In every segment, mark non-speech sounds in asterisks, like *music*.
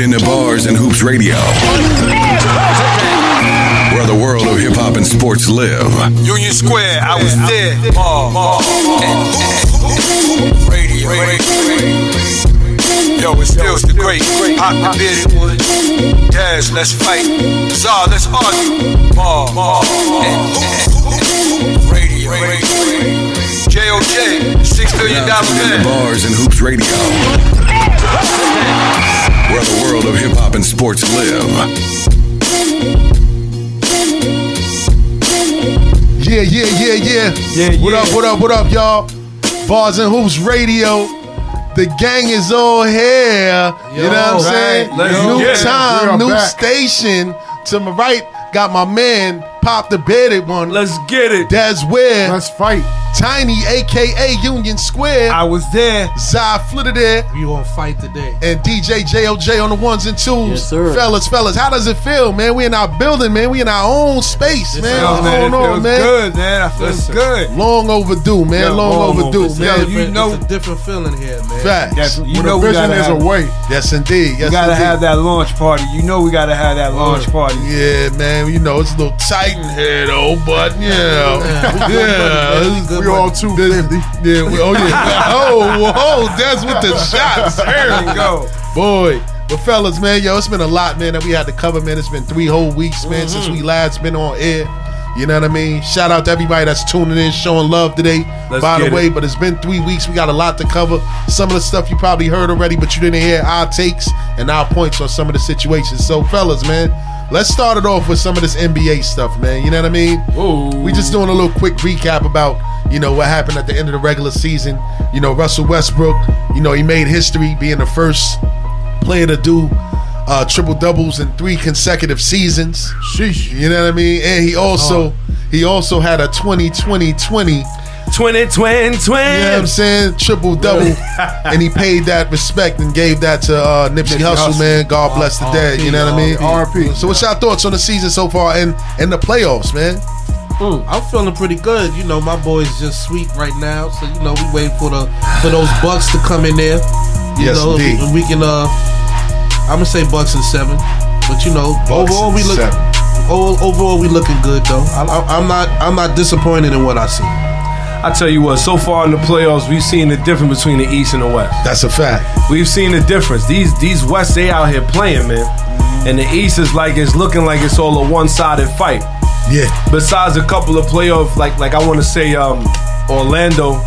Ballers and Hoops Radio, where the world of hip hop and sports live. Union Square, I was there. Ma, ma, Radio, radio. Yo, it's still the great. Pop the bearded wood. Daz, let's fight. Czar, let's argue. Ma, ma, Radio, radio. JOJ, six billion dollar Listening to man. Ballers and Hoops Radio, where the world of hip hop and sports live. Yeah, yeah, yeah, yeah. Yeah, What yeah. up, what up, what up, y'all? Bars and Hoops Radio. The gang is all here. you know what I'm Yo, saying? right. Let's new get it. time, We are new back. station. To my right, got my man, Pop the Bearded One. Let's get it. That's where Let's fight. Tiny, aka Union Square, I was there. Zai Flitter there, We gonna fight today. and DJ JOJ on the ones and twos. Yes, sir. Fellas, fellas, how does it feel, man? We in our building, man. We in our own space, man. Yo, What's man, going it on, feels man? good, man. I feel good. Long overdue, man. Yo, long, long overdue, overdue. man. Yo, you know- it's a different feeling here, man. Facts. That's- you When know we gotta is have- way. Yes, indeed. Yes, You gotta indeed. Oh, have that launch party. You know we gotta have that launch party. Yeah, man. You know, it's a little tight in here, though, oh, but, you know. Yeah. man. We all too. Yeah, we, oh, *laughs* yeah. oh, whoa. That's with the shots. There we go. Go. Boy. But, fellas, man, yo, it's been a lot, man, that we had to cover, man. It's been three whole weeks, Mm-hmm. man, since we last been on air. You know what I mean? Shout out to everybody that's tuning in, showing love today. Let's By the get it. way, but it's been three weeks. We got a lot to cover. Some of the stuff you probably heard already, but you didn't hear our takes and our points on some of the situations. So, fellas, man, let's start it off with some of this NBA stuff, man. You know what I mean? We just doing a little quick recap about you know what happened at the end of the regular season. You know, Russell Westbrook. You know, he made history being the first player to do uh, triple doubles in three consecutive seasons. Sheesh. You know what I mean? And he also he also had a 20 20 20 Twin, twin, you know what I'm twin. saying? Triple double. and he paid that respect and gave that to uh, Nipsey, Hussle, Hussle. man. God bless the dead. You know what I mean? R.I.P.. So, what's your thoughts on the season so far and, and the playoffs, man? Mm, I'm feeling pretty good. You know, my boy's just sweet right now. So you know, we waiting for the for those bucks to come in there. You Yes, know, indeed. and we can. uh I'm gonna say bucks and seven, but you know, Bucks overall and we look. seven. o- Overall, we looking good though. I, I, I'm not. I'm not disappointed in what I see. I tell you what, so far in the playoffs, we've seen the difference between the East and the West. That's a fact. We've seen the difference. These these West, they out here playing, man. And the East is like it's looking like it's all a one-sided fight. Yeah. Besides a couple of playoff, like like I want to say, um, Orlando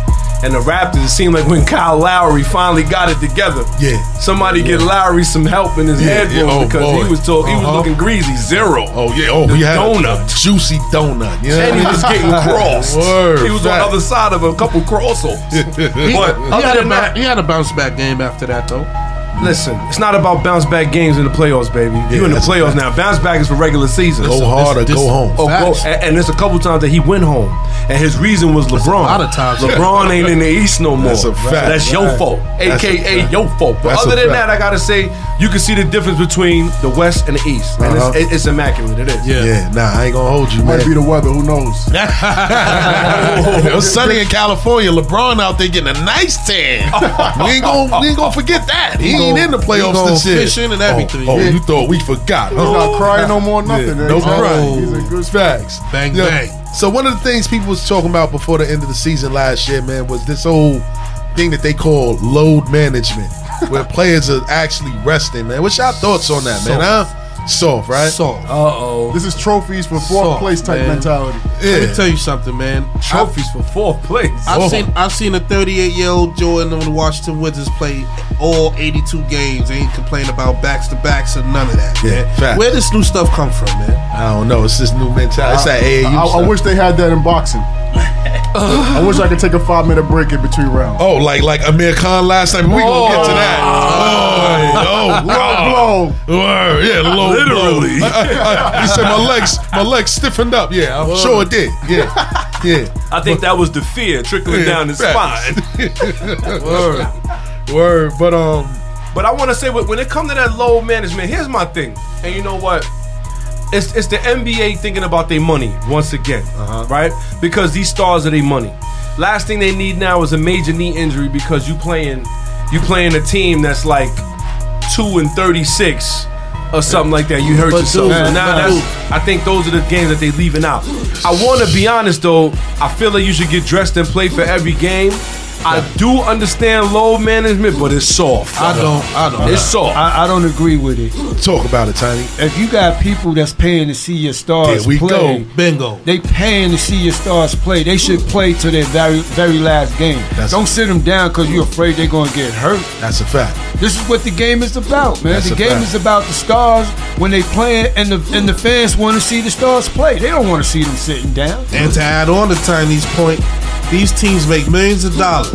and the Raptors. It seemed like when *laughs* Kyle Lowry finally got it together. Yeah. Somebody get Lowry some help in his Yeah, head yeah, oh, because boy. he was told, he was Uh-huh. looking greasy, zero. Oh, yeah. Oh, he had a donut. juicy donut. You know what I And he mean? was getting crossed. Word, he was fact. on the other side of a *laughs* couple crossovers. He, But he, other had a, than that- bou- he had a bounce back game after that though. Listen, it's not about bounce back games in the playoffs, baby. Yeah, you in the that's a playoffs fact. now. Bounce back is for regular season. Go hard or this- go home. Oh, go, Facts. and, and there's a couple times that he went home, and his reason was LeBron. lot of times. LeBron ain't in the East no more. That's a So fact. That's your fault, That's a aka fact. your fault. But That's a other than fact. that, I gotta say you can see the difference between the West and the East, and Uh-huh. it's, it, it's immaculate. It is. Yeah. Yeah, nah, I ain't gonna hold you, man. the weather. Who *laughs* knows? It was sunny in California. LeBron out there getting a nice tan. we ain't gonna we ain't gonna forget that. He, ain't gonna- in the he playoffs gonna this year. fish in and everything. Oh, oh, Yeah. you thought we forgot? huh? not crying no more. Nothing. Yeah, no eh? Oh. crying. facts. Bang, bang. So one of the things people was talking about before the end of the season last year, man, was this whole thing that they call load management, *laughs* where players are actually resting, man. What's your thoughts on that, man? Huh? Soft, right? Soft. Uh oh. This is trophies for Soft, man. Let me Yeah. tell you something, man. Trophies for fourth place. I've Oh. seen I've seen a 38 year old Jordan on the Washington Wizards play all 82 games. They ain't complain about backs to backs or none of that. Yeah, man. facts. Where this new stuff come from, man? I don't know. It's this new mentality. It's that AAU. I, stuff. I wish they had that in boxing. I wish I could take a five minute break in between rounds. Oh, like like Amir Khan last night. We gonna get to that. *laughs* Oh, oh, Low blow. Word. Yeah, low Literally. blow. he said my legs, my legs stiffened up. Yeah, I'm sure it did. Yeah, yeah. *laughs* I think that was the fear trickling down his Facts. spine. *laughs* Word, word. But um, But I want to say when when it comes to that low management, here's my thing. And you know what? It's it's the NBA thinking about their money once again, Uh-huh. right? Because these stars are their money. Last thing they need now is a major knee injury because you playing you playing a team that's like two and thirty six or something like that. You hurt But yourself. dude, So now but that's, I think those are the games that they leaving out. I want to be honest though. I feel that you should get dressed and play for every game. I do understand load management, but it's soft. I don't. I don't. It's soft. I, I don't agree with it. Talk about it, Tiny. If you got people that's paying to see your stars There we play, go. Bingo. they paying to see your stars play. They should play to their very very last game. That's- don't sit them down because you're afraid they're gonna get hurt. That's a fact. This is what the game is about, man. That's the a game fact. is about the stars when they play and the and the fans want to see the stars play. They don't want to see them sitting down. And to add on to Tiny's point, these teams make millions of dollars.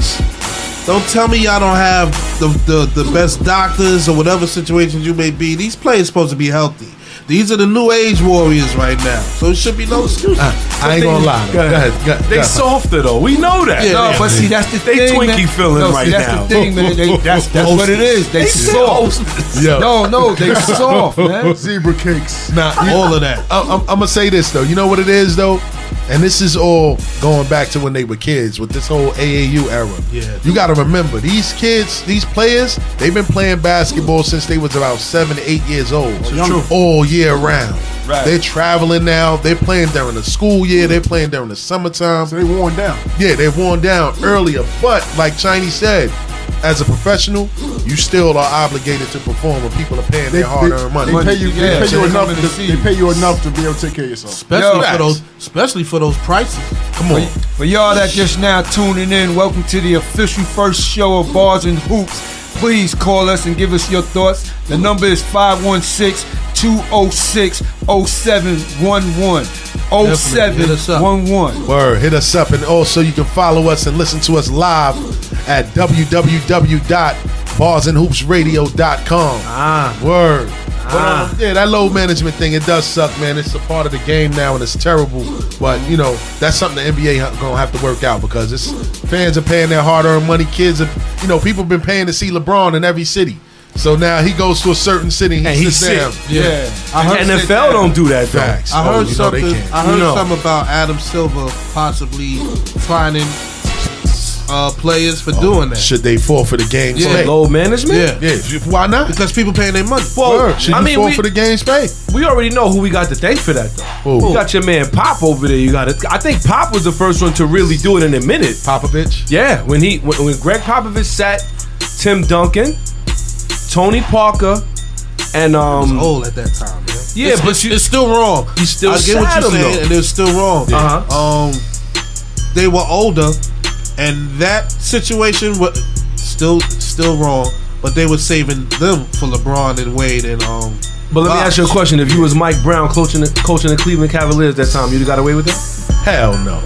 Don't tell me y'all don't have the, the, the best doctors or whatever situations you may be. These players supposed to be healthy. These are the new age warriors right now. So it should be no excuse. I ain't gonna lie. though. Go ahead. Go ahead. They softer though. We know that. Yeah. No, but see, that's the They thing. Twinkie man. feeling no, see, right that's now. the thing, man. They, that's that's what it is. They, soft. Yo. No, no, *laughs* they soft, man. Zebra cakes. Nah, you- All of that. I, am gonna say this though. You know what it is though, and this is all going back to when they were kids with this whole AAU era. Yeah. you got to remember these kids, these players, they've been playing basketball since they was about seven, eight years old, all year round. Right. They're traveling now. They're playing during the school year. They're playing during the summertime. So they worn down. Yeah, they've worn down earlier, but like Chinese said, as a professional, you still are obligated to perform when people are paying They, their hard-earned money. they pay you. Yeah, they pay so you they enough. coming to To, see they you. pay you enough to be able to take care of yourself. Especially Yo. for those especially for those prices. Come on. For y'all that just now tuning in, welcome to the official first show of Bars and Hoops. Please call us and give us your thoughts. The number is 516 206 0711. Definitely, hit us up. 0711. Word, hit us up, and also you can follow us and listen to us live at www.barsandhoopsradio.com. Ah, word. But, um, yeah, that load management thing, it does suck, man. It's a part of the game now, and it's terrible. But you know, that's something the NBA ha- gonna have to work out because it's fans are paying their hard-earned money. Kids, are, you know, people been paying to see LeBron in every city. So now he goes to a certain city and he And he's sits sick. down. Yeah. I heard NFL that. don't do that though. Facts. I Oh, heard you know they something. can't. I heard No. something about Adam Silver possibly finding uh, players for doing that. Should they forfeit the game? Yeah, today? Load management. Yeah. yeah. Why not? Because people paying their money. Well, Word. Should I you mean, fall we- for the game's pay? We already know who we got to thank for that though. Who? You got your man Pop over there. You got it. I think Pop was the first one to really do it in a minute. Popovich. Yeah, when he when, when Greg Popovich sat Tim Duncan, Tony Parker, and um old at that time. Man. Yeah, It's- but it's, you- it's still wrong. you still I get what sad you're him, saying, though. and it's still wrong. Uh-huh. Um, they were older, and that situation was still still wrong. But they were saving them for LeBron and Wade and um. But let me Bosh. ask you a question: If you was Mike Brown coaching the, coaching the Cleveland Cavaliers that time, you'd have got away with it. Hell no.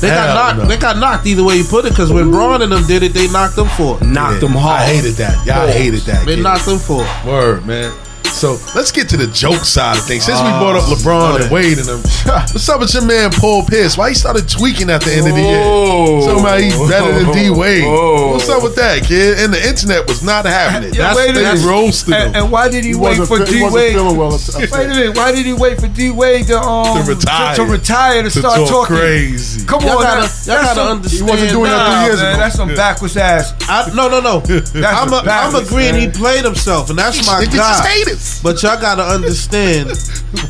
They Hell got knocked. no. They got knocked either way you put it. Because when Braun and them did it, they knocked them for it. Knocked them hard. I hated that. Y'all hated that. They kid. knocked them for it. Word, man. So let's get to the joke side of things. Since Ah, we brought up LeBron and Wade *laughs* and them, what's up with your man Paul Pierce? Why he started tweaking at the end of the year? Oh. Somehow he's better *laughs* than D Wade. Oh. What's up with that, kid? And the internet was not having it. Wait a they minute. roasted and, him. and why did he, He wait wasn't fe- for he D wasn't Wade? feeling well at- at Wait a first. minute. Why did he wait for D Wade to um To retire. to, to retire to To start talk talking? crazy. Come Y'all on, gotta, now. y'all That's gotta some- understand. doing that Nah, three years man, ago. that's some backwards ass. I, no, no, no. I'm, a, I'm backwards, agreeing he man. played himself, and that's my Look at your guy. status. But y'all gotta *laughs* understand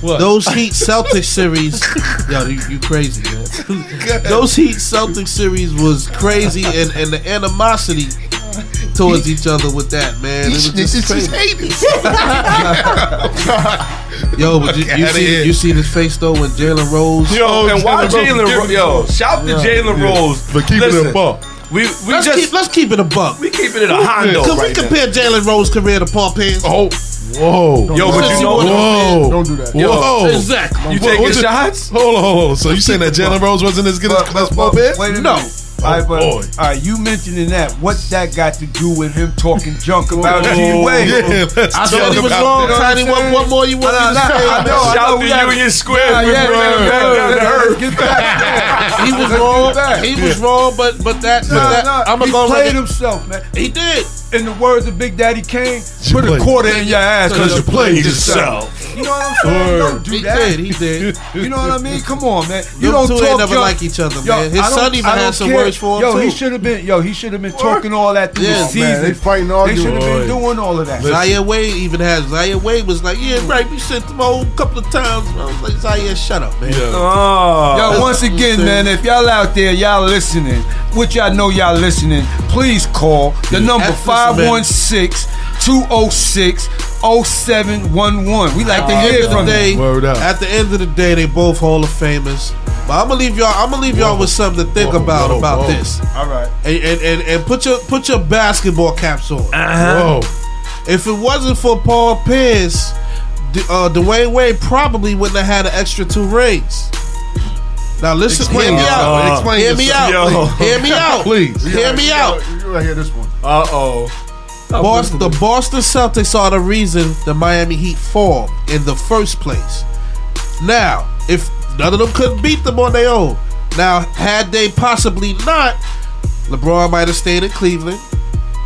those Heat Celtics series. Yo, you, you crazy, *laughs* man. those Heat Celtics series was crazy, and, and the animosity towards each other with that, man. It was This just is his crazy. haters. Yo, but you, you outta here. see, you seen his face though when Jalen Rose. Yo, and why Jalen Jalen? Rose- Ro- yo, shout to Jalen Rose For keeping it Listen, a buck. We we let's just keep let's keep it a buck. we keeping it a Hondo Cause we right now. compare Jalen Rose's career to Paul Pierce. Oh, whoa, Yo, but Since you he know won- whoa, Don't do that. whoa. Exactly. you What- taking what's it- shots. Hold on, hold on. So you saying that Jalen Rose wasn't as good as as Paul Pierce? Wait a No. minute. All right, but, boy. all right, you mentioning that. What's that got to do with him talking junk about Oh, G Wade? Yeah, let's I said talk he was about wrong, that. Tiny. What, what more you want me to say? I know, I know, Shout we to gotta- Union Square. Yeah, we yeah, bring yeah, it back yeah, down to yeah, earth. Get back there. He was Let's get wrong. back. He was wrong, but but that, but that Nah, nah, I'm gonna he go played with it. himself, man. He did. In the words of Big Daddy Kane, You put a played. quarter in your ass Cause you played yourself. You know what I'm saying? Word. Don't do He that. did, he did. You know what I mean? Come on, man. You Them don't two ain't talk. never yo- like each other, yo, man. His I son don't- even I had don't some care. words for him, Yo, he too. should have been. Yo, he should have been talking all that through Yeah, the man, season. they fighting They arguing. should have been Boy. doing all of that. Zaire Wade even has Zaire Wade was like, yeah, right. We sent them home a couple of times. I was like, Zaire, shut up, man. Oh. Yo, once again, man, if y'all out there, y'all listening, which y'all know y'all listening, please call the number That's listen, man. 516 206 0711. We like to At the hear end of from the you. day, Word up. at the end of the day, they both Hall of Famers. But I'm gonna leave y'all. I'm gonna leave y'all with something to think about whoa, about whoa. this, All right. and, and and and put your put your basketball caps on. Whoa. If it wasn't for Paul Pierce, D- uh, Dwayne Wade probably wouldn't have had an extra two rings. Now listen, hear me yourself. Uh-huh. out. Explain hear me yourself. out. Yo. *laughs* Hear me *laughs* out. You Hear gotta- me you out. gotta- You gotta hear this one. Uh oh. Boston, the Boston Celtics are the reason the Miami Heat formed in the first place. Now, if none of them could beat them on their own, now had they possibly not, LeBron might have stayed in Cleveland,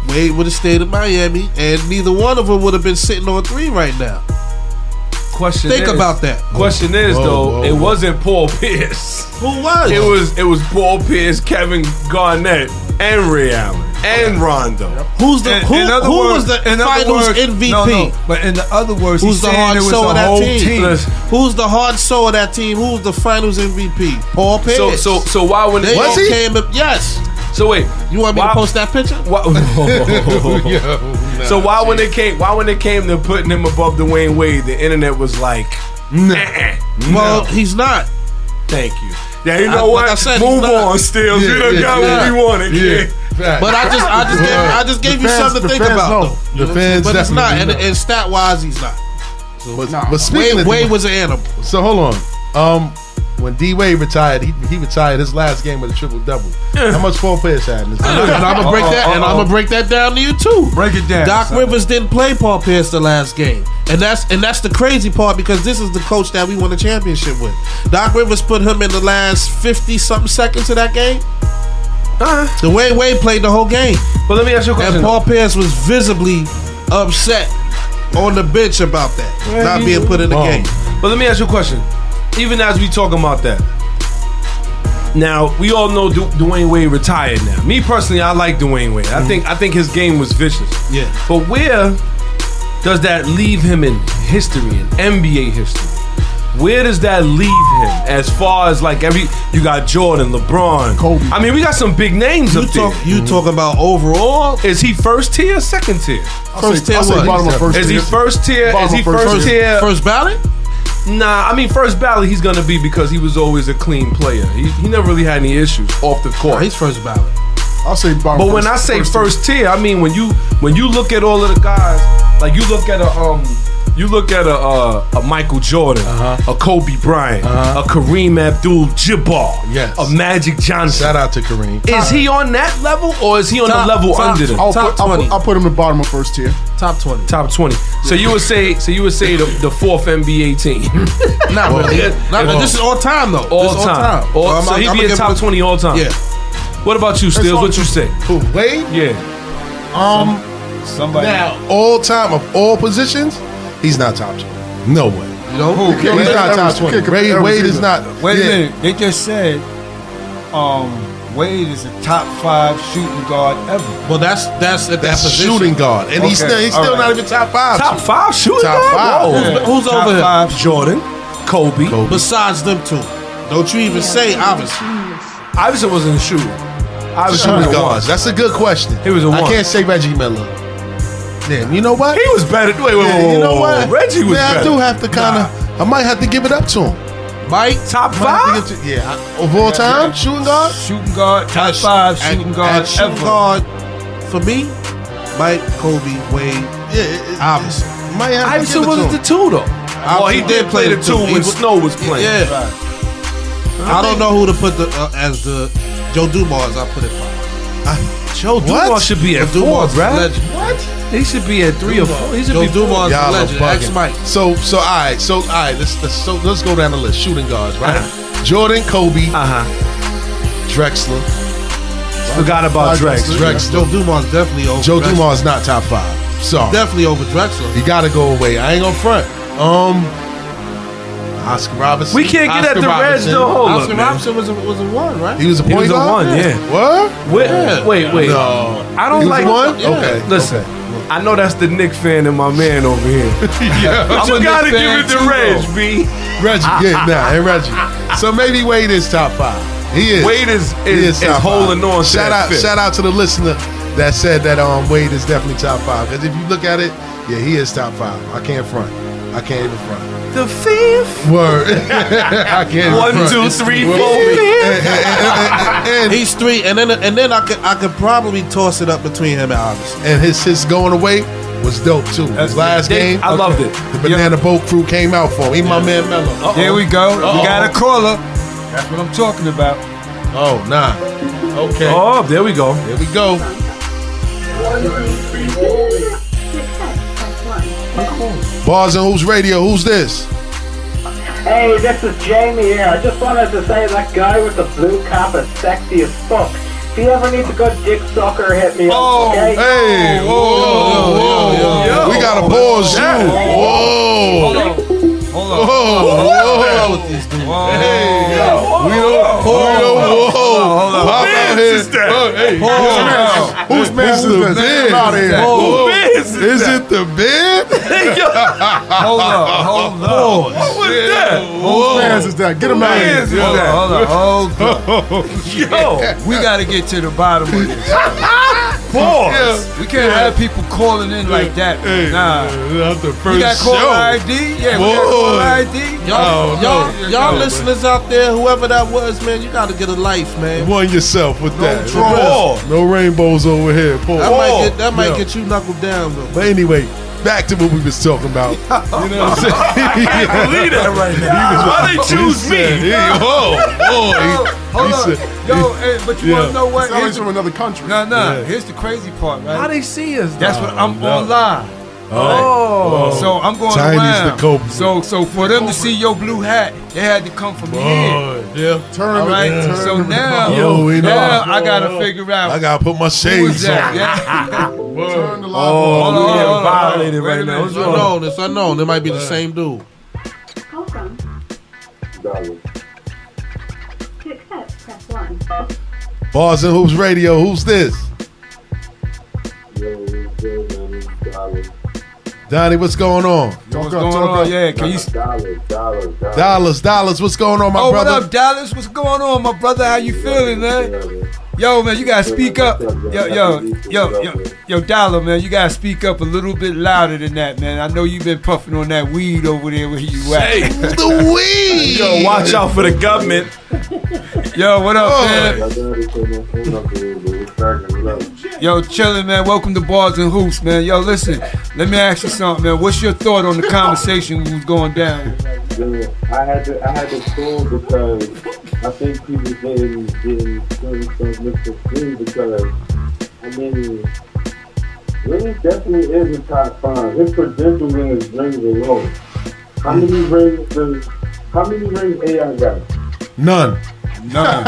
Wade would have stayed in Miami, and neither one of them would have been sitting on three right now. Question. Think is- about that. Question is Whoa, though, whoa, it whoa. wasn't Paul Pierce. Who was? It was it was Paul Pierce, Kevin Garnett, and Ray Allen and Rondo. Who's the In- who, in other who was words- the in other Finals words- MVP? No, no, but in the other words, Who's he's the saying heart it was soul a of that whole team? team. Listen. Who's the hard soul of that team? Who's the Finals MVP? Paul Pierce. So so so why when they why- all came up. Yes. so wait You want me why- to post that picture? why- *laughs* so why when they came why when they came to putting him above Dwayne Wade the internet was like "Eh-eh, Well, he's not. thank you yeah you I- know like what I said, move he's not- on still Yeah, you done yeah, got yeah. what we wanted kid. Fact. But I just, I just gave, I just The gave you fans- something the to think fans about. know. Though. The fans but it's not, and, definitely know. and stat wise, he's not. But, Nah. but speaking Wade, of Wade was an animal. So hold on. Um, when D Wade retired, he, he retired his last game with a triple double. How much Paul Pierce had in this? And I'm gonna break that, and I'm gonna break that down to you too. Break it down. Doc son. Rivers didn't play Paul Pierce the last game, and that's and that's the crazy part because this is the coach that we won the championship with. Doc Rivers put him in the last fifty something seconds of that game. Uh-huh. The way Wade played the whole game, but let me ask you a question and Paul Pierce was visibly upset on the bench about that, not being put in the game. But let me ask you a question. Even as we talking about that, now we all know du- Dwayne Wade retired. Now, me personally, I like Dwayne Wade. I think I think his game was vicious. Mm-hmm. Yeah. But where does that leave him in history, in NBA history? Where does that leave him as far as like every you got Jordan, LeBron, Kobe. I mean, we got some big names You up there. talk, you talk about overall. Is he first tier, second tier? First tier I'll say what? bottom of first Is he tier. first tier? Is Bottom he of first first, tier. tier? First ballot? Nah, I mean, first ballot he's gonna be because he was always a clean player. He, he never really had any issues off the Oh, court. he's first ballot. I'll say bottom. but when I say first, tier, I mean when you when you look at all of the guys, like you look at a um, you look at a uh, a Michael Jordan, a Kobe Bryant, a Kareem Abdul-Jabbar, Yes. a Magic Johnson. shout out to Kareem. Is he on that level or is he on Top- the level top- under them? I'll, top put, I'll, 20. put, I'll put him in bottom of first tier. Top twenty. Top twenty. So you would say, so you would say the, the fourth NBA team, *laughs* Not really. Not, Well, this is all time though. all This is time. All, I'm- so I'm- he'd I'm be gonna in give top him- twenty all time. Yeah. What about you, Stills? all- What you say? Who Wade? Yeah. Um, Somebody. now all time of all positions, he's not top twenty. No way. You know, who He's killed not it? top average- twenty. kick a- Wade, average Wade is either. not. Wait, a yeah. minute. They just said um, Wade is a top five shooting guard ever. Well, that's that's at That's that position. shooting guard, and he's Okay, still, he's all still right. not even top five. Top five shooting Top guard? five. Whoa. Yeah. Who's top over here? Five Jordan, Kobe. Kobe. Besides them two, don't you even say obviously. Iverson wasn't a shooter. Iverson was shooting a one. guards. That's a good question. He was a I one. can't say Reggie Miller. Damn, you know what? He was better. Wait, wait, wait, Yeah, wait, you know wait, what? wait. Reggie was Man, I better. do have to kind of. I might have to give it up to him. Mike, top I five. have to give it to- yeah, I- of all time, shooting guard. shooting guard, top five shooting At- guard at shooting ever. guard, for me, Mike, Kobe, Wade, Yeah, it, it, obviously. might have Iverson to give it wasn't to the him. two though. well, he Iverson did play the two He when was- Snow was playing. Yeah. I don't know who to put the uh, as the Joe Dumars. I put it five. Joe Dumas should be at Joe Dumars, four, is a bruh. legend. He should be at three or four. He should Joe be four. Dumars, is a Y'all are legend. Ask bugging. Mike. So, so all right, so all right. Let's let's so let's go down the list. Shooting guards, right? Uh-huh. Jordan, Kobe, Uh huh. Drexler. Forgot about Drex. Drex. Joe Dumars definitely over. Joe Drexler. Dumars not uh, top five. Sorry, definitely over Drexler. you gotta go away. I ain't gonna front. Um, Oscar Robinson. We can't get Oscar at the Reds Robinson. though. Hold Oscar up, man. Robinson was a, was a one, right? He was a point He was a guard? one, yeah. What? Wait, wait, wait. No. I don't He was like a one? Yeah. Okay. Listen, I know that's the Nick fan and my man over *laughs* here. *laughs* *laughs* But I'm you a Knicks gotta give fan it to too, Reg, B. though. Reggie, yeah, nah, and *laughs* Reggie. So maybe Wade is top five. He is. Wade is He is, is, top holding five. on. to Shout that out, fifth. shout out to the listener that said that um Wade is definitely top five. Because if you look at it, yeah, he is top five. I can't front. I can't even front. The fifth. Word. *laughs* I can't. even One, front. two, It's- three, Word. four. And, and- and- and- He's three, and then and then I could I could probably toss it up between him and Robinson. and his his going away was dope too. His last They- game, I loved it. the Banana Boat Crew came out for him. He my man Mello. There we go. We got a caller. That's what I'm talking about. Oh nah. Okay. Oh, there we go. Here we go. Bars and Hoops Radio. Who's this? Hey, this is Jamie here. I just wanted to say that guy with the blue cap is sexy as fuck. If you ever need a good dick sucker, hit me up, okay? Hey, whoa, whoa, whoa, yo. We got a pause you. Yeah. Whoa. Whoa, Hold whoa. on. Hey, we don't, we don't, whoa. Hold on. Pop out Vince here. is that? Look, hey, Hold on. who's man? Who's the man out here? Whoa. Vince is Is it the bid? Hold on. Hold on. What was that? Whoa. is that? Get him out of here. Whose Hold fans on, hold on, hold on. Yo, We gotta get to the bottom of *laughs* this. pause. We can't have people calling in like that. Nah. That's the first We got show. caller ID? Yeah, we got caller ID. Y'all, Oh, y'all, no. y'all No, listeners out there, whoever that was, man, you got to get a life, man. Won yourself with that. draws. No rainbows over here. Pause. That might get that might Yeah. get you knuckled down though. But anyway, back to what we was talking about. *laughs* You know what I'm saying? Believe that right *laughs* now. Why they choose me? oh, boy. Hold on. Yo, hey, but you Yeah. wanna know what? Here's, from another country. nah, nah. Here's the crazy part, right? How they see us? That's what I'm online. Oh, So I'm going Chinese around. the Cobra. So so for them to see your blue hat, they had to come from here. Yeah. Turn All right. So now, Yo, we know. now I gotta figure out I gotta put my who is shades that. on. Yeah. Turn the oh, we Hold on, hold on, getting hold on. violated Wait a right now. minute. What's It's wrong? unknown. It's unknown. It might be the same dude. *laughs* Bars and Hoops Radio, who's this? Donnie, what's going on? What's going on? Yeah. Can you? Dollars, dollars, what's going on, my Oh, brother? what up, Dallas? What's going on, my brother? How you feeling, man? Yo, man, you gotta speak up. Yo, yo, yo, yo, yo, Dollar, man, you gotta speak up a little bit louder than that, man. I know you've been puffing on that weed over there where you at. The weed. Yo, watch out for the government. Yo, what up, Oh. man? Yo, chillin', man. Welcome to Bars and Hoops, man. Yo, listen, let me ask you something, man. What's your thought on the conversation we was going down? I had to I had to pull because I think people getting getting getting so misconstrued because I mean Willie definitely is a top five. His credentials and his rings alone. How many rings does how many rings AI got? None. None. *laughs*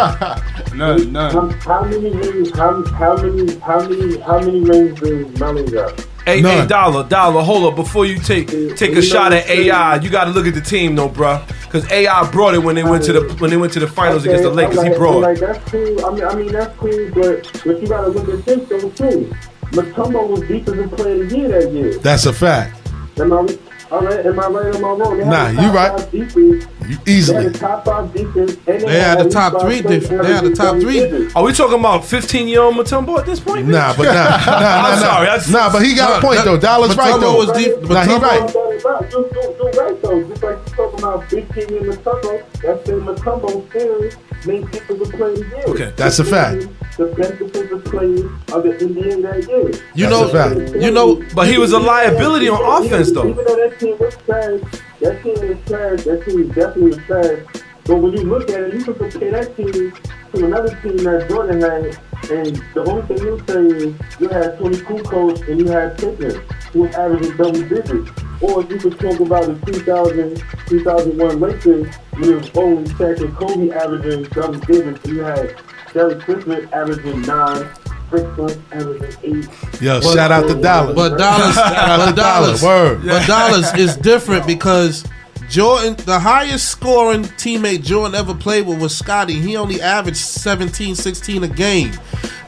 None, How, none. how many rings how, how many how many how many rings does Melo got? Hey, None. hey, dollar, dollar. Hold up. Before you take take a shot at AI, you got to look at the team, though, bruh. Because AI brought it when they went to the when they went to the finals against the I'm Lakers. He like- brought. Like it. that's cool. I mean, I mean that's cool, but but you gotta look at this though too. Matumbo was defensive player of the year that year. That's a fact. Am I all right? Am I right or am I wrong? They had Nah, the you top right. five Defense. You They had easily. the top five defense. And They had the top three defense. def- they had the top three. Are we talking about 15 year old Matumbo at this point? Nah, *laughs* but nah, nah, nah, I'm nah. sorry, that's- nah, but he got a point though. Dollars right Matumbo though. was deep. Nah, he Matumbo- right. You, you, you right though. Just like you talking about Big King and Matumbo, that's the Matumbo series made defensive player of the year. Okay, that's a fact. The best defensive player of the Indian that year. You That's know, a fact. you know, But he was a liability on offense, though. Even though that team was trash, that team was trash, that team definitely was trash. But when you look at it, you can compare that team to another team that Jordan had, and the only thing you say is you had Tony Kukoc and you had Pippen, who was averaging double digits. Or you could talk about the 2000, 2001 Lakers, when it was only Shaq and Kobe averaging double digits, and you had Derrick Clifford averaging nine, Brooklyn averaging eight. Yo, shout out to Dollar. But *laughs* *laughs* dollars, but dollars, Word. but dollars is different because Jordan, the highest scoring teammate Jordan ever played with was Scotty. He only averaged 17, 16 a game.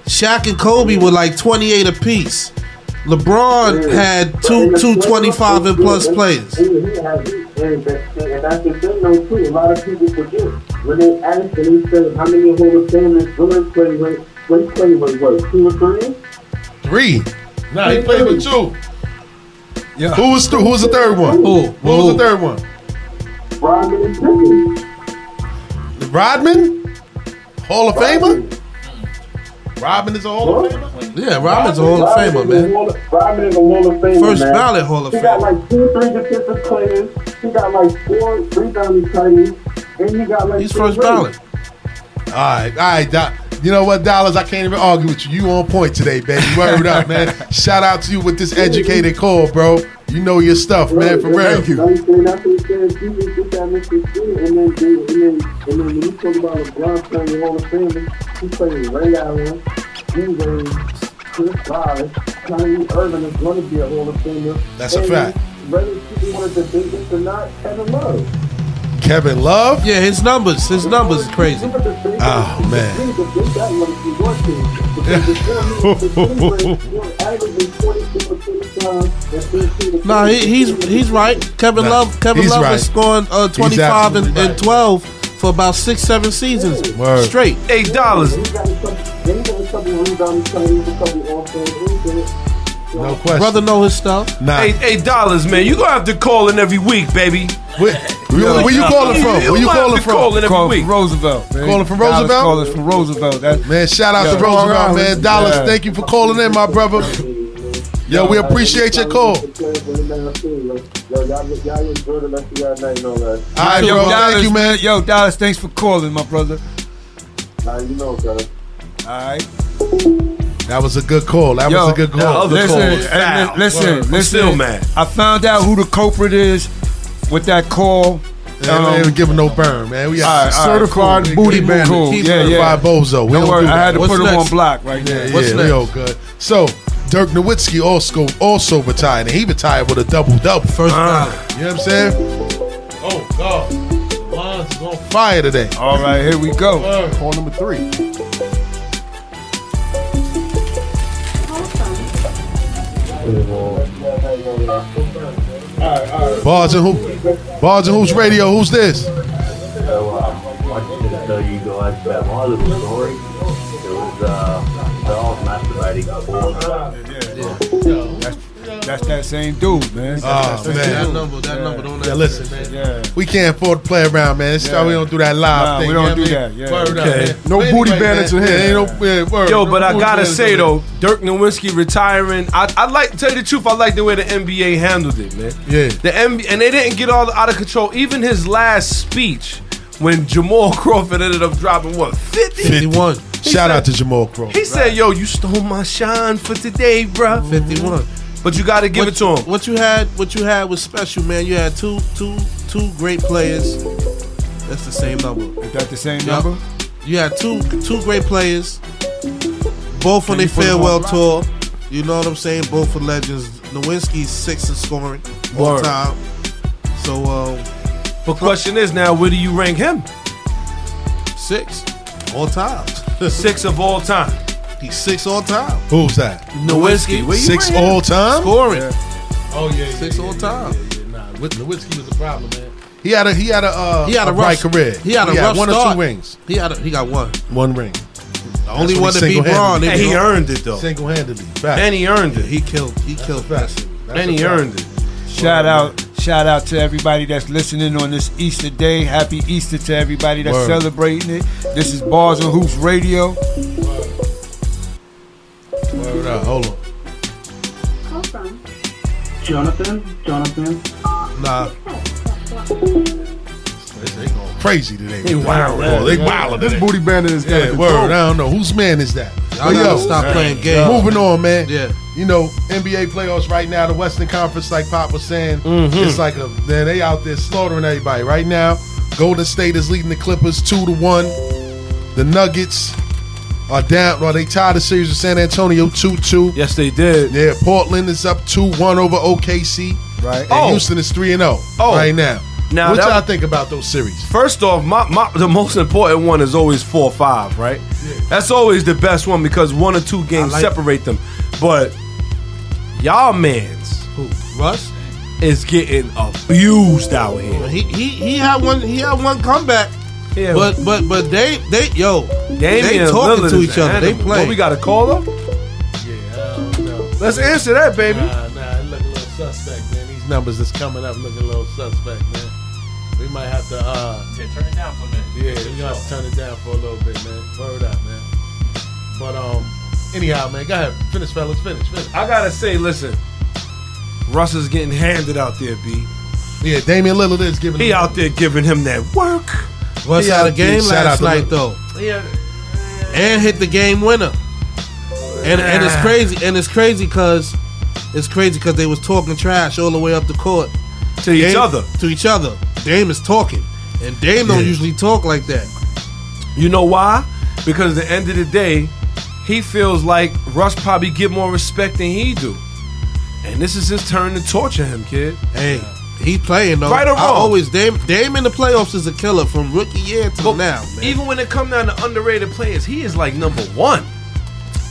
Shaq and Kobe were like 28 apiece. LeBron had two, two 25 and plus players. And he has it, and that's it. And that's the thing, though, too. A lot of people forget when they ask and they say how many Hall of Famers really play with. When Clay was what, two or three? Three. Nah, he played with two. Yeah. Who was th- who was the third one? Who? Who was Who? the third one? Rodman and Pippen. Rodman? Hall of Famer? Rodman is a Hall of Famer? Yeah, Robin's a Hall of Rodman Famer, is a man. Hall of- Rodman is a Hall of Famer. First man. ballot Hall of He got Famer. like two, three defensive players. He got like four rebounding titles. And he got like He's two first rings. ballot. All right, all right. Do- you know what, Dollars? I can't even argue with you. You on point today, baby. Word up, man. Shout out to you with this educated call, bro. You know your stuff, man. For real. Thank you. And that's what I'm saying. He was just that Mr. Three, and then, they, and then, and then when you talk about LeBron playing the Hall of Fame, he played Ray Allen, D-Wade, Chris Bosh, Kyrie Irving is going to be a Hall of Famer. That's a And fact. Whether people want to debate this or not, Kevin Love. Kevin Love. Yeah, his numbers, his numbers is crazy. Oh, man. man. Nah, he, he's he's right. Kevin Nah, Love, Kevin he's Love right. was scoring uh, twenty five and, absolutely and right. twelve for about six seven seasons Word. straight. Eight dollars. No question. Brother know his stuff. nah. Eight eight dollars, man. You gonna have to call in every week, baby. Where, where, where you calling from? Where you gonna calling have to from? Call in every Calling week. from Roosevelt. Man. Calling from Dallas Roosevelt? Calling from Roosevelt. That, Man, shout out Yo. to Roosevelt, Long man. Island. Dollars, Yeah. thank you for calling in, my brother. Yo, we appreciate your call. All right, yo, bro. Dallas, Thank you, man. Yo, Dallas, thanks for calling, my brother. All right. That was a good call. That was a good call. other listen, call was hey, li- foul. listen, Word. I'm listen. still mad. I found out who the culprit is with that call. Man, we Um, ain't even giving no burn, man. We all got right, all right, certified cool. booty Keep it bandits. cool. Keep Yeah, certified yeah. bozo. We Don't don't worry, do I that. had to What's put him on next? block right now. Yeah, What's yeah, next? we all good. So Dirk Nowitzki also also retired, and he retired with a double double. First You know what I'm saying? Oh God, the lines is on fire today. All right, here we go. Call number three. Bars and who? Bars and who's radio? Who's this? So um, I just to tell you guys about my little story. It was uh, so I was masturbating before. That's that same dude, man. Oh That man. number, that number don't Yeah, listen, man. yeah. We can't afford to play around, man. It's Yeah. we don't do that live Nah, thing. we don't you know do what I mean? that, yeah. Word up, Okay. man. No But booty bandits in man, here. Ain't no, yeah, word, Yo, no but I booty gotta bandits say in here. though, Dirk Nowitzki retiring. I I like to tell you the truth. I like the way the NBA handled it, man. Yeah. The NBA and they didn't get all out of control. Even his last speech, when Jamal *laughs* Crawford ended up dropping what fifty. Fifty one. Shout out to Jamal Crawford. He said, "Yo, you stole my shine for today, bruh. Fifty one. But you gotta give what, it to him. What you had, what you had was special, man. You had two, two, two great players. That's the same number. Is that the same Yup. number? You had two, two great players, both on Can their you put 'em farewell on? tour. You know what I'm saying? Both are legends. Nowinski's six in scoring all Word. time. So um, But question is now, where do you rank him? six all time. Six of all time. He's six all time. Who's that? Nowinski, where you Six rank him? all time. scoring. Oh yeah, Six all time. Nah, Whit- Nowitzki was a problem, man. He had a he had a uh, He had a, bright rough career. He had a rough one or start. two rings. He had a, he got one. One ring, The only one what he to beat Braun. single-handedly They And he beat- earned it though. single handedly. And he earned it. He killed. He killed. Facts. And he earned it. Shout out, shout out to everybody that's listening on this Easter day. Happy Easter to everybody that's Word. celebrating it. This is Bars and Hoops Radio. Word up, Hold on. Jonathan, Jonathan. Nah. They going crazy today. They wild, Oh, they wild This today. booty bandit is Yeah, yeah, word. I don't know whose man is that. I But gotta yo, stop playing games. Moving on, man. Yeah. You know, NBA playoffs right now, the Western Conference, like Pop was saying, Mm-hmm. it's like a man, they out there slaughtering everybody. Right now, Golden State is leading the Clippers two to one. The Nuggets are down. Are they tied the series with San Antonio two two? Yes, they did. Yeah, Portland is up two one over OKC. Right. And Oh. Houston is three and zero Oh. right now. Now what that- y'all think about those series? First off, my, my the most important one is always four or five, right? That's always the best one because one or two games separate them. But y'all man's Russ. is getting abused out here. He he he had one he had one comeback. Yeah, But but but they they yo they talking to each other. They What, playing. we got a caller? Let's answer that, baby. Nah, nah, it look a little suspect, man. These numbers that's coming up look a little suspect, man. We might have to, uh, Yeah, turn it down for a minute. yeah, we gonna have to turn it down for a little bit, man. Word up, man. But um, uh, anyhow, man, go ahead, finish, fellas, finish, finish. I gotta say, listen, Russ is getting handed out there, B. Yeah, Damian Lillard is giving. He them- out there giving him that work. Russ Yeah, had a yeah, game shout out last to night Luka. though, Yeah. and hit the game winner. And and it's crazy and it's crazy because it's crazy because they was talking trash all the way up the court To each Dame- other. to each other. Dame is talking, and Dame don't usually talk like that. You know why? Because at the end of the day, he feels like Russ probably get more respect than he do. And this is his turn to torture him, kid. Hey, he playing though. Right or I wrong? always Dame Dame in the playoffs is a killer from rookie year to now, man. Even when it come down to underrated players, he is like number one.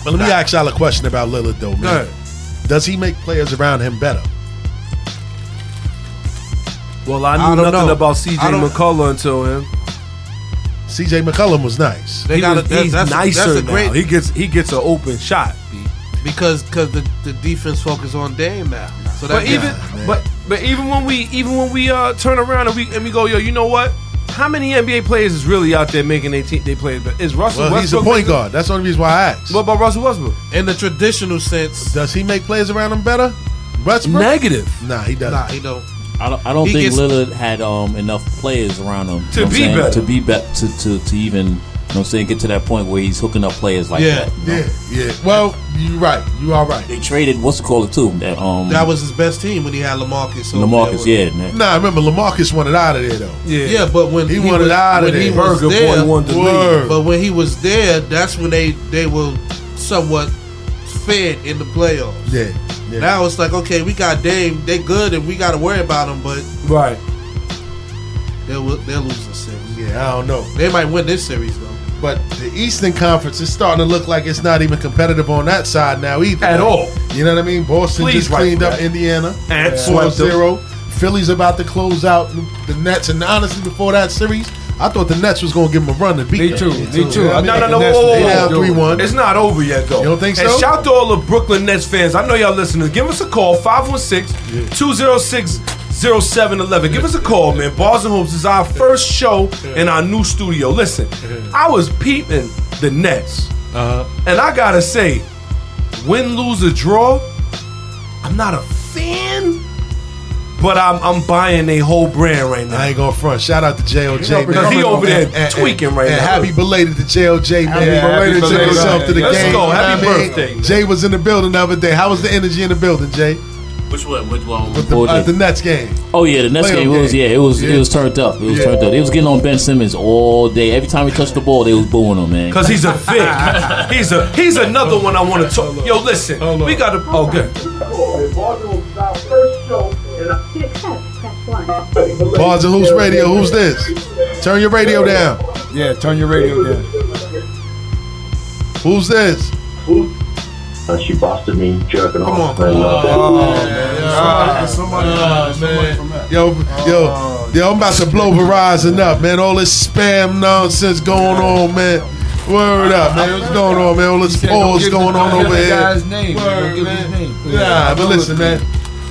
But let me ask y'all a question about Lillard though, man. Go ahead. Does he make players around him better? Well, I I knew don't nothing know. about CJ I don't- McCullough until him. CJ McCollum was nice. they He got was- he's nicer that's a now. great He gets he gets an open shot. B. because because the, the defense focus on Dame now. So that But even but but even when we even when we uh, turn around and we and we go, yo, you know what? How many NBA players is really out there making they team they play? Is Russell Well, he's a Westbrook? point guard. That's the only reason why I asked. What about Russell Westbrook? in the traditional sense, Does he make players around him better? Westbrook? Negative. nah, he doesn't. nah, you know, I don't, I don't He think gets- Lillard had um, enough players around him you To know what I'm be saying? better. to be better to, to to even you know what I'm saying get to that point where he's hooking up players like Yeah, that. you know? Yeah, yeah. Well, you're right. You are right. They traded what's it called too that um that was his best team when he had Lamarcus. over Lamarcus there. yeah man. Nah, remember Lamarcus wanted out of there though. Yeah. yeah, but when He wanted was, out of when he there. was Burger there, boy wanted to Word. leave. but when he was there, that's when they they were somewhat fed in the playoffs. Yeah, yeah. Now it's like okay, we got Dame, they good, and we got to worry about them, but Right. they're they're losing six. yeah, I don't know. They might win this series though. But the Eastern Conference is starting to look like it's not even competitive on that side now either. At all. You know what I mean? Boston Please just wipe cleaned up that. Indiana And four swept them. zero. Philly's about to close out the Nets. And honestly, before that series, I thought the Nets was going to give them a run to beat Me them. too. Me too. No, no, no, whoa, That's what whoa, they whoa. down whoa. 3-1. It's not over yet, though. You don't think And so? shout to all the Brooklyn Nets fans. I know y'all listening. Give us a call, 516 206 0711. Give us a call, man. Bars and Hopes is our first show in our new studio. Listen, I was peeping the Nets. Uh-huh. And I gotta say, win, lose, or draw, I'm not a fan, but I'm, I'm buying a whole brand right now. I ain't gonna front. Shout out to JLJ. Because man. he over there And- and- tweaking right and now. happy belated to JLJ, man. Happy Happy belated belated birthday. himself to the Let's game. go. you know Happy what I mean? birthday, man. Jay was in the building the other day. How was the energy in the building, Jay? Which one? Which one? With the, What was uh, it? the Nets game. oh yeah, the next playoff game it was game. yeah it was Yeah. it was turned up. It was Yeah. turned up. They was getting on Ben Simmons all day. Every time he touched the ball, they was booing him man. Cause he's a Vic. he's a he's another one I want to talk. Yo, listen, we got to. Oh, good. If Baltimore was our first show in a Bars and Hoops Radio. Who's this? Turn your radio down. Yeah, turn your radio down. Who's this? Uh, she busted me jerking Come on, off. come I love that. Oh, Oh, Yo, yo, Oh, yo, I'm about to blow Verizon up, man. All this spam nonsense going on, man. Word up, man. What's going on, man? All this pause going on over here. Guy's name. Word, Don't give man. his name. Nah, but listen, man.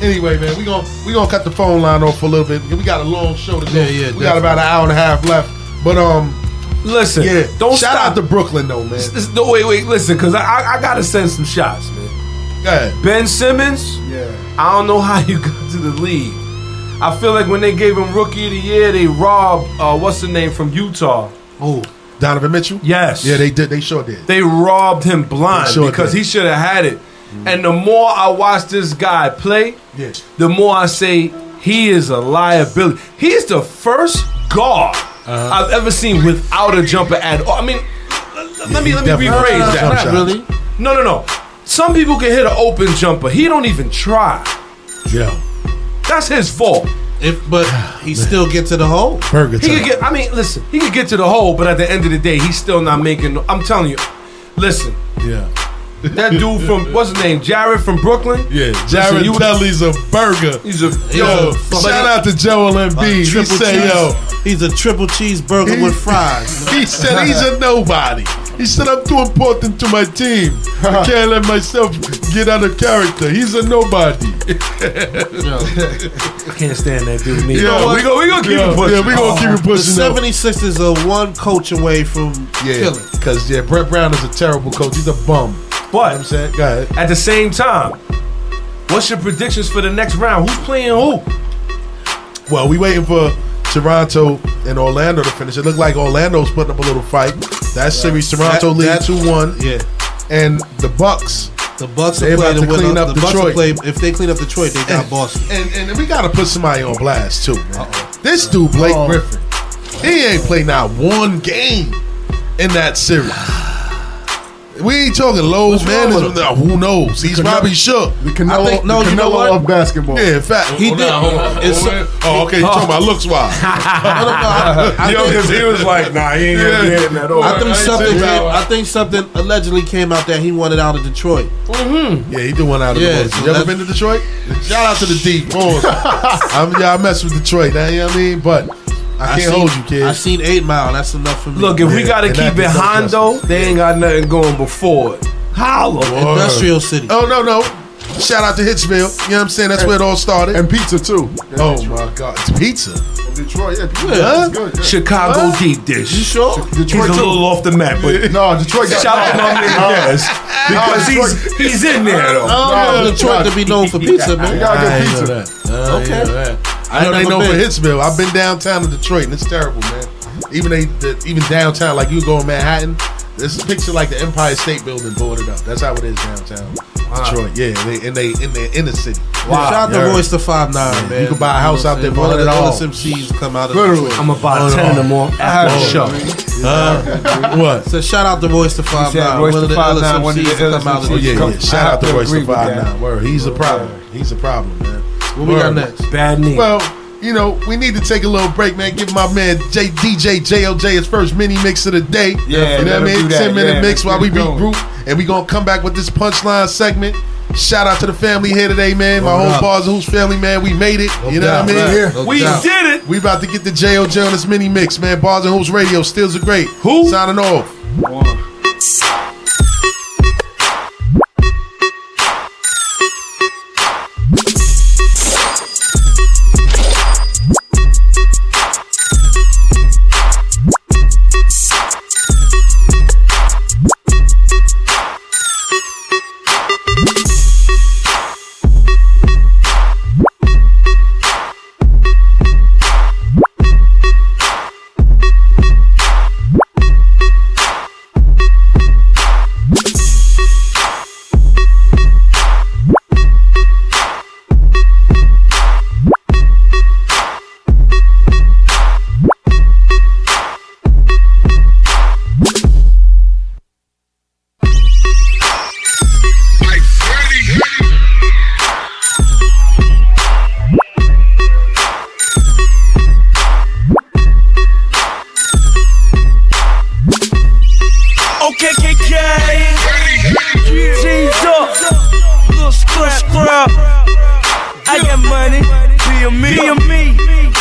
Anyway, man, we gonna we gonna cut the phone line off for a little bit. We got a long show to go. Yeah, yeah, we got about an hour and a half left. But um, Listen, yeah, don't shout stop. out to Brooklyn though, man. This- this- no, wait, wait, listen, cause I, I I gotta send some shots, man. Go ahead. Ben Simmons. Yeah, I don't know how you *laughs* got to the league. I feel like when they gave him Rookie of the Year, they robbed uh, what's the name from Utah. Oh, Donovan Mitchell. Yes. yeah, they did. They sure did. They robbed him blind They sure because did. he should have had it. And the more I watch this guy play, Yeah. the more I say he is a liability. He Uh-huh. is the first guard I've ever seen without a jumper at all. I mean, let me let me definitely rephrase hits that. jump Not shots. really. No, no, no. Some people can hit an open jumper. He don't even try. Yeah. That's his fault. If, but Ah, he still get to the hole. Burger He could time. get. I mean, listen. He could get to the hole, but at the end of the day, he's still not making. I'm telling you. Listen, yeah. that dude from what's his name, Jared from Brooklyn. Yeah. Listen, Jared you- Telly's a burger. He's a Yo, yo. shout out to Joel Embiid. He Triple say, cheese. yo, He's a triple cheeseburger with fries. *laughs* He said he's a nobody. He said I'm too important to my team. *laughs* I can't let myself get out of character. He's a nobody. I can't stand that dude. Neither. Oh, Yeah, we go. We gonna keep yeah, it pushing. Yeah, we gonna keep it The pushing. though. 76ers are one coach away from Yeah, killing. because yeah, Brett Brown is a terrible coach. He's a bum. But I'm saying, go ahead. At the same time, what's your predictions for the next round? Who's *laughs* playing who? *laughs* Well, we waiting for Toronto and Orlando to finish. It looked like Orlando's putting up a little fight. That series, Toronto That- lead that- two one, Yeah. and the Bucks. The Bucks They are about playing to to win clean up. up the Bucks Detroit. are play, if they clean up Detroit, they got Boston. And and we gotta put somebody on blast too. man. This dude Blake Oh. Griffin, he ain't played not one game in that series. We ain't talking low What's wrong with management. Now, Who knows? He's probably shook. The Canelo, think- no, the you know Canelo what? of basketball. Yeah, in fact, He did. It's, no, no, Oh, okay. You talking about looks *laughs* wise? no, I, *laughs* *laughs* I Yo, think- because he was like, nah, he ain't gonna be hitting that over. I think something. said Came, that. I think something allegedly came out that he wanted out of Detroit. Mm-hmm. yeah, he did one out of Yeah, the so most. You ever that's- been to Detroit? Shout out to the D. *laughs* Pause. I'm, yeah, I mess with Detroit. Now, you know what I mean? But I can't seen, hold you, kid. I seen Eight Mile. That's enough for me. Look, if we Yeah, gotta and that keep it is Hondo, they ain't got nothing going before it. Holla. Word. Oh, Industrial City. Oh no no! Shout out to Hitchville. You know what I'm saying? That's where it all started. And pizza too. oh my God, it's pizza. Detroit, yeah, pizza Huh? is good. yeah. Chicago deep dish. You sure? He's a Detroit too. little off the map, *laughs* but No, Detroit got Uh, shout out to no, my man Dez, because he's he's in there though. I don't know Detroit to be known *laughs* for pizza, They man. got I good ain't know pizza. that. I ain't Okay. know that. I know they never know for been. Hitchville. I've been downtown in Detroit, and it's terrible, man. Even they, the, even downtown, like you go in Manhattan, this picture like the Empire State Building boarded up. That's how it is downtown Detroit. Yeah, they and they in the inner city. Shout out to Yeah. Royce the Five Nine, man. You can buy a house out there, One of bought it the all. illest MCs come out of Literally. Detroit. I'm about ten in the morning after the show. What? So shout out to Royce the Five said Nine, Royce one of the the Five illest Nine, one of the MCs to come out illest of Oh yeah, Detroit. yeah. Shout out to have to Royce agree the with Five that. Nine. Word, he's a problem. He's a problem, man. What we got next? Bad knee. Well, you know, we need to take a little break, man. Give my man J DJ JLJ his first mini mix of the day. Yeah, you know let what I him mean? do that. Ten minute Yeah, mix let's while we get it going. regroup, and we gonna come back with this punchline segment. Shout out to the family here today, man. My whole bars and who's family, man. We made it. you know doubt, what I mean? right. Yeah. we did it. We about to get the JLJ on this mini mix, man. Bars and Hoops Radio, Steals are great. Who? signing off? OKKK. G's up. Little scrub, scrub. I got money. Be a me. Be a me.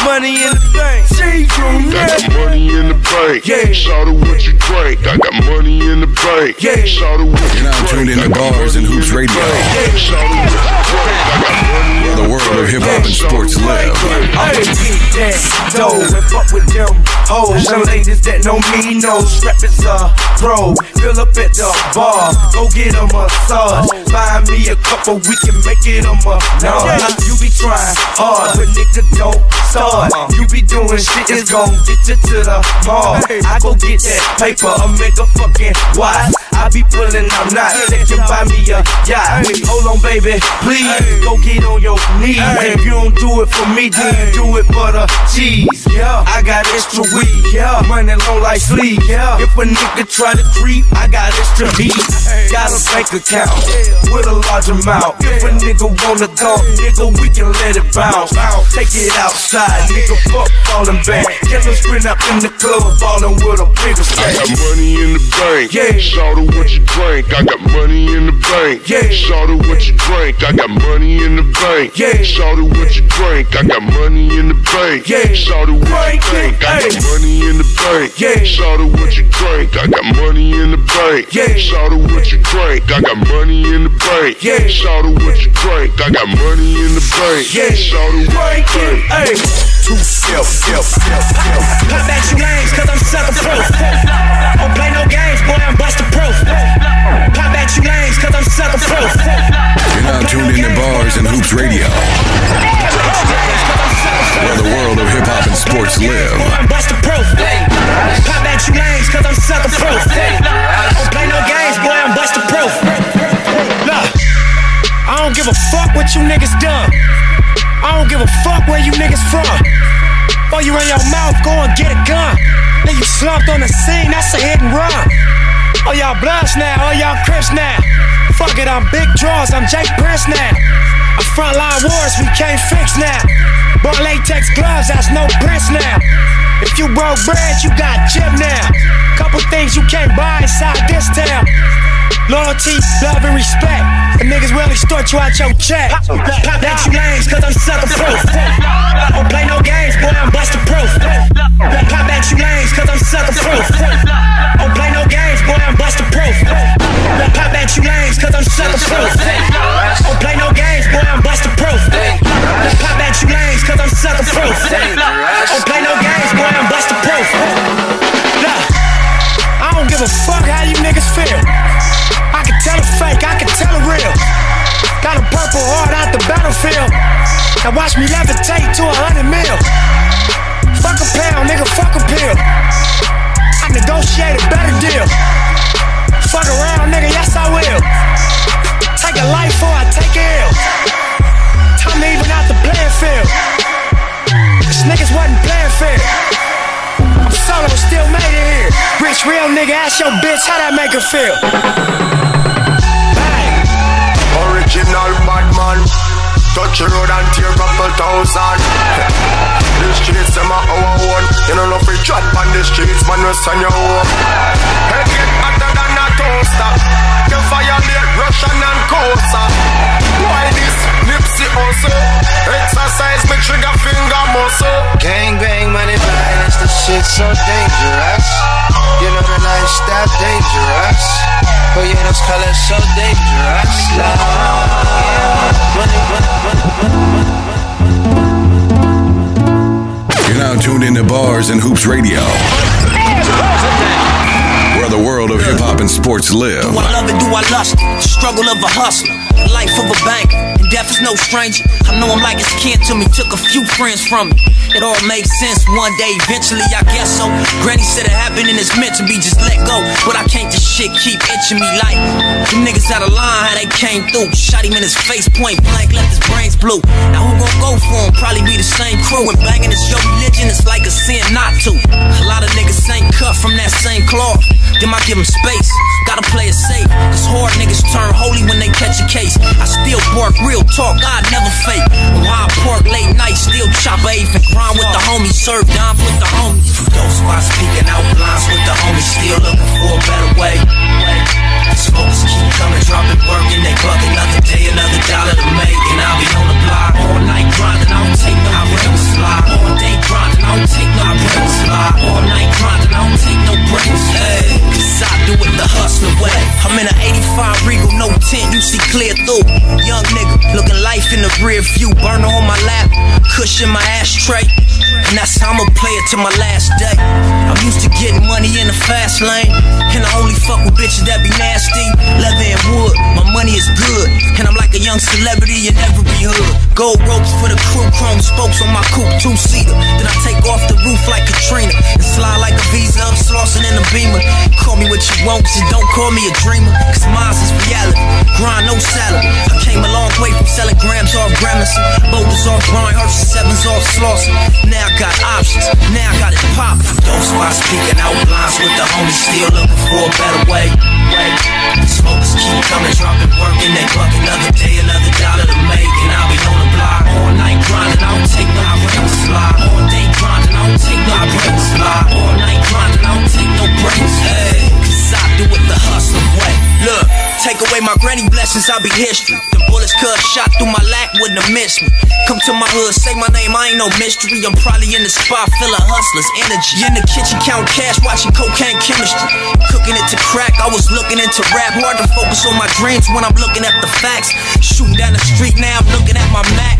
Money in the bank. G's I got money in the bank. Yeah. Shout out what you drink. I got money in the bank. Yeah. Shout out what you You're now drink. tuned in I to got Bars and money Hoops in the Radio. bank. Shout out what you drink. I got money in Where the world of hip hop and sports live. I would get that dough and fuck with them hoes. Them ladies that know me know strap is a pro. Fill up at the bar, go get a massage. Buy me a couple, we can make it a massage. You be trying hard, but nigga don't start. You be doing shit, it's gon' get you to the mall. I go get that paper, a mega fucking wise. I I be pulling out knots. They can buy me a yacht. Wait, hold on, baby, please. Go get on your knees. If you don't do it for me, then you do it for the cheese. Yeah. I got extra weed. Yeah. Money long like sleep. Yeah. If a nigga try to creep, I got extra meat. Got a bank account with a large amount. If a nigga wanna go, nigga, we can let it bounce. Take it outside, nigga, fuck falling back. Killers sprint up in the club, falling with a bigger I got stack. money in the bank. Yeah. Shout out what you drink. I got money in the bank. Yeah. Shout out what you drink. I got money in the bank. Yeah. Shout out what you drink. I got money in the bank. Yeah. Shout out what you drink. I got money in the bank. Yeah. Shout out what you drink. I got money in the bank. Yeah. Shout out what you drink. I got money in the bank. Yeah. Shout out what you drink. I got money in the bank. Yeah. Shout out what you drink. Hey. Two step, step, step, step. Pop at you lanes, cause I'm sucker proof. Don't play no games, boy, I'm buster proof. Pop at you lanes, cause I'm sucker proof. You're now tuned into Bars and Hoops Radio, where the world of hip hop and sports live. I'm buster proof. Pop at you lanes, cause I'm sucker proof. Don't play no games, boy, I'm buster proof. Look, I don't give a fuck what you niggas done. I don't give a fuck where you niggas from. Boy, you run your mouth, go and get a gun. Then you slumped on the scene, that's a hit and run. Oh, y'all blunts now, oh, y'all crips now. Fuck it, I'm big draws, I'm Jake Prince now. I'm frontline wars, we can't fix now. Bought latex gloves, that's no prints now. If you broke bread, you got chip now. Couple things you can't buy inside this town. Loyalty, love, and respect. The niggas will extort you out your check. Pop at you lanes, cause I'm sucker proof. Don't play no games, boy, I'm buster proof. Pop at you lanes, cause I'm sucker proof. Don't play no games, boy, I'm buster proof. Pop at you lanes, cause I'm sucker proof. Don't play no games, boy, I'm buster proof. Pop at you lanes, cause I'm sucker proof. Don't play no games, boy, I'm buster proof. Look. I don't give a fuck how you niggas feel. I can tell a fake, I can tell a real. Got a purple heart out the battlefield. Now watch me levitate to a hundred mil. Fuck a pound, nigga, fuck a pill. I negotiate a better deal. Fuck around, nigga, yes I will. Take a life or I take a L. Time to even out the playing field. These niggas wasn't playing fair. I'm solo, still made it here. Rich, real nigga, ask your bitch how that make her feel. Original madman. Touch road and tear couple thousand. *laughs* The streets them are our own. You know no free chat on the streets, man. We send you home. Head get hotter than a toaster. You violate Russian and Kosa. Why this Nipsey also? Exercise me trigger finger muscle. Gang bang, money violence, the shit so dangerous. You know the lifestyle dangerous. Oh yeah, those colors so dangerous. Love, yeah. money, money, money, money, money. You're now tuned into Bars and Hoops Radio, where the world of hip hop and sports live. Do I love it? Do I lust? it? Struggle of a hustler, life of a bank, and death is no stranger. I know I'm like his kin to me. Took a few friends from me. It all makes sense one day, eventually, I guess so. Granny said it happened and it's meant to be. Just let go, but I can't. This shit keep itching me like them niggas out of line. How they came through? Shot him in his face, point blank, left his brains blue. Now who gon' go for him? Probably be the same crew. And banging is your religion. It's like a sin not to. A lot of niggas ain't cut from that same cloth. Then I give them space. Gotta play it safe. Cause hard niggas turn holy when they catch a case. I still bark real talk, I never fake. And why I park late night, still chop a eighth and grind with the homies. Serve dime with the homies. From those spots speaking out blinds with the homies. Still looking for a better way. Smokers keep coming, dropping work and they clock another day, another dollar to make. And I'll be on the block all night grinding. I don't take no breaks. Slide all day grinding. I don't take no breaks. Slide all night grinding. I don't take no breaks. Hey, cause I do it the hustler way. I'm in an 85 Regal, no tent. You see clear through. Young nigga, looking life in the rear view, burner on my lap, cushion my ashtray. And that's how I'ma play it till my last day. I'm used to getting money in the fast lane. And I only fuck with bitches that be nasty. Leather and wood, my money is good. And I'm like a young celebrity in every hood. Gold ropes for the crew, chrome spokes on my coupe, two seater. Then I take off the roof like Katrina. And slide like a visa, I'm slossing in a beamer. Call me what you want, just don't call me a dreamer. Cause mine is reality. Grind, no salad. I came a long way from selling grams off Gramercy. Boulders off grind, herbs sevens off slossing. Now I got options, now I got it poppin'. Those spots peeking out blinds with the homies, still looking for a better way. way. Smokers keep coming, dropping work in they buck. Another day, another dollar to make. And I'll be on the block all night grinding. I don't take no breaks, slide. All day grinding, I don't take no breaks, slide. All night grinding, I don't take no breaks. Hey, cause I do it the hustler way. Look, take away my granny blessings, I'll be history. The bullets cut shot through my lack wouldn't have missed me. Come to my hood, say my name, I ain't no mystery. I'm probably in the spot, feeling hustlers, energy. In the kitchen, counting cash, watching cocaine chemistry. Cooking it to crack, I was looking into rap. Hard to focus on my dreams when I'm looking at the facts. Shooting down the street, now I'm looking at my Mac.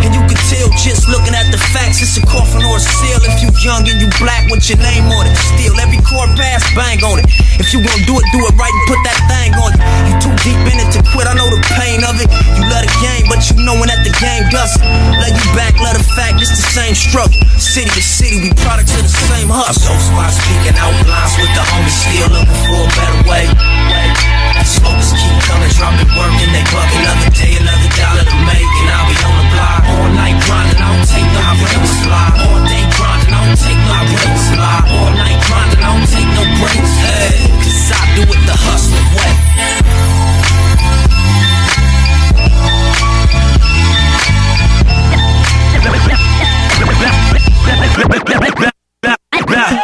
And you can tell just looking at the facts, it's a coffin or a seal. If you young and you black with your name on it, still every core pass bang on it. If you gonna do it, do it right and put that thing on it. You too deep in it to quit, I know the pain of it. You love the game, but you knowing that the game doesn't. Love you back, love the fact, it's the same struggle. City to city, we products of the same hustle. Those spots speaking out lines with the homies, still looking for a better way. way. Smokers keep coming, dropping work and they buck another day, another dollar to make, and I'll be on the block all night grinding. I don't take no breaks, fly all day grinding. I don't take no breaks, fly all night grinding. I don't take no breaks, hey, cause I do it the hustler way.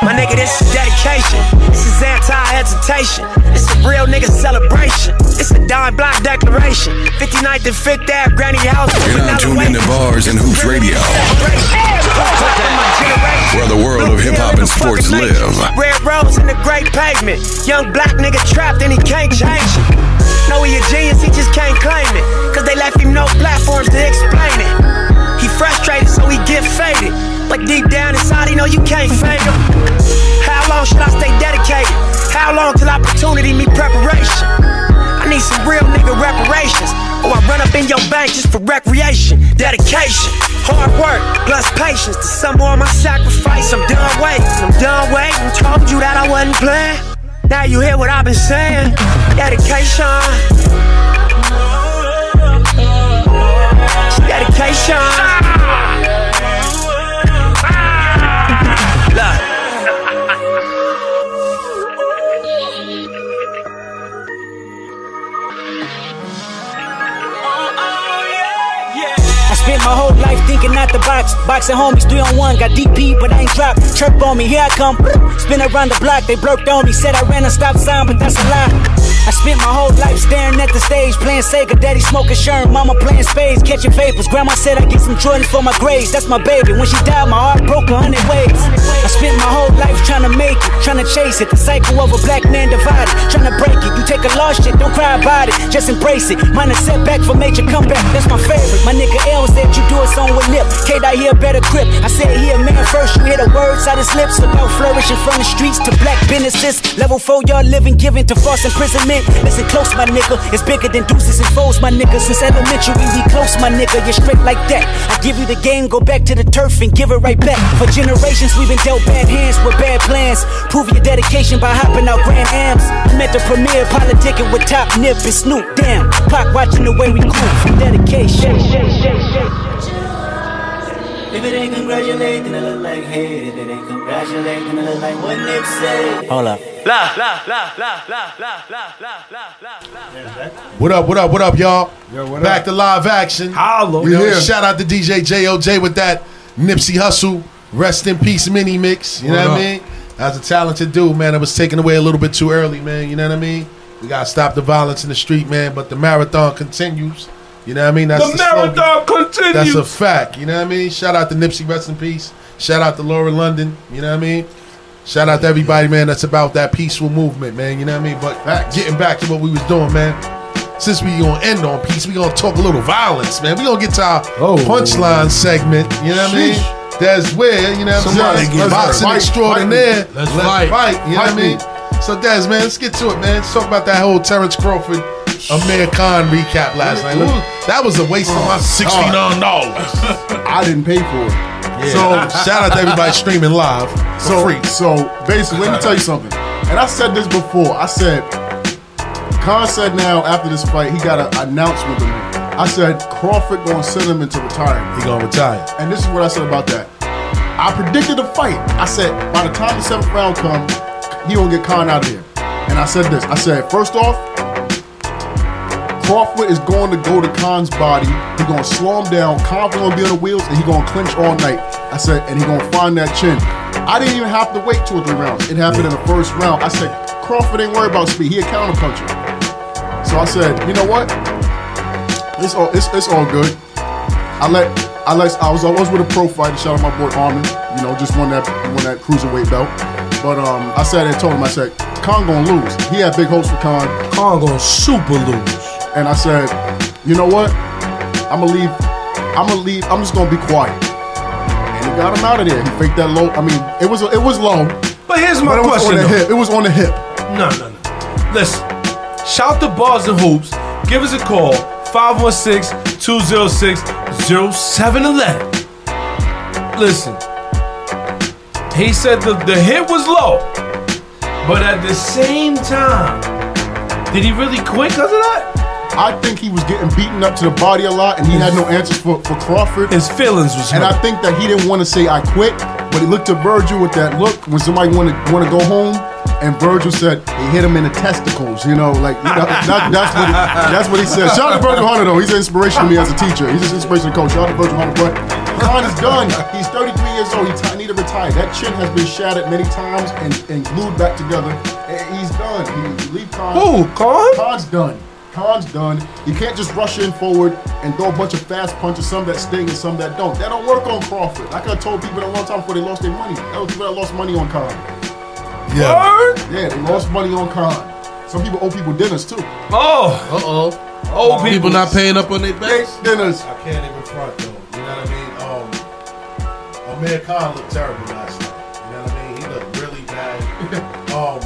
My nigga, this is dedication. This is anti-hesitation. This a real nigga celebration. This a dime block declaration. 59th and 5th Ave, Granny House. You're now tuned into Bars and Hoops Radio, where the world of hip hop and sports live. Red roads in the great pavement. Young black nigga trapped and he can't change it. Know he a genius, he just can't claim it. Cause they left him no platforms to explain it. He frustrated, so he get faded. But deep down inside, he know you can't fade him. How long should I stay dedicated? How long till opportunity meet preparation? I need some real nigga reparations. Or I run up in your bank just for recreation. Dedication, hard work, plus patience. To some more of my sacrifice, I'm done waiting. I'm done waiting. Told you that I wasn't playing. Now you hear what I've been saying. Dedication. Dedication. Look. I spent my whole life thinking out the box. Boxing homies, three on one, got DP, but I ain't dropped. Trip on me, here I come. Spin around the block, they blurted on me. Said I ran a stop sign, but that's a lie. I spent my whole life staring at the stage, playing Sega, daddy smoking Sherm, mama playing spades, catching vapors. Grandma said I get some Jordans for my grades. That's my baby. When she died, my heart broke a hundred ways. I spent my whole life trying to make it, trying to chase it. The cycle of a black man divided, trying to break it. You take a lost shit, don't cry about it, just embrace it. Minor setback for major comeback, that's my favorite. My nigga L said you do it on with lip. K I hear better grip. I said he a man first. You hear the words out his lips about flourishing from the streets to black businesses. Level four, y'all living giving to false imprisonment. Listen close, my nigga. It's bigger than deuces and foes, my nigga. Since elementary, we close, my nigga. You're straight like that. I give you the game, go back to the turf and give it right back. For generations, we've been dealt bad hands with bad plans. Prove your dedication by hopping out grand amps. I'm at the premiere, politicking with top nip and Snoop. Damn, Pac watching the way we groove. Dedication. If it ain't congratulate, then it look like hate. If it ain't congratulate, then it look like what Nip said. Hold up. La la la la la la la la la la. What up, what up, what up, y'all? Yo, what Back up? to live action. Hollow. We You know, here. Shout out to DJ JOJ with that Nipsey Hustle. Rest in peace, mini mix. You What know what up? I mean? That's a talented dude, man. That was taken away a little bit too early, man. You know what I mean? We gotta stop the violence in the street, man. But the marathon continues. You know what I mean? The slogan. marathon continues. That's a fact. You know what I mean? Shout out to Nipsey, rest in peace. Shout out to Laura London. You know what I mean? Shout out to everybody, man. That's about that peaceful movement, man. You know what I mean? But back, getting back to what we was doing, man. since we gonna end on peace, we gonna talk a little violence, man. We gonna get to our Oh. punchline segment. You know what I mean? That's where you know what Somebody I'm saying. get boxing hurt. extraordinaire. Fight me. Let's fight. You Fight know what I me. mean? So, Daz, man, let's get to it, man. Let's talk about that whole Terrence Crawford, Amir Khan recap last night. Look, that was a waste Oh, of my $69. I didn't pay for it. So, shout out to *laughs* everybody streaming live. So, so basically, let me tell you something. And I said this before. I said, Khan said now after this fight, he got an announcement to make. I said Crawford gonna send him into retirement. He gonna retire. And this is what I said about that. I predicted the fight. I said by the time the seventh round comes, he gonna get Khan out of here. And I said this. I said first off, Crawford is going to go to Khan's body. He gonna slow him down. Khan's gonna be on the wheels, and he gonna clinch all night. I said, and he gonna find that chin. I didn't even have to wait two or three rounds. It happened in the first round. I said, Crawford ain't worried about speed. He a counterpuncher. So I said, you know what? It's all it's, it's all good. I let I let I was I was with a pro fighter. Shout out my boy Armin. You know, just won that won that cruiserweight belt. But um, I sat there and told him I said, Khan gonna lose. He had big hopes for Khan. Khan gonna super lose. And I said, you know what? I'm gonna leave. I'm gonna leave. I'm just gonna be quiet. And he got him out of there. He faked that low. I mean, it was it was low. But here's my it was question, On the though. hip. It was on the hip. No, no, no. Listen, shout the bars and hoops. Give us a call 516 206 0711. Listen, he said the, the hit was low, but at the same time, did he really quit because of that? I think he was getting beaten up to the body a lot, and he had no answers for, for Crawford. His feelings was and hurt. I think that he didn't want to say I quit, but he looked at Virgil with that look when somebody wanted want to go home, and Virgil said he hit him in the testicles. You know, like you know, that, that's what he, that's what he said. Shout out to Virgil Hunter though; he's an inspiration to me as a teacher. He's an inspiration to coach. Shout out to Virgil Hunter, but Khan is done. He's 33 years old. He t- need to retire. That chin has been shattered many times and, and glued back together. And he's done. He leave Khan. Who, Khan? Khan's done. Khan's done. You can't just rush in forward and throw a bunch of fast punches, some that sting and some that don't. That don't work on Crawford. Like I could have told people that a long time before they lost their money. That was people that lost money on Khan. Yeah. Yeah, they lost money on Khan. Some people owe people dinners too. Oh. Uh oh. Old people not paying up on their backs. Dinners. I can't even front though. You know what I mean? Um, Amir Khan looked terrible last night. You know what I mean? He looked *laughs* really bad. um,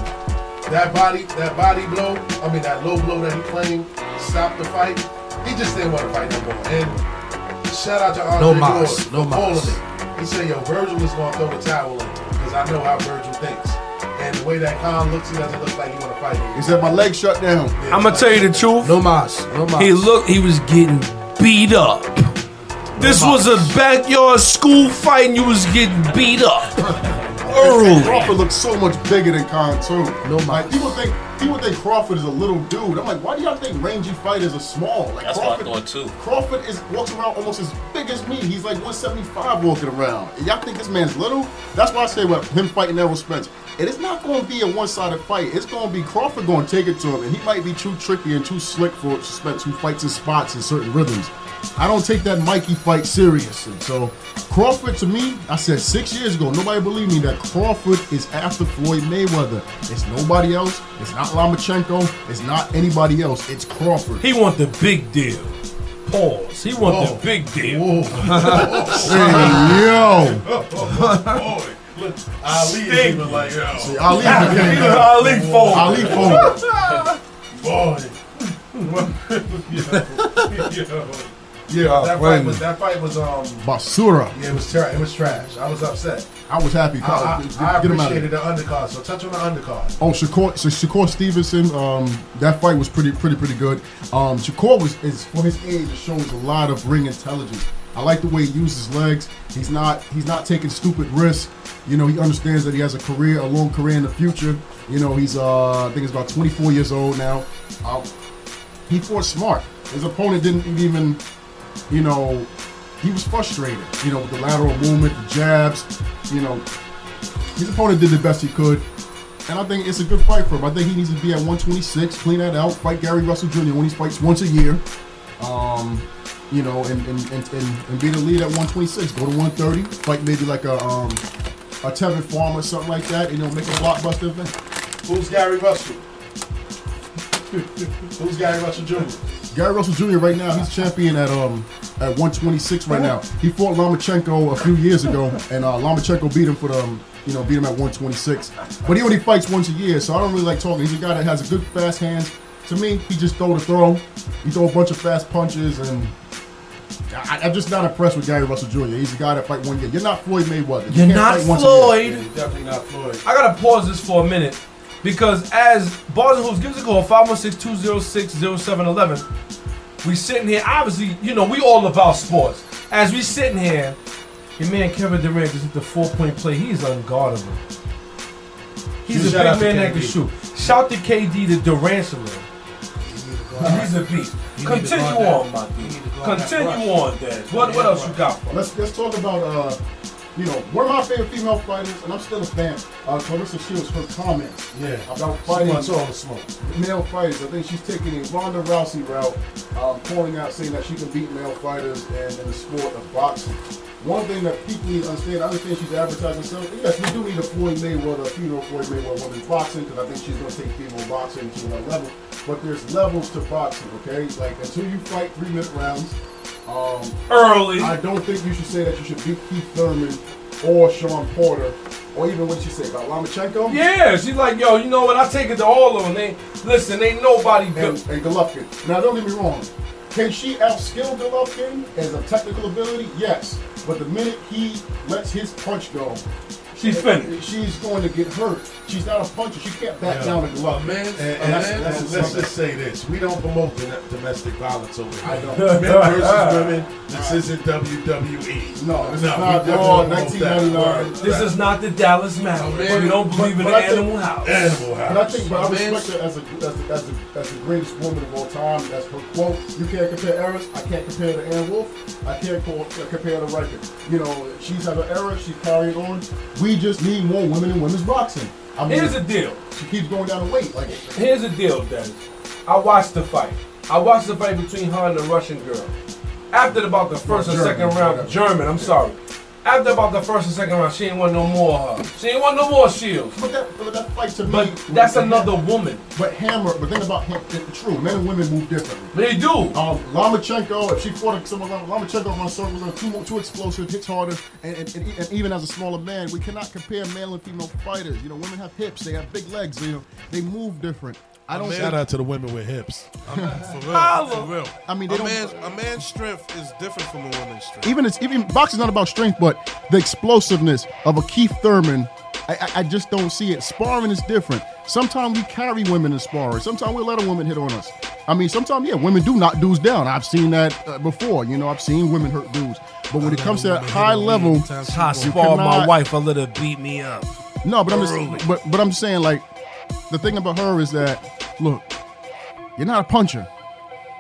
that body, that body blow. I mean, that low blow that he claimed stopped the fight. He just didn't want to fight no more. And shout out to No Andre mas, Ward no for calling mas. it. He said, "Yo, Virgil is gonna throw the towel in because I know how Virgil thinks." And the way that Khan looks, he doesn't look like he want to fight. He said my leg shut down. I'm gonna tell you the truth. No mas. No mas. He looked. He was getting beat up. This was a backyard school fight, and you was getting beat up. And Crawford looks so much bigger than Khan too. No, like, people think people think Crawford is a little dude. I'm like, why do y'all think rangy fighters are small? Like That's what I Crawford, thought too. Crawford is walks around almost as big as me. He's like 175 walking around. And y'all think this man's little? That's why I say about him fighting Errol Spence. It is not going to be a one-sided fight. It's going to be Crawford going to take it to him, and he might be too tricky and too slick for Spence, who fights in spots and certain rhythms. I don't take that Mikey fight seriously. So Crawford, to me, I said six years ago, nobody believed me that Crawford is after Floyd Mayweather. It's nobody else. It's not Lomachenko. It's not anybody else. It's Crawford. He want the big deal. Pause. He want the big deal. *laughs* Hey, yo. Ali is even like, yo. See, Ali He was Ali folded. Ali folded. *laughs* *laughs* yeah, that fight friend. was that fight was um Basura. Yeah, it was terrible. It was trash. I was upset. I was happy. I, I, Get- I get him out of appreciated the undercard. So touch on the *laughs* undercard. Oh, Shakur, so Shakur Stevenson, um, that fight was pretty, pretty, pretty good. Um, Shakur was is for his age, it shows a lot of ring intelligence. I like the way he uses his legs. He's not, he's not taking stupid risks. You know, he understands that he has a career, a long career in the future. You know, he's, uh, I think he's about 24 years old now. Uh, he fought smart. His opponent didn't even, you know, he was frustrated. You know, with the lateral movement, the jabs. You know, his opponent did the best he could. And I think it's a good fight for him. I think he needs to be at 126, clean that out, fight Gary Russell Jr. when he fights once a year. Um, you know, and and, and, and and be the lead at 126. Go to 130, fight maybe like a um a Tevin Farm or something like that, and it'll make a blockbuster event. Who's Gary Russell? Who's Gary Russell Jr.? Gary Russell Jr. right now, he's champion at um at 126 right now. He fought Lomachenko a few years ago, and uh, Lomachenko beat him for the um, you know beat him at 126. But he only fights once a year, so I don't really like talking. He's a guy that has a good fast hands. To me, he just throw the throw. He throw a bunch of fast punches, and I, I'm just not impressed with Gary Russell Jr. He's a guy that fight one year. You're not Floyd Mayweather. You You're can't not fight once a year. Floyd. definitely not Floyd. I gotta pause this for a minute because as Bars and Hoops gives a call 516-206-0711, we sitting here. Obviously, you know we all about sports. As we sitting here, your man Kevin Durant just hit the four point play. He's unguardable. He's Shoot a shout out big to man that can KD. shoot. Shout to KD the Durantula. He's a beast. You need to Continue guard that. on, my You dude. need to guard that Continue rush. on, Dad. What what else you got? For us? Let's let's talk about uh, you know, one of my favorite female fighters, and I'm still a fan. Uh, Clarissa Shields, her comments, Yeah. about She fighting wants all the smoke. male fighters. I think she's taking a Ronda Rousey route, um, calling out saying that she can beat male fighters and in the sport of boxing. One thing that people need to understand, I understand she's advertising herself. and Yes, we do need a Floyd Mayweather, a female Floyd Mayweather women's boxing, because I think she's going to take female boxing to another level. But there's levels to boxing, okay? Like until you fight three minute rounds, um, early. I don't think you should say that you should beat Keith Thurman or Sean Porter, or even what did she say about Lomachenko. Yeah, she's like, yo, you know what? I take it to all of them. They listen, ain't nobody good. and Golovkin. Now, don't get me wrong. Can she outskill Golovkin as a technical ability? Yes. But the minute he lets his punch go, she's finished. She's going to get hurt. She's not a puncher. She can't back down to Golovkin. And, And and let's- that's- that's let's, something. just say this: we don't promote dom- domestic violence over here. I don't. Men *laughs* versus women. This isn't WWE. No, no, it's we not definitely at all. promote that. 1999. This is not the Dallas Mavericks. man, we don't but- believe in but I think- Animal House. But I think, but I respect her as a as the, as, the, as the greatest woman of all time. That's her quote. You can't compare eras. I can't compare to Ann Wolf. I can't call, uh, compare to Riker. You know, she's had her era. She's carrying on. We just need more women in women's boxing. I mean, Here's the deal. She keeps going down in weight. Like Here's the deal, Daddy. I watched the fight. I watched the fight between her and the Russian girl. After about the first and German, second round, whatever. German, I'm sorry. After about the first and second round, she ain't want no more of her. She ain't want no more shields. But that, but that fight to me. But that's another woman. But Hammer, but think about him. It's true. Men and women move differently. They do. Um, Lomachenko, if she fought someone, Lomachenko runs circles, runs too, too explosive, hits harder, and, and, and, e- and even as a smaller man, we cannot compare male and female fighters. You know, women have hips, they have big legs, you know, they move different. I don't Shout out to the women with *laughs* hips. For real, Holla. for real. I mean, they a don't- man's, a man's strength is different from a woman's strength. even it's even boxing's not about strength, but the explosiveness of a Keith Thurman. I, I, I just don't see it. Sparring is different. Sometimes we carry women in sparring. Sometimes we let a woman hit on us. I mean, sometimes yeah, women do knock dudes down. I've seen that uh, before. You know, I've seen women hurt dudes. But when it comes to that high level, I you sparred my cannot- wife a little beat me up. no, but I'm Early. just, but but I'm saying like the thing about her is that look, you're not a puncher.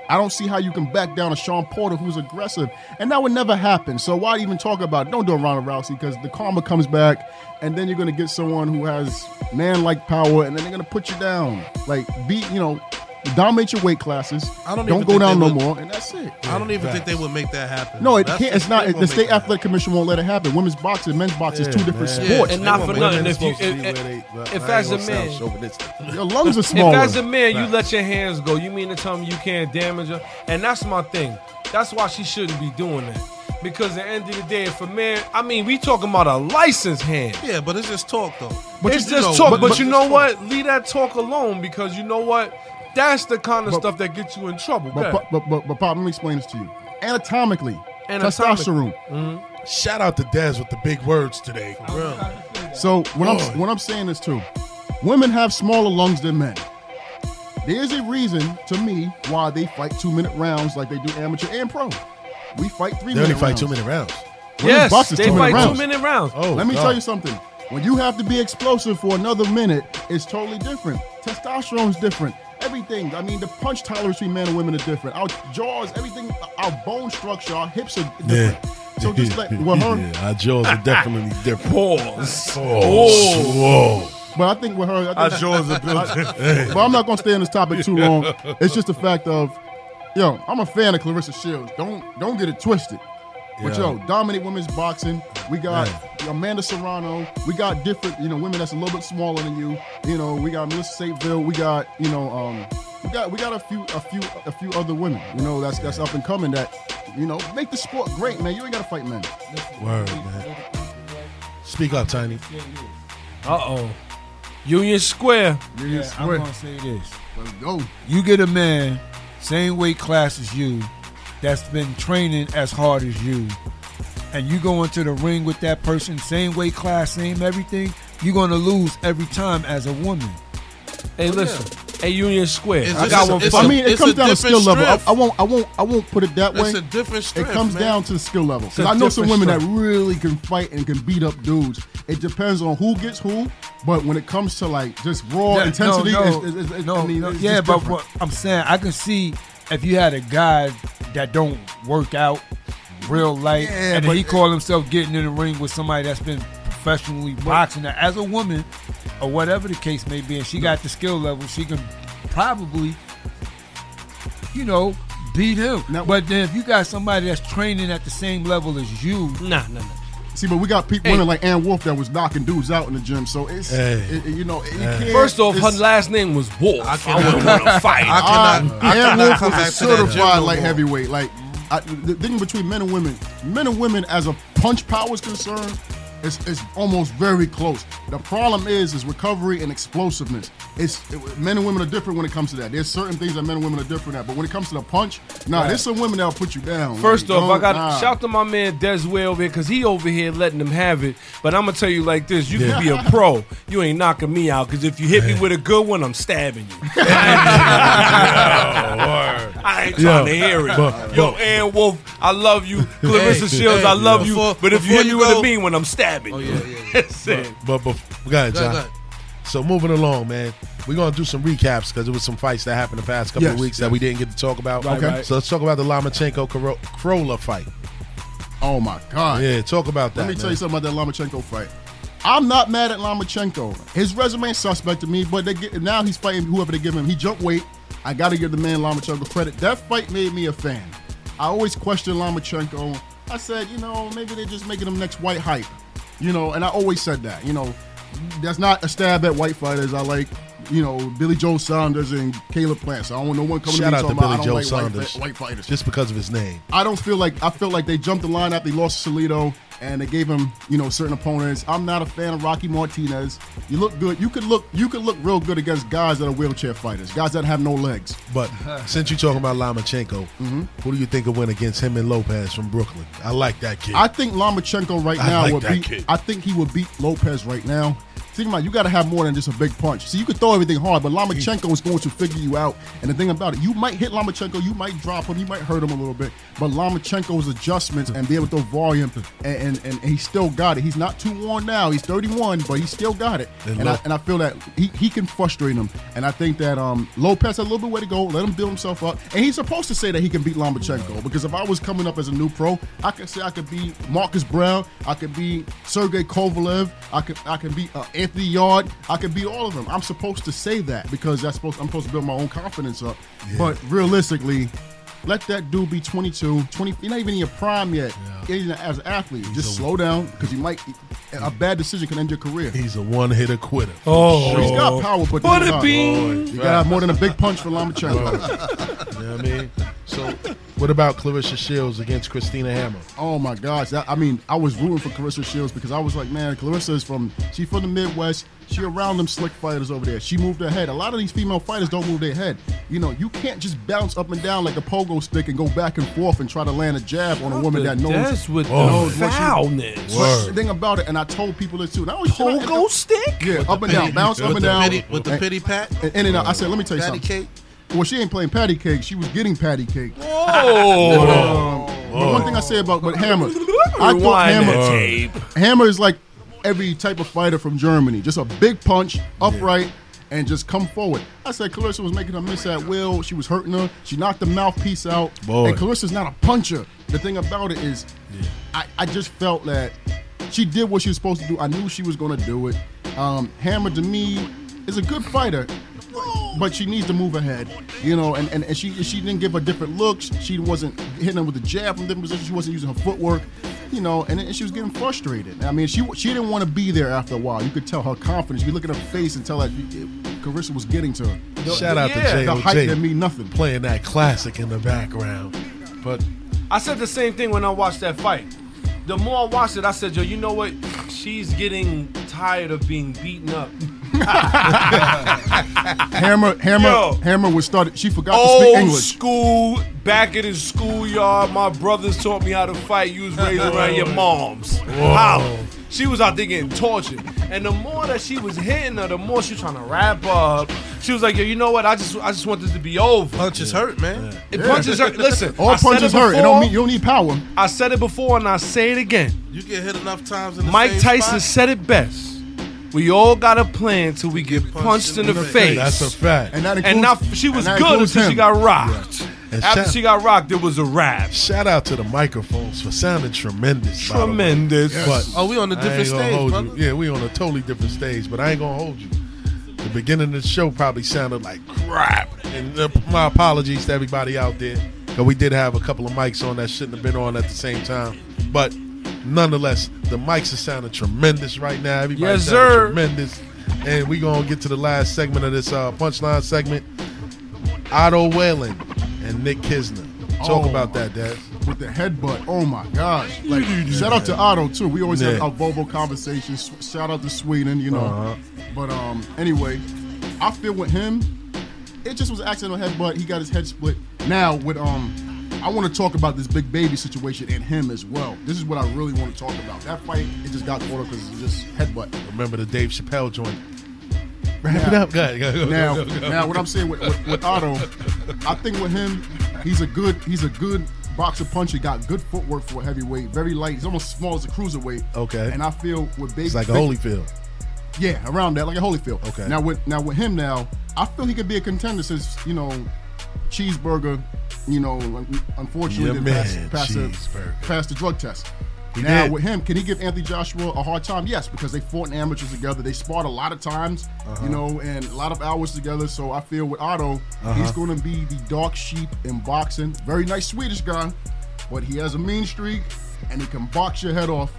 I don't see how you can back down a Sean Porter who's aggressive, and that would never happen. So why even talk about it? Don't do a Ronda Rousey because the karma comes back, and then you're gonna get someone who has man-like power, and then they're gonna put you down. Like beat, you know, dominate your weight classes. I don't don't even go think down they no would- more, and that's it. I don't even think they would make that happen. No, it That's- can't. It's they not. won't The make state athletic commission won't let it happen. Women's boxing, men's boxing, is two different man. sports. And not for nothing. If you, supposed to be if, where they- if, but if I as a ain't gonna man, sound chauvinistic. Your lungs are If smaller. as a man you let your hands go, you mean to tell me you can't damage her? And that's my thing. That's why she shouldn't be doing that. Because at the end of the day, if a man, I mean, we talking about a licensed hand. Yeah, but it's just talk though. it's just talk. But, you know what? Leave that talk alone because you know what? That's the kind of stuff that gets you in trouble. But, Go ahead. but, but, but, but Pop, let me explain this to you. Anatomically, Anatomic. testosterone. Shout out to Dez with the big words today. So what Boy. I'm what I'm saying is too, women have smaller lungs than men. There's a reason to me why they fight two minute rounds like they do amateur and pro. We fight three. They only minute fight rounds. two minute rounds. Women's Yes, boxing's they two-minute fight rounds. two-minute rounds. Oh, let me God. tell you something. When you have to be explosive for another minute, it's totally different. Testosterone's different. Everything. I mean, the punch tolerance between men and women are different. Our jaws, everything, our bone structure, our hips are different. So just let well, her, Yeah, our jaws are definitely *laughs* different. Pause. Whoa. But I think with her, I Our think jaws are built different. *laughs* But I'm not gonna stay on this topic too long. *laughs* It's just the fact of, yo, I'm a fan of Clarissa Shields. Don't don't get it twisted. But Yeah. yo, dominant women's boxing. We got Amanda Serrano. We got different, you know, women that's a little bit smaller than you. You know, we got Melissa Saintville. We got, you know, um, we got we got a few a few a few other women. You know that's that's up and coming. That you know make the sport great, man. You ain't gotta fight men. Word, man. Speak up, Tiny. Uh oh. Union Square. Union Yeah, Square. I'm gonna I'm gonna say this. Let's go. You get a man, same weight class as you, that's been training as hard as you, and you go into the ring with that person, same weight class, same everything. You're gonna lose every time as a woman. Hey, listen. Oh, Hey, Union Square. It's I just- got one it's for a- you. I mean, it comes down to skill level. I, I won't, I won't, I won't put it that It's way. a different strength, It comes man. down to the skill level. It's a Because I know some different women strength. that really can fight and can beat up dudes. It depends on who gets who. But when it comes to like just raw Yeah, no, intensity, no, it's, it's, it's, I mean, no, it's yeah, just but different. what I'm saying, I can see if you had a guy that don't work out real life, Yeah, and then but- he called himself getting in the ring with somebody that's been professionally boxing that as a woman, or whatever the case may be, and she got the skill level, she can probably, you know, beat him. but then if you got somebody that's training at the same level as you, nah, nah, nah. See, but we got people, Hey. women like Ann Wolf that was knocking dudes out in the gym. So it's, Hey. it, you know, it, you Hey. can't- First off, her it's- last name was Wolf. I, wouldn't want to fight. Um, Uh, Ann Wolf come was a back to that gym certified no light more. heavyweight. Like I, the thing between men and women, men and women as a punch power is concerned, it's, it's almost very close. The problem is is recovery and explosiveness. It's it- men and women are different when it comes to that. There's certain things that men and women are different at, but when it comes to the punch, nah, Right. there's some women that'll put you down. First Like, off, I don't- got nah. to shout to my man Desway over here because he over here letting them have it. But I'm gonna tell you like this: you Yeah. can be a pro. You ain't knocking me out because if you hit me with a good one, *laughs* I'm stabbing you. I ain't trying Yo, to hear it. but- Yo, Ann Wolf, I love you. Clarissa Hey, Shields, hey, I love before- you. But if you before hit me you with go- Oh, a mean one, I'm stabbing you. *laughs* That's it. *laughs* But, but go ahead, Go ahead, John. go ahead. So moving along, man, we're gonna do some recaps because there was some fights that happened the past couple Yes, of weeks that we didn't get to talk about. Right, Okay. right. So let's talk about the Lomachenko Kro- Krola fight. Oh my God. Yeah, talk about that. Let me tell man. you something about that Lomachenko fight. I'm not mad at Lomachenko. His resume is suspect to me, but they get, now he's fighting whoever they give him. He jumped weight. I got to give the man Lomachenko credit. That fight made me a fan. I always questioned Lomachenko. I said, you know, maybe they're just making him next white hype. You know, and I always said that. You know, that's not a stab at white fighters. I like, you know, Billy Joe Saunders and Caleb Plant. So I don't want no one coming Shout to me out to talking Billy about, Joe I don't like white Saunders, fi- white fighters. just because of his name. I don't feel like I feel like they jumped the line after they lost to Salido and they gave him, you know, certain opponents. I'm not a fan of Rocky Martinez. You look good. You could look you could look real good against guys that are wheelchair fighters, guys that have no legs. But since you're talking about Lomachenko, Mm-hmm. who do you think will win against him and Lopez from Brooklyn? I like that kid. I think Lomachenko right I now like would that beat. kid. I think he would beat Lopez right now. Think about it, you got to have more than just a big punch. See, you could throw everything hard, but Lomachenko is going to figure you out. And the thing about it, you might hit Lomachenko, you might drop him, you might hurt him a little bit, but Lomachenko's adjustments and be able to throw volume, and, and, and, he still got it. He's not too worn now. He's 31, but he still got it. And And, Lo- I, and I feel that he, he can frustrate him. And I think that um, Lopez had a little bit way to go. Let him build himself up. And he's supposed to say that he can beat Lomachenko because if I was coming up as a new pro, I could say I could be Marcus Brown, I could be Sergey Kovalev, I could I could be uh, Anthony Yard, I could be all of them. I'm supposed to say that because that's supposed I'm supposed to build my own confidence up. But realistically. Let that dude be 22, 20. You're not even in your prime yet. Even As an athlete, just slow down because you might. A bad decision can end your career. He's a one hitter quitter. Sure, he's got power, but Butter he's not. Oh. bean. You got more than a big punch for *laughs* Lomachenko. You know what I mean? So, what about Clarissa Shields against Christina Hammer? oh my gosh! That, I mean, I was rooting for Clarissa Shields because I was like, man, Clarissa is from she from the Midwest. She around them slick fighters over there. She moved her head. A lot of these female fighters don't move their head. You know, you can't just bounce up and down like a pogo stick and go back and forth and try to land a jab on a woman that knows. That's with knows the what she- foulness. But the thing about it, and I told people this too. And I always, pogo stick? Yeah, up and down, bounce up With and the down. pity- with the And- pity pat? And, in and out. I said, let me tell you Patty something. Well, she ain't playing patty cake. She was getting patty cake. Whoa. But, um, but one thing I say about but *laughs* Hammer, I thought Rewind Hammer, that tape. Hammer is like every type of fighter from Germany, just a big punch, upright, and just come forward. I said Clarissa was making her miss at will. She was hurting her. She knocked the mouthpiece out. Boy. And Clarissa's not a puncher. The thing about it is, I, I just felt that she did what she was supposed to do. I knew she was going to do it. Um, Hammer to me is a good fighter, but she needs to move ahead, you know. And, and, and she she didn't give her different looks. She wasn't hitting him with a jab from different positions. She wasn't using her footwork, you know. And, and she was getting frustrated. I mean, she she didn't want to be there after a while. You could tell her confidence. You look at her face and tell that Carissa was getting to her. Shout out Yeah. to J.O.J. The hype that mean nothing. Playing that classic in the background. But I said the same thing when I watched that fight. The more I watched it, I said, yo, you know what? She's getting tired of being beaten up. *laughs* Hammer, Hammer, Hammer was started. She forgot to speak Old English. school, back in the schoolyard, my brothers taught me how to fight. You was raised around your moms. Whoa. Holla. She was out there getting tortured. And the more that she was hitting her, the more she was trying to wrap her up. She was like, yo, you know what? I just I just want this to be over. Punches hurt, man. It punches hurt. Listen, all I said punches it hurt. It before. don't mean you don't need power. I said it before and I say it again. You get hit enough times in the Mike same Tyson spot. said it best. We all got a plan till we get punched, in the, face. That's a fact. And, And that now includes- she was and that good includes until she him. got rocked. And After shout- she got rocked, it was a wrap. Shout out to the microphones for sounding tremendous. by the way. Tremendous. Yes. But Oh, we on a I different ain't gonna stage, hold you. brother. Yeah, we on a totally different stage. But I ain't gonna hold you. The beginning of the show probably sounded like crap. And uh, my apologies to everybody out there. Cause we did have a couple of mics on that shouldn't have been on at the same time. But nonetheless, the mics are sounding tremendous right now. Everybody Yes, sounding sir. tremendous. And we gonna get to the last segment of this uh, punchline segment. Otto Whalen and Nick Kisner. Talk Oh, about that, Dad. With the headbutt. Oh my gosh. Like shout out to Otto too. We always have Yeah. our Volvo conversations. Shout out to Sweden, you know. Uh-huh. But um anyway, I feel with him, it just was an accidental headbutt. He got his head split. Now with um I want to talk about this big baby situation and him as well. This is what I really want to talk about. That fight, it just got caught up because it's just headbutt. Remember the Dave Chappelle joint. *laughs* Wrap it up, guy. Go, go, go, now, go, go. now, what I'm saying with, with, with Otto, I think with him, he's a good he's a good boxer puncher. Got good footwork for a heavyweight. Very light. He's almost small as a cruiserweight. Okay. And I feel with Baby, It's like a Big- Holyfield. yeah, around that, like a Holyfield. Okay. Now with now with him now, I feel he could be a contender since you know, cheeseburger, you know, un- Your unfortunately didn't man, pass, pass, the, Cheeseburger. pass the drug test. He now did. with him, can he give Anthony Joshua a hard time? Yes, because they fought in amateurs together. They sparred a lot of times, Uh-huh. you know, and a lot of hours together. So I feel with Otto, he's Uh-huh. going to be the dark sheep in boxing. Very nice Swedish guy, but he has a mean streak and he can box your head off.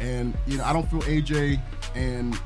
And you know, I don't feel AJ and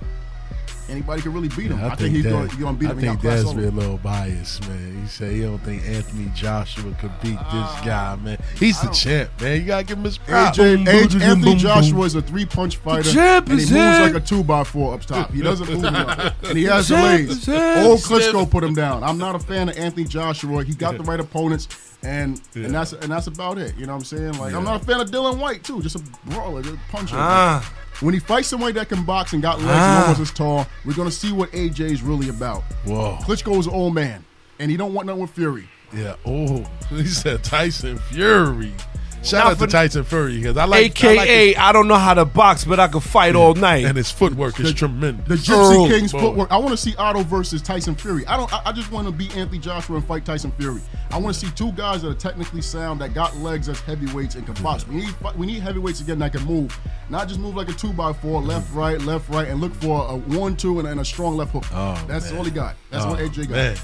anybody can really beat him. I, think, he's Dad- going to beat him. I He think outclassed Dad's all of be a them. little biased, man. He said he don't think Anthony Joshua could beat Ah. this guy, man. He's the champ, man. You gotta give him his props. AJ, AJ Anthony Joshua is a three-punch fighter, champ and he is moves here. like a two-by-four up top. He doesn't *laughs* move enough, and he has The the champ legs. is here. Old Klitschko put him down. I'm not a fan of Anthony Joshua. He got the right opponents, and and that's and that's about it. You know what I'm saying? Like I'm Yeah. not a fan of Dylan White too. Just a brawler, just a puncher. Ah. When he fights somebody that can box and got legs Ah. and almost as tall, we're gonna see what AJ is really about. Whoa. Klitschko is an old man, and he don't want nothing with Fury. Yeah. Oh, *laughs* he said Tyson Fury. Shout Not out to for- Tyson Fury because I like. AKA, I I, like his- don't know how to box, but I could fight all night. And his footwork is tremendous. *laughs* The Gypsy Oh, Earl King's Bowen. footwork. I want to see Otto versus Tyson Fury. I don't. I, I just want to beat Anthony Joshua and fight Tyson Fury. I want to see two guys that are technically sound that got legs as heavyweights and can box. We need fi- we need heavyweights again that can move, not just move like a two by four, left, Mm-hmm. right, left, right, and look for a one, two, and, and a strong left hook. Oh, That's man. all he got. That's Oh, what AJ got. man.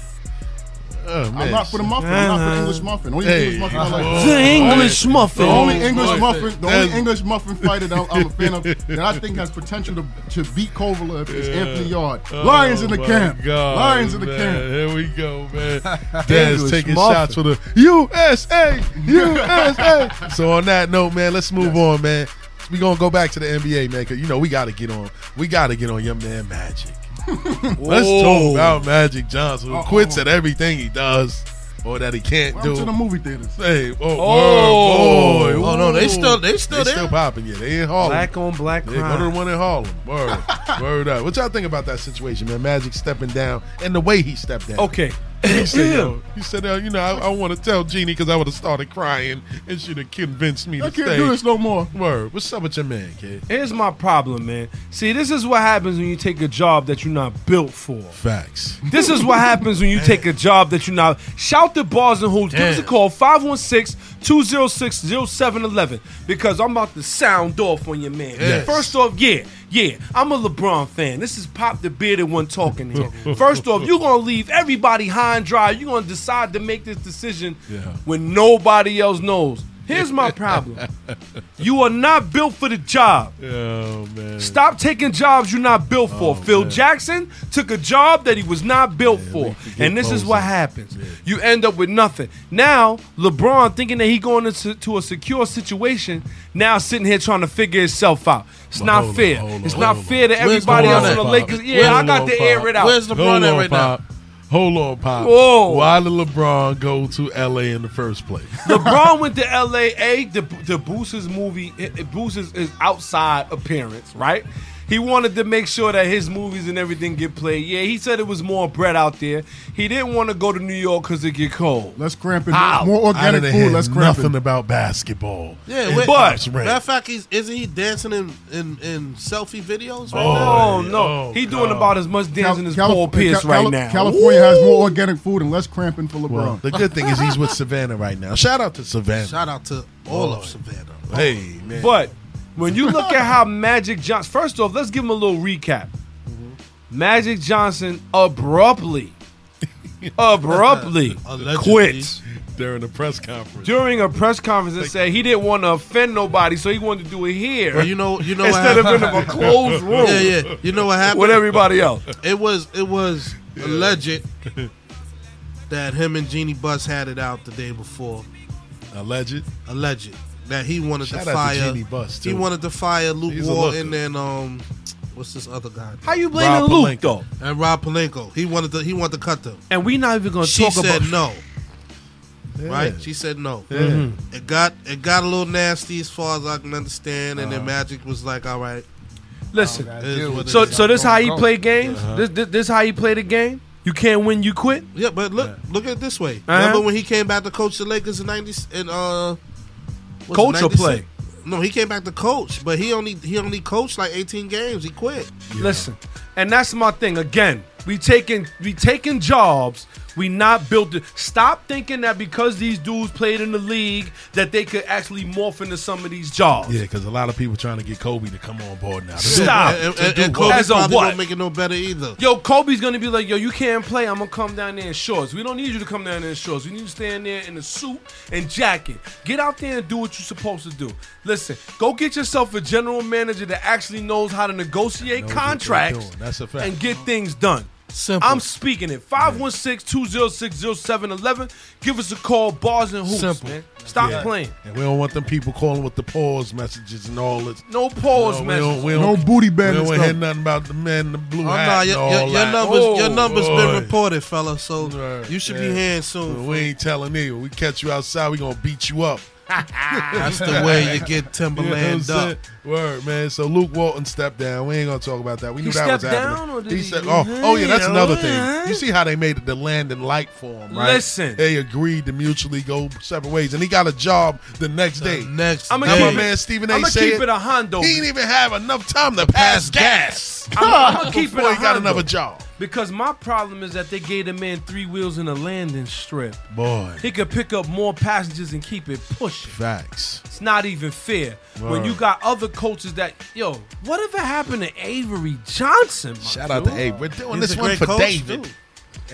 Oh, I'm not for the muffin. I'm not for the English muffin. Only Hey. English muffin I like. The Uh-huh. English Only- muffin. The only Oh, English boy. muffin. The only That's- English muffin fighter that I'm, I'm a *laughs* fan of that I think has potential to, to beat Kovalev is Anthony Yard. Lions in the Oh my camp. God, Lions in the man. camp. Here we go, man. Dad's English taking muffin. shots for the USA, USA. so on that note, man, let's move on, man. We gonna go back to the NBA, man, because you know we gotta get on. We gotta get on your man *laughs* Magic. let's talk Whoa. about Magic Johnson, who quits at everything he does or that he can't Welcome do. to the movie theaters. Hey, oh, Oh. word, boy. Oh, no, they Ooh. still- they still they there? still popping. Yeah, they in Harlem. Black on black Yeah, go to the crime. one in Harlem. *laughs* Word, word up. What y'all think about that situation, man? Magic stepping down and the way he stepped down. Okay. *laughs* He *laughs* said, yo, he said, uh, you know, I, I want to tell Jeannie because I would have started crying and she'd have convinced me I to can't stay. do this no more. Word. What's up with your man, kid? Here's my problem, man. See, this is what happens when you take a job that you're not built for. Facts. This is what happens *laughs* when you take a job that you're not. Shout to Bars and Hoops. Give us a call, 516-206-0711, because I'm about to sound off on your man. Yes. First off, yeah, yeah, I'm a LeBron fan. This is Pop the Bearded One talking *laughs* here. First off, you're going to leave everybody high and dry. You're going to decide to make this decision Yeah. when nobody else knows. Here's *laughs* my problem. You are not built for the job. Oh man. Oh, Stop taking jobs you're not built for. Phil Jackson took a job that he was not built for, and this is what happens. You end up with nothing. Now LeBron thinking that he going into to a secure situation. Now sitting here trying to figure itself out. It's But not hold on, fair. hold on, It's not hold fair on. to everybody Where's else in the LeBron at, Lakers. Pop? Yeah, I Where's got to LeBron, air it Pop? out. Where's LeBron at right now? Pop. Hold on, Pop. Whoa. Why did LeBron go to LA in the first *laughs* place? LeBron went to LA. A the the Bruce's movie, it- Bruce's his outside appearance, right? He wanted to make sure that his movies and everything get played. Yeah, he said it was more bread out there. He didn't want to go to New York because it get cold. Let's cramp it. More organic I done food. had Let's cramp nothing about basketball. Yeah, in wait, Pop's but rant. matter of fact, he's, isn't he dancing in, in, in selfie videos right Oh, now? no, he doing about as much dancing as Cali- Paul Pierce Cali- right Cali- now. California has more organic food and less cramping for LeBron. Well, *laughs* the good thing is he's with Savannah right now. Shout out to Savannah. Shout out to all of Savannah. Hey, man. But when you look at how Magic Johnson, first off, let's give him a little recap. Mm-hmm. Magic Johnson *laughs* abruptly, abruptly quit during the press conference. during a press conference and said he didn't want to offend nobody, so he wanted to do it here. Well, you know, you know, instead what of in happened? a closed room. *laughs* Yeah, yeah. You know what happened with everybody else. It was it was alleged that him and Jeannie Buss had it out the day before. Alleged, alleged that he wanted Shout out to to fire. Jeannie Buss, He too. wanted to fire Luke He's a Wall looker. and then um, what's this other guy? How you blaming Rob Luke, Pelinka. though? And Rob Palenko. He wanted to he wanted to cut them. And we not even gonna she talk said about- no. Yeah. Right, she said no. Mm-hmm. Yeah. Mhm. It got it got a little nasty as far as I can understand, and then Uh-huh. Magic was like, "All right, Listen, It is what it so is. so this how he Go. play games. Uh-huh. This, this this how he play the game. You can't win, you quit. Yeah, but look, look at it this way. Uh-huh. Remember when he came back to coach the Lakers in ninety in uh, was it Coach or 96? play? No, he came back to coach, but he only he only coached like eighteen games. He quit. Listen, and that's my thing. Again, we taking we taking jobs. We not built to stop thinking that because these dudes played in the league that they could actually morph into some of these jobs. Yeah, because a lot of people trying to get Kobe to come on board now. Stop. To do- And, to and, do and what? Kobe probably don't make it no better either. Yo, Kobe's gonna be like, yo, you can't play. I'm gonna come down there in shorts. We don't need you to come down there in shorts. We need you to stand there in a suit and jacket. Get out there and do what you're supposed to do. Listen, go get yourself a general manager that actually knows how to negotiate Know what they're contracts doing. That's a fact. and get things done. Simple. I'm speaking it. 516-206-0711. Give us a call, bars and hoops, Simple. man. Stop Yeah. playing. And we don't want them people calling with the pause messages and all this. No pause we messages. don't- we don't- No booty We bandits, don't hear no. nothing about the man in the blue Oh, hat. nah, and your, all your, your that. Oh, numbers your numbers boy. been reported, fella. So you should be Yeah. hearing soon. We ain't telling either. We catch you outside. We gonna beat you up. *laughs* That's the way *laughs* you get Timberland what I'm up. saying? Word, man. So Luke Walton stepped down. We ain't gonna talk about that. We knew He that was stepped happening. down or did he he- said, "Oh, oh yeah, that's Hey, another oh, thing. You see how they made it the land and light for him, right? Listen. they agreed to mutually go separate ways, and he got a job the next day. Next, I'm day. my man Stephen A. I'ma say keep it a Hondo. He didn't even have enough time to pass gas. *laughs* I'm, gonna keep it. before he got 100. another job. Because my problem is that they gave the man three wheels and a landing strip. Boy, He could pick up more passengers and keep it pushing. facts. It's not even fair. When Word. you got other coaches that, yo, whatever happened to Avery Johnson? my Shout out dude? to Abe. We're doing He's this a one great for coach, David. too.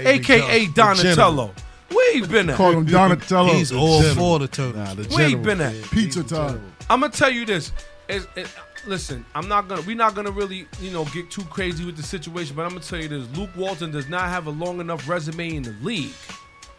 Avery AKA Johnson, the Donatello. general. Where he been at? Call him Donatello. He's all for the turtles. Where he been at? Pizza time. I'm gonna tell you this. It's- it- listen, I'm not gonna. We're not gonna really, you know, get too crazy with the situation. But I'm gonna tell you this: Luke Walton does not have a long enough resume in the league.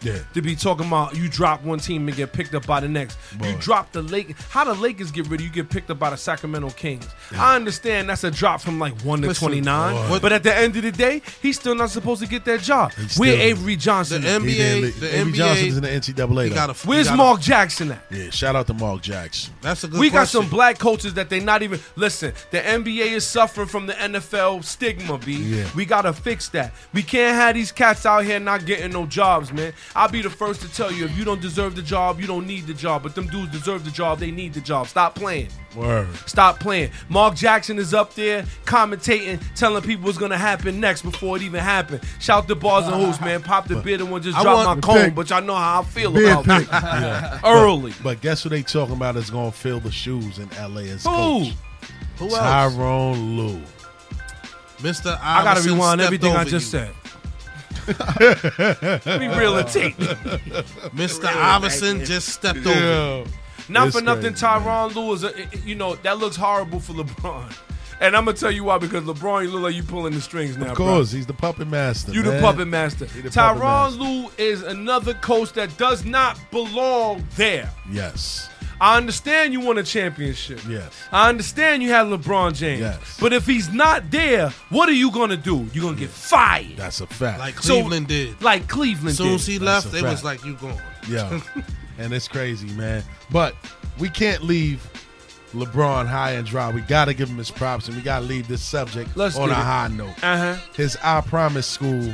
Yeah. To be talking about you drop one team and get picked up by the next. You drop the Lakers. How the Lakers get rid of you? Get picked up by the Sacramento Kings. I understand that's a drop from like one to Listen, twenty nine. boy. But at the end of the day, he's still not supposed to get that job. Where still- Avery Johnson? The at? NBA He didn't- Avery Johnson's in the NCAA. though. Where's Mark Jackson at? Yeah, shout out to Mark Jackson. That's a good we got question. some black coaches that they not even listen. The NBA is suffering from the NFL stigma, B. Yeah. We gotta fix that. We can't have these cats out here not getting no jobs, man. I'll be the first to tell you if you don't deserve the job, you don't need the job. But them dudes deserve the job, they need the job. Stop playing. Word. Stop playing. Mark Jackson is up there commentating, telling people what's gonna happen next before it even happened. Shout the bars and hoops, man. Pop the beard and one just I dropped want my the cone, pick. but y'all know how I feel Big about pick. it. *laughs* Yeah. Early. But, but guess who they talking about is going to fill the shoes in LA as Who? coach? Who else? Tyrone *laughs* Lou. Mr. I gotta Iverson rewind stepped everything I over just you. said. Let me reel the tape. *laughs* Mr. Iverson just stepped over. Yeah. you. Not It's for nothing, crazy, Tyron Lue is, a, i- i- you know, that looks horrible for LeBron. And I'm gonna tell you why because LeBron, you look like you pulling the strings now. Of bro. course, he's the puppet master. You the man. puppet master. He the puppet Tyron Lue is another coach that does not belong there. Yes. I understand you won a championship. Yes. I understand you had LeBron James. Yes. But if he's not there, what are you gonna do? You're gonna get fired. That's a fact. Like So- Cleveland did. Like Cleveland Soon did. as he That's left, a it was fact. like you gone. *laughs* *laughs* Yeah. and it's crazy, man. But we can't leave LeBron high and dry. We got to give him his props and we got to leave this subject Let's on a get it. high note. Uh-huh. His I Promise School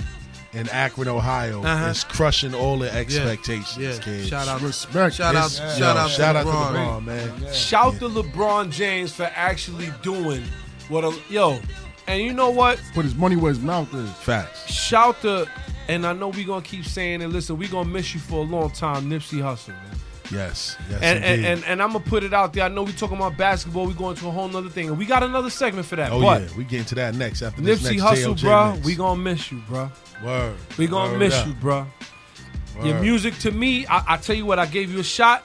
in Akron, Ohio Uh-huh. is crushing all the expectations, Yeah. kids. Shout out- Respect. shout out- It's- shout yo, out to shout out to LeBron. LeBron, man. Shout to LeBron James for actually doing what a yo. And you know what? Put his money where his mouth is. Facts. Shout to and I know we gonna keep saying it. Listen, we gonna miss you for a long time, Nipsey Hussle, man. Yes. Yes. and, and, indeed. and and I'm gonna put it out there. I know we talking about basketball. We going to a whole nother thing, and we got another segment for that. oh, but yeah. We get into that next after this. Nipsey next Hussle, JLJ bro, mix. we gonna miss you, bro. Word. We gonna Word miss up. you, bro. Your Word. music to me, I, I tell you what, I gave you a shot.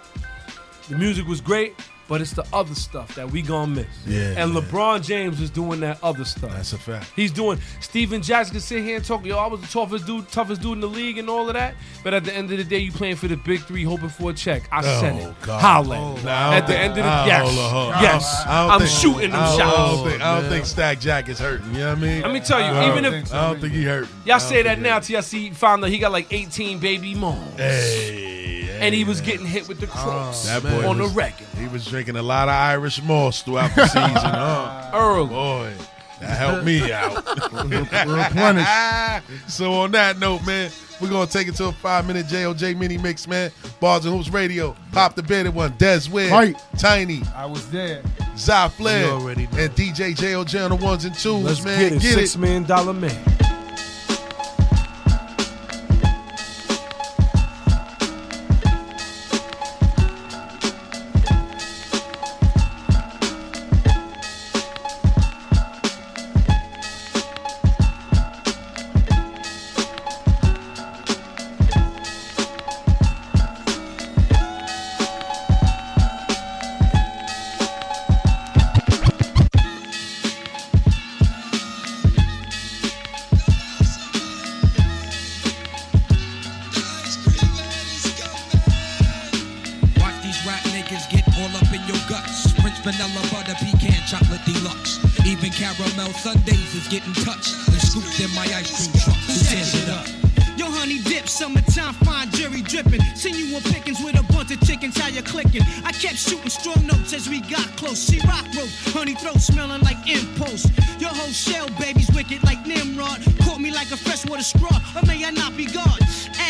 The music was great, but it's the other stuff that we gonna miss. Yeah, And LeBron James is doing that other stuff. That's a fact. He's doing. Steven Jackson can sit here and talk. Yo, I was the toughest dude, toughest dude in the league, and all of that. But at the end of the day, you playing for the big three, hoping for a check. I Oh, said it. God. Holla. Oh, wow. at the end of the I don't yes, know, hold on. yes, I don't I'm think- shooting them I don't- shots. I don't, think, I don't think Stack Jack is hurting. You know what I mean? Let me tell you, I don't even if- think so. I don't think he hurt. Y'all say that now till y'all see found out he got like 18 baby moms. Hey, Oh, and he was getting hit with the cross That boy on was, the record. He was drinking a lot of Irish moss throughout the season. huh? Earl. Oh, Boy, that *laughs* helped me out. replenished. *laughs* so on that note, man, we're gonna take it to a five-minute JOJ mini mix, man. Bars and Hoops Radio, Pop the Bearded One, Des Ware, Right. Tiny, I was there. Zy Flair, You and DJ JOJ on the ones and twos, Let's man. get it, get six million dollar man. Watch these rap niggas get all up in your guts. French vanilla butter pecan chocolate deluxe. Even caramel sundaes is getting touched and scooped in my ice cream truck. Who tears it up? Yo, honey dip, summertime fine jerry dripping. Seen you in pickings with a bunch of chickens, how you clicking? I kept shooting strong notes as we got close. She rock rope, honey throat smelling like impost. Your whole shell, baby's wicked like Nimrod. Caught me like a freshwater straw, or may I not be God?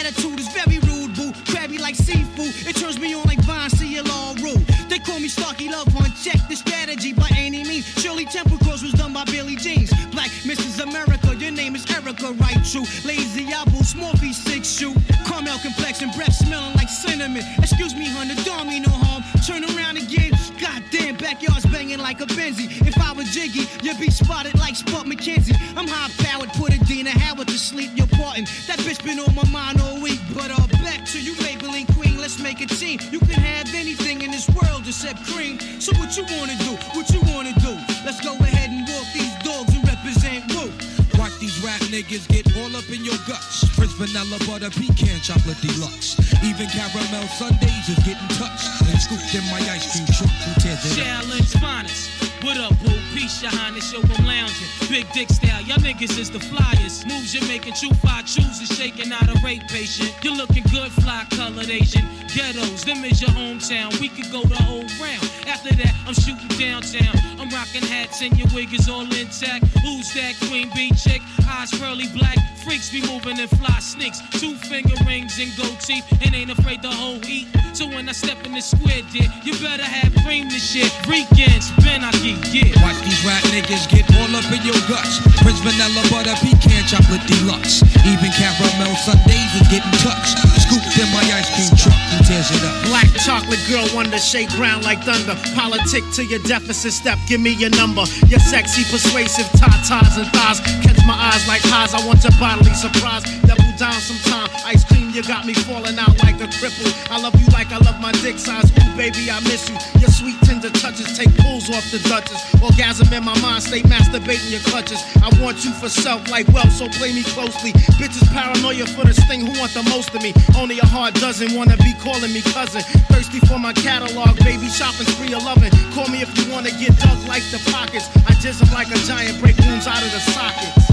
Attitude is very rude, boo. Crabby like seafood, it turns me on like Vine CLR rule. They call me Starkey Love One. Check the strategy by any means. Shirley Temple Cross was done by Billy Jeans. Black Mrs. America, your name is Erica, right? True. Lazy eyeball, small feet, six shoe. Caramel complexion, breath smelling like cinnamon. Excuse me, hun, the dog me no harm. Turn around again. Goddamn, backyard's banging like a Benzie. If I were Jiggy, you'd be spotted like Spot McKenzie. I'm high powered, put a Dina Howard to sleep, you're parting. That bitch been on my mind all week, but uh, back to you, Maybelline Queen, let's make a team. You can have anything in this world except cream. So what you wanna do? What you wanna do? Let's go ahead and walk these dogs and represent Woo. Watch these rap niggas get all up in your guts. Prince vanilla butter pecan chocolate deluxe. Even caramel sundaes is getting touched and scooped in my ice cream truck. Who tears it up? Challenge finest. What up, boo? Peace, your highness. Yo, I'm lounging. Big dick style. Y'all niggas is the flyers. Moves you're making, true five chooses, shaking out a rape patient. You're looking good, fly colored Asian. Ghettos, them is your hometown. We could go the whole round. After that, I'm shooting downtown. I'm rocking hats and your wig is all intact. Who's that queen bee chick? Eyes pearly black. Freaks be moving in fly sneaks. Two finger rings and gold teeth. And ain't afraid the whole eat. So when I step in the square, dear, you better have cream this shit. Weekends, been I get, yeah. Watch these rap niggas get all up in your guts. Prince vanilla butter pecan chocolate deluxe. Even caramel sundaes is getting touched. Scooped in my ice cream truck. Who tears it up? Black chocolate girl wonder, shake ground like thunder. Politic to your deficit step, give me your number. Your sexy, persuasive tatas and thighs catch my eyes like highs. I want your bodily surprise. Double down sometime. Ice cream, you got me falling out like a cripple. I love you like I love my dick size. Ooh, baby, I miss you. Your sweet tender touches take pulls off the Duchess. Orgasm in my mind, stay masturbating your clutches. I want you for self like wealth, so play me closely. Bitches paranoia for this thing, who want the most of me? Only a hard dozen wanna be calling me cousin. Thirsty for my catalog, baby, shopping spree of loving. Call me if you wanna get dug like the pockets. I jism like a giant, break wounds out of the sockets.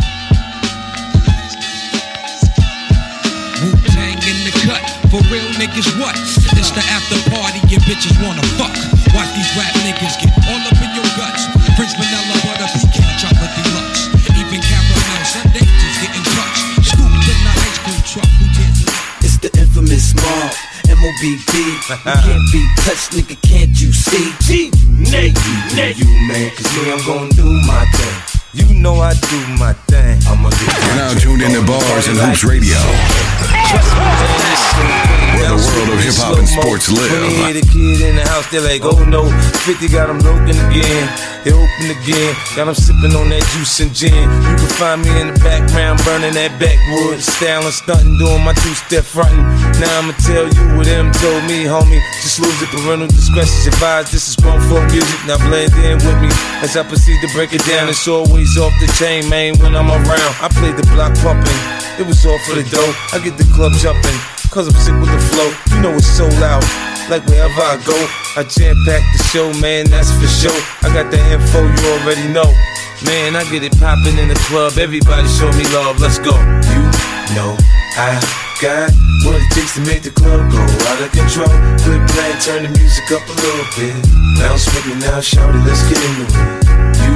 Wu Tang in the cut. For real niggas, what? It's the after party, your bitches wanna fuck. Watch these rap niggas get all up in your guts. Prince Vanilla butter, pecan chocolate deluxe. Even caramel Sunday just get in touch. Scooped in the ice cream truck. Who can't It's the infamous mob, M.O.B.B. You can't be touched, nigga, can't you see? G, Nate, Nate. You, man, cause me, I'm gonna do my thing. You know I do my thing. I'ma do You're now tuned into Bars and Hoops Radio, where the world of hip hop and sports When they live. hear the kid in the house, they like, oh no. 50 got them open again. They open again. Got them sipping on that juice and gin. You can find me in the background, burning that backwood. Styling, stunting, doing my two step fronting. Now I'ma tell you what them told me, homie. Just lose it, parental discretion's advised. This is grown folk music, now blend in with me. As I proceed to break it down, it's always off the chain, man. When I'm around, I play the block pumping. It was all for the dough. I get the club jumping. Cause I'm sick with the flow, you know it's so loud. Like wherever I go, I jam pack the show, man, that's for sure. I got the info you already know. Man, I get it poppin' in the club, everybody show me love, let's go. You know I got what it takes to make the club go out of control. Quit playing, turn the music up a little bit. Bounce with me now, shout it, let's get into it. You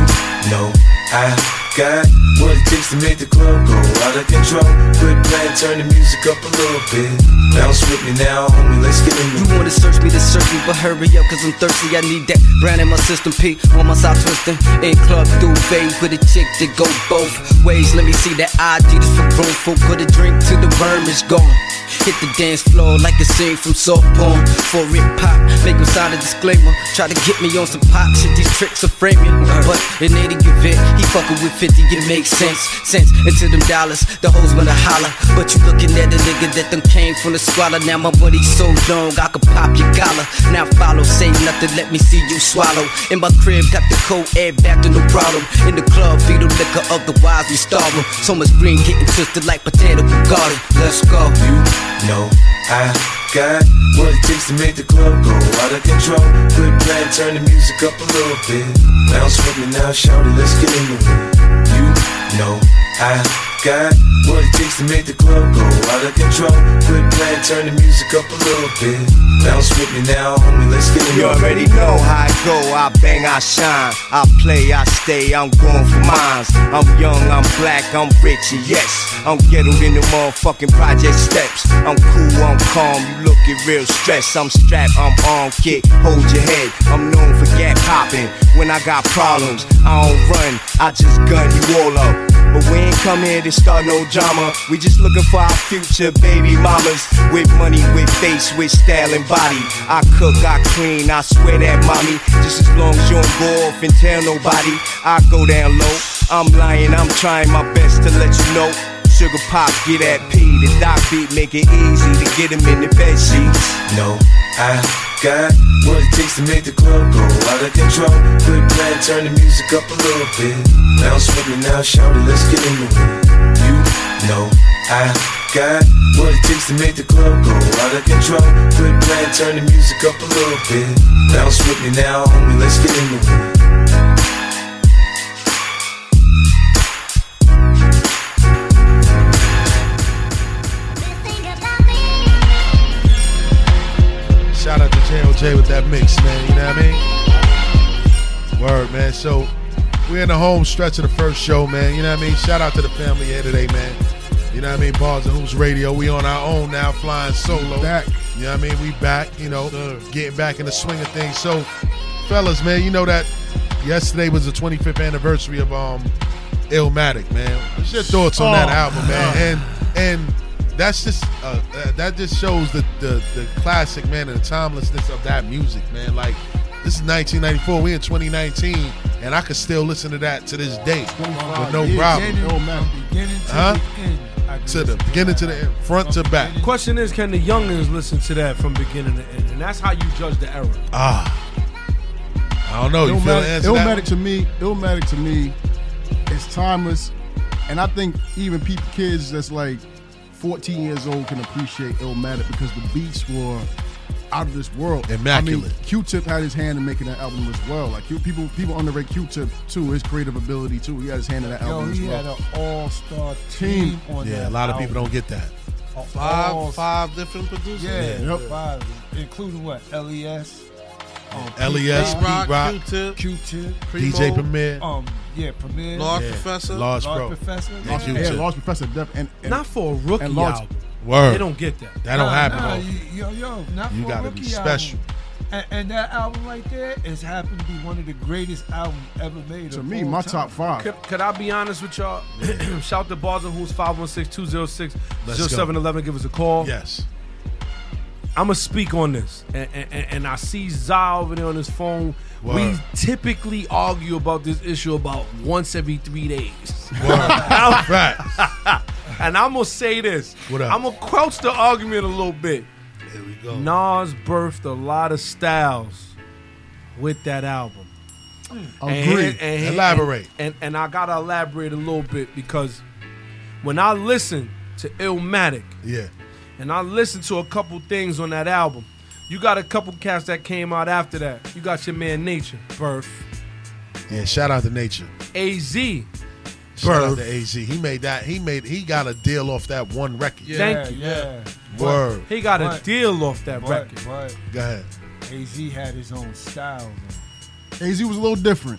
know I got what it takes to make the club go out of control. Quit playing, turn the music up a little bit. Bounce with me now, homie, let's get into You wanna search me to search me, but hurry up, cause I'm thirsty. I need that brand in my system, P on my side twisting. In club duvet with a chick that go both ways. Let me see that ID, this for grown folk. Put a drink till the worm is gone. Hit the dance floor like a scene from soft porn. For it pop, make 'em sign a disclaimer. Try to get me on some pop shit, these tricks are framing. But in any event, he fucking with 50, it makes sense. Sense into them dollars, the hoes wanna holler. But you looking at a nigga that done came from the squalor. Now my buddy's so long, I could pop your collar. Now follow, say nothing, let me see you swallow. In my crib, got the cold air back to no problem. In the club, feed them liquor, otherwise we starving. So much green getting twisted like potato garden. Let's go. No, I got what it takes to make the club go out of control. Quit playing, turn the music up a little bit. Bounce with me now, shout it, let's get into it. You know I got what it takes to make the club go out of control. Quit playing, turn the music up a little bit. Bounce with me now, homie, let's get into it. You already know how I go. I bang, I shine. I play, I stay. I'm going for mines. I'm young, I'm black, I'm rich, and yes, I'm ghettoed in the motherfucking project steps. I'm cool, I'm calm. You looking real stressed. I'm strapped, I'm on kick. Hold your head. I'm known for gap hopping. When I got problems, I don't run. I just gun you all up. But we ain't come here to start no drama. We just looking for our future baby mamas. With money, with face, with style and body. I cook, I clean, I swear that mommy. Just as long as you don't go off and tell nobody, I go down low. I'm lying, I'm trying my best to let you know. Sugar pop, get that P, the doc beat, make it easy to get him in the bed sheets. No, I got what it takes to make the club go out of control. Quit playing, turn the music up a little bit. Bounce with me now, shout it, let's get into it. You know I got what it takes to make the club go out of control. Quit playing, turn the music up a little bit. Bounce with me now, homie, let's get into it. Shout out to JOJ with that mix, man. You know what I mean? Word, man. So we're in the home stretch of the first show, man. You know what I mean? Shout out to the family here today, man. You know what I mean? Bars and Hoops Radio. We on our own now, flying solo. Back. You know what I mean? We back, you know, getting back in the swing of things. So, fellas, man, you know that yesterday was the 25th anniversary of um Illmatic, man. What's your thoughts on that Oh, album, God. man? And and that's just uh, uh, that just shows the, the the classic man and the timelessness of that music, man. Like this is 1994, we in 2019, and I could still listen to that to this day with no years. problem. Beginning to Huh? the end. to the beginning to the end, front to back. Question is, can the youngins listen to that from beginning to end? And that's how you judge the error. Ah. I don't know. You feel the Illmatic- answer to that? Illmatic to me, Illmatic to me, is timeless, and I think even people, kids that's like 14 years old can appreciate Illmatic because the beats were out of this world. I Immaculate. mean, Q-Tip had his hand in making that album as well. Like you- people, people underrate Q-Tip too. His creative ability too. He had his hand in that Yo, album as he well. had an all-star team on Yeah, that a lot of album. people don't get that. All- Five, five different producers. Yeah, Yep. five, including what? Les. Um, LES, P-Rock, E P-Rock, Q-Tip, Q-Tip, DJ Primo, Premier. Um, yeah, Premier, Large Yeah. Professor. Large Pro. Professor, And Large- Q-Tip. Yeah, Large Professor Def and, and Not for a rookie and Large- album. Word. They don't get that. That don't Nah, happen. nah, though. you- yo, yo, not You for gotta a be rookie special. Album. And, and that album right there is happened to be one of the greatest albums ever made. of all time. Could, could I be honest with y'all? *clears throat* Shout to Bars and Who's 516-206-0711. Give us a call. Yes. I'm going to speak on this. And, and, and- and I see Zai over there on his phone. We Word. typically argue about this issue about once every three days. *laughs* and I'm going to say this. What up? I'm going to crouch the argument a little bit. There we go. Nas birthed a lot of styles with that album. Agree. Elaborate. And, and I gotta elaborate a little bit because when I listen to Illmatic, Yeah. and I listened to a couple things on that album. You got a couple cats that came out after that. You got your man Nature, Birth, Yeah, shout out to nature. AZ. Shout out Birth. to AZ. He made that. He made. He got a deal off that one record. Thank you. Word. He got a Right. deal off that Right, record. Right. Go ahead. AZ had his own style. AZ was a little different.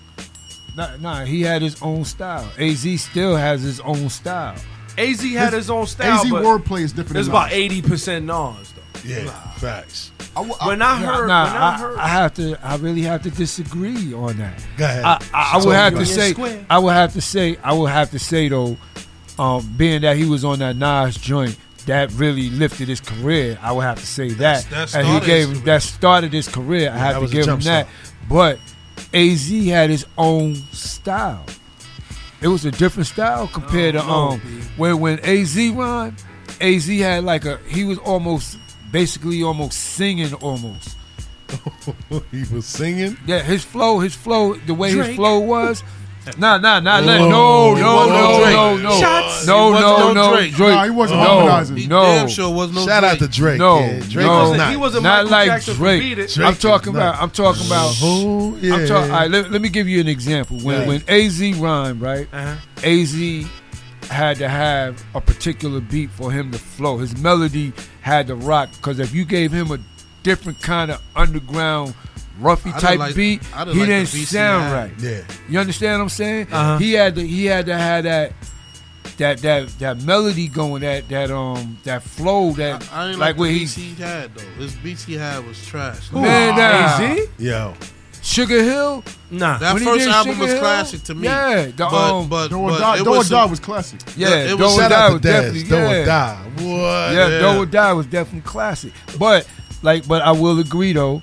Nah, nah, he had his own style. AZ still has his own style. AZ had his, own style. AZ but wordplay is different It's than about ours. eighty percent Nas though. Yeah, facts. when I Nah, heard, nah, when I, I, heard, I have to, I really have to disagree on that. Go ahead. I, I, I So would have you to are- say, Square. I would have to say, I would have to say though, um, being that he was on that Nas joint, that really lifted his career. I would have to say that, That's- that and he started gave his him that started his career. I Yeah, that have to was a give him jump that. But Az had his own style. It was a different style compared to No, um when when Az rhymed. Az had like a he was almost basically almost singing almost. *laughs* he was singing. Yeah, his flow, his flow, the way Drake. his flow was. Nah, nah, nah. let- Whoa. no, no, He no, wasn't no, Drake. no, Shots. no, He wasn't no no, no, Drake. Drake. Nah, he wasn't no, harmonizing. He No, damn sure was no Shout out Drake. to Drake, No, yeah. Drake no, was not. He wasn't not Michael like Jackson for Drake. Beat It. I'm Drake talking was not. about. I'm talking about. Oh, I'm yeah. talk, all right, let, let me give you an example. When Yeah. when Az rhymed, right? Uh-huh. Az had to have a particular beat for him to flow. His melody had to rock because if you gave him a different kind of underground I roughy done type like- beat, I done he like the didn't beats he sound had. right. Yeah. You understand what I'm saying? Uh-huh. He had to he had to have that that that that melody going, that that um that flow, that I didn't like like, where the he beats he had though. His beats he had was trash. Man, nah. Yo. Sugar Hill? Nah. That When he first did album Sugar was Hill? classic to me. Yeah, the, but, um, but, Do or but Die- it Do or was Die some- was classic. Yeah, Yeah, it Do was or some- Die out was to Dez, definitely Do or yeah. Die. What? Yeah, Yeah. Do or Die was definitely classic. But like, but I will agree though,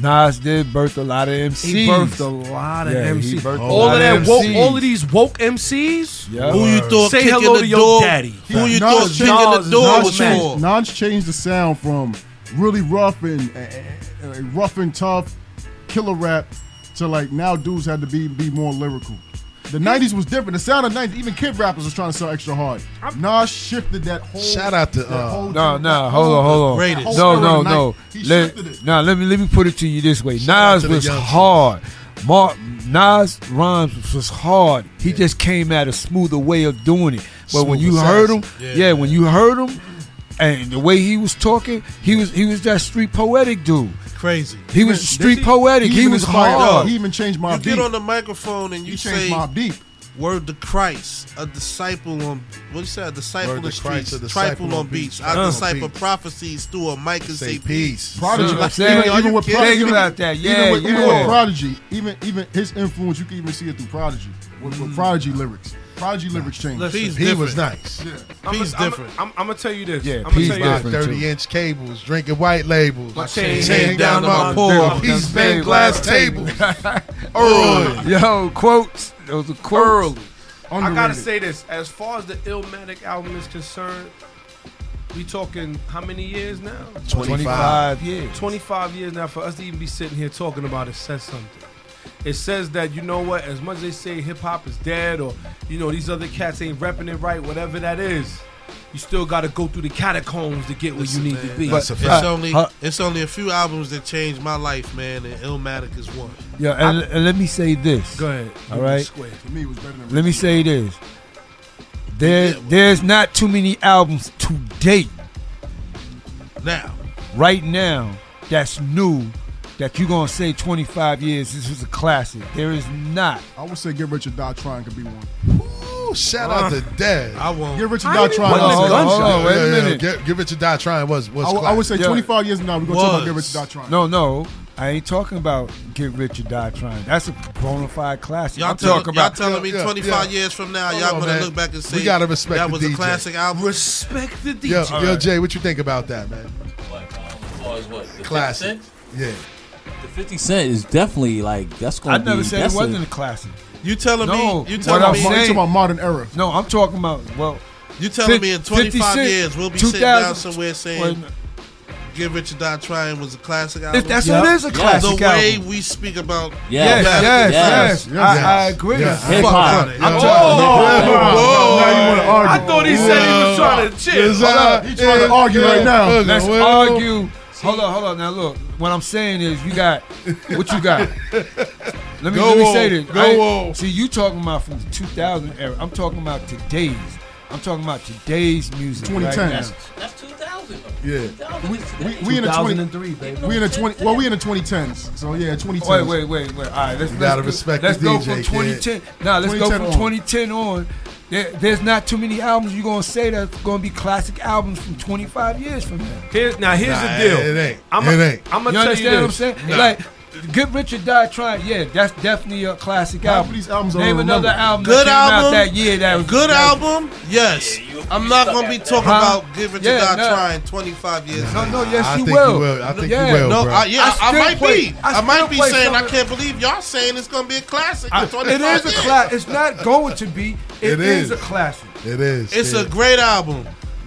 Nas did birth a lot of MCs. he birthed a lot of Yeah, he MCs. birthed a All lot of that woke, MCs. all of these woke MCs. Yeah. Who you thought Say kicking hello the to your door- daddy. who you thought is- kicking the is door Nas was man. for? Nas changed the sound from really rough and uh, uh, uh, rough and tough killer rap to like now dudes had to be be more lyrical. The '90s was different. The sound of '90s, even kid rappers was trying to sell extra hard. Nas shifted that whole. Shout out to, that uh, whole- No, no, that hold whole- on, hold that on. whole No, era no, of no. 90s. He shifted it. Let, now let me let me put it to you this way. Nas to the was young hard. Mar- Nas rhymes was hard. He just came at a smoother way of doing it. But when Smooth you assassin. heard him, yeah, Yeah. when you heard him, and the way he was talking, he was he was that street poetic dude. Crazy. He was street poetic. He, even was inspired- hard. He even changed my you beat. get on the microphone and you changed say Mobb Deep. Word to Christ, a disciple on what you said, a disciple Word of to Christ, streets, a disciple on, beats. I Uh. decipher Beats. prophecies through a mic and say, *laughs* peace. Prodigy, Like, even, are even you with kidding? Prodigy, even with, even yeah. with Prodigy, even even his influence, you can even see it through Prodigy with, with Prodigy lyrics. Prodigy lyrics changed. Listen, He's he was nice. Yeah. I'm He's different. I'm gonna tell you this. Yeah, I'm gonna peas tell you by *laughs* this. *laughs* 30 inch cables, drinking white labels. My chain hang hang down to my poor. poor. Peas Down bent to *laughs* glass my tables. Yo, quotes. Those are quotes. I gotta Underrated. say this. As far as the Illmatic album is concerned, we talking how many years now? 25 years. 25 years now. For us to even be sitting here talking about it says something. It says that you know what? As much as they say hip hop is dead, or you know these other cats ain't repping it right, whatever that is, you still gotta go through the catacombs to get where you need to be. uh, it's only it's only a few albums that changed my life, man, and Illmatic is one. Yeah, and, and let me say this. Go ahead. All right. Square. For me, it was better than Let me Ricky. say this. There, there's not too many albums to date Now, right now that's new that you're gonna say 25 years. This was a classic. There is not. I would say Get Rich or Die Trying could be one. Ooh, shout out to Dad. I won't. Get Rich or I Die ain't even Trying. Oh, wanna listen was- to Gunshot. Yeah, yeah, yeah. Get- Get Rich or Die Trying was was. I would- I would say classic. 25 years now, we're gonna talk about Get Rich or Die Trying. No, no. I ain't talking about Get Rich or Die Trying. That's a bona fide classic. Y'all, I'm tell, talking about y'all telling me 25 years from now, y'all on, gonna man. look back and say We gotta respect that the was a DJ. classic album. Respect the Yo, yo, Jay, what you think about that, man? As far as what? The 50 Classic. Cent? Yeah. The 50 50 Cent is definitely like that's gonna. I never be, said it that's wasn't a classic. You telling no, me? You what telling I'm me? saying- modern era? No, I'm talking about well. You telling fif- me in 25 56, years we'll be sitting down 2000 somewhere Well, saying "Get Rich or Die Trying" was a classic album? that's what it is, a Yeah. classic The way album. we speak about Yes, Rap yes, is- yes, yes. I, I agree. Fuck about it. I'm I'm talking- telling you. I thought he said he was trying to chill. Hold up. He trying to argue right now. Let's Well- argue. Hold on, hold on. Now look, what I'm saying is, you got what you got. Let me, Go let me on. say this. Go I- See, you talking about from the 2000 era. I'm talking about today's. I'm talking about today's music. 2010 Right now. That's 2000. Yeah. We, we, we in the 20, 2003, baby. We in the 20, well, we in the 2010s. So yeah, 2010s. Wait, wait, wait, wait. All right, let's, You let's gotta go- respect Let's the go DJ, from kid. 2010. Now let's go 2010 from on. 2010 on. There, there's not too many albums you're gonna say that's gonna be classic albums from 25 years from now. Here's now here's Nah, the deal. it ain't. I'm It ain't. I'm gonna you tell understand you what I'm this. saying? Like, Good Richard Die Trying. Yeah, that's definitely a classic album. These albums I Name don't another remember. album. Good that came album? Out that year. That was Good that was- album? Yes. I'm not gonna be talking Huh? about "Get Rich Yeah, or Die no. Trying" 25 years. No, no, later. yes, I you think will. Oh, you will. I think you yeah. will, No, bro. I, yeah, I, still might play- be. I I, might still be play saying I some- can't believe y'all saying it's gonna be a classic. I- It's on it the is a podcast. classic. It's not going to be. it It is. is. a classic. It is. It's a great album.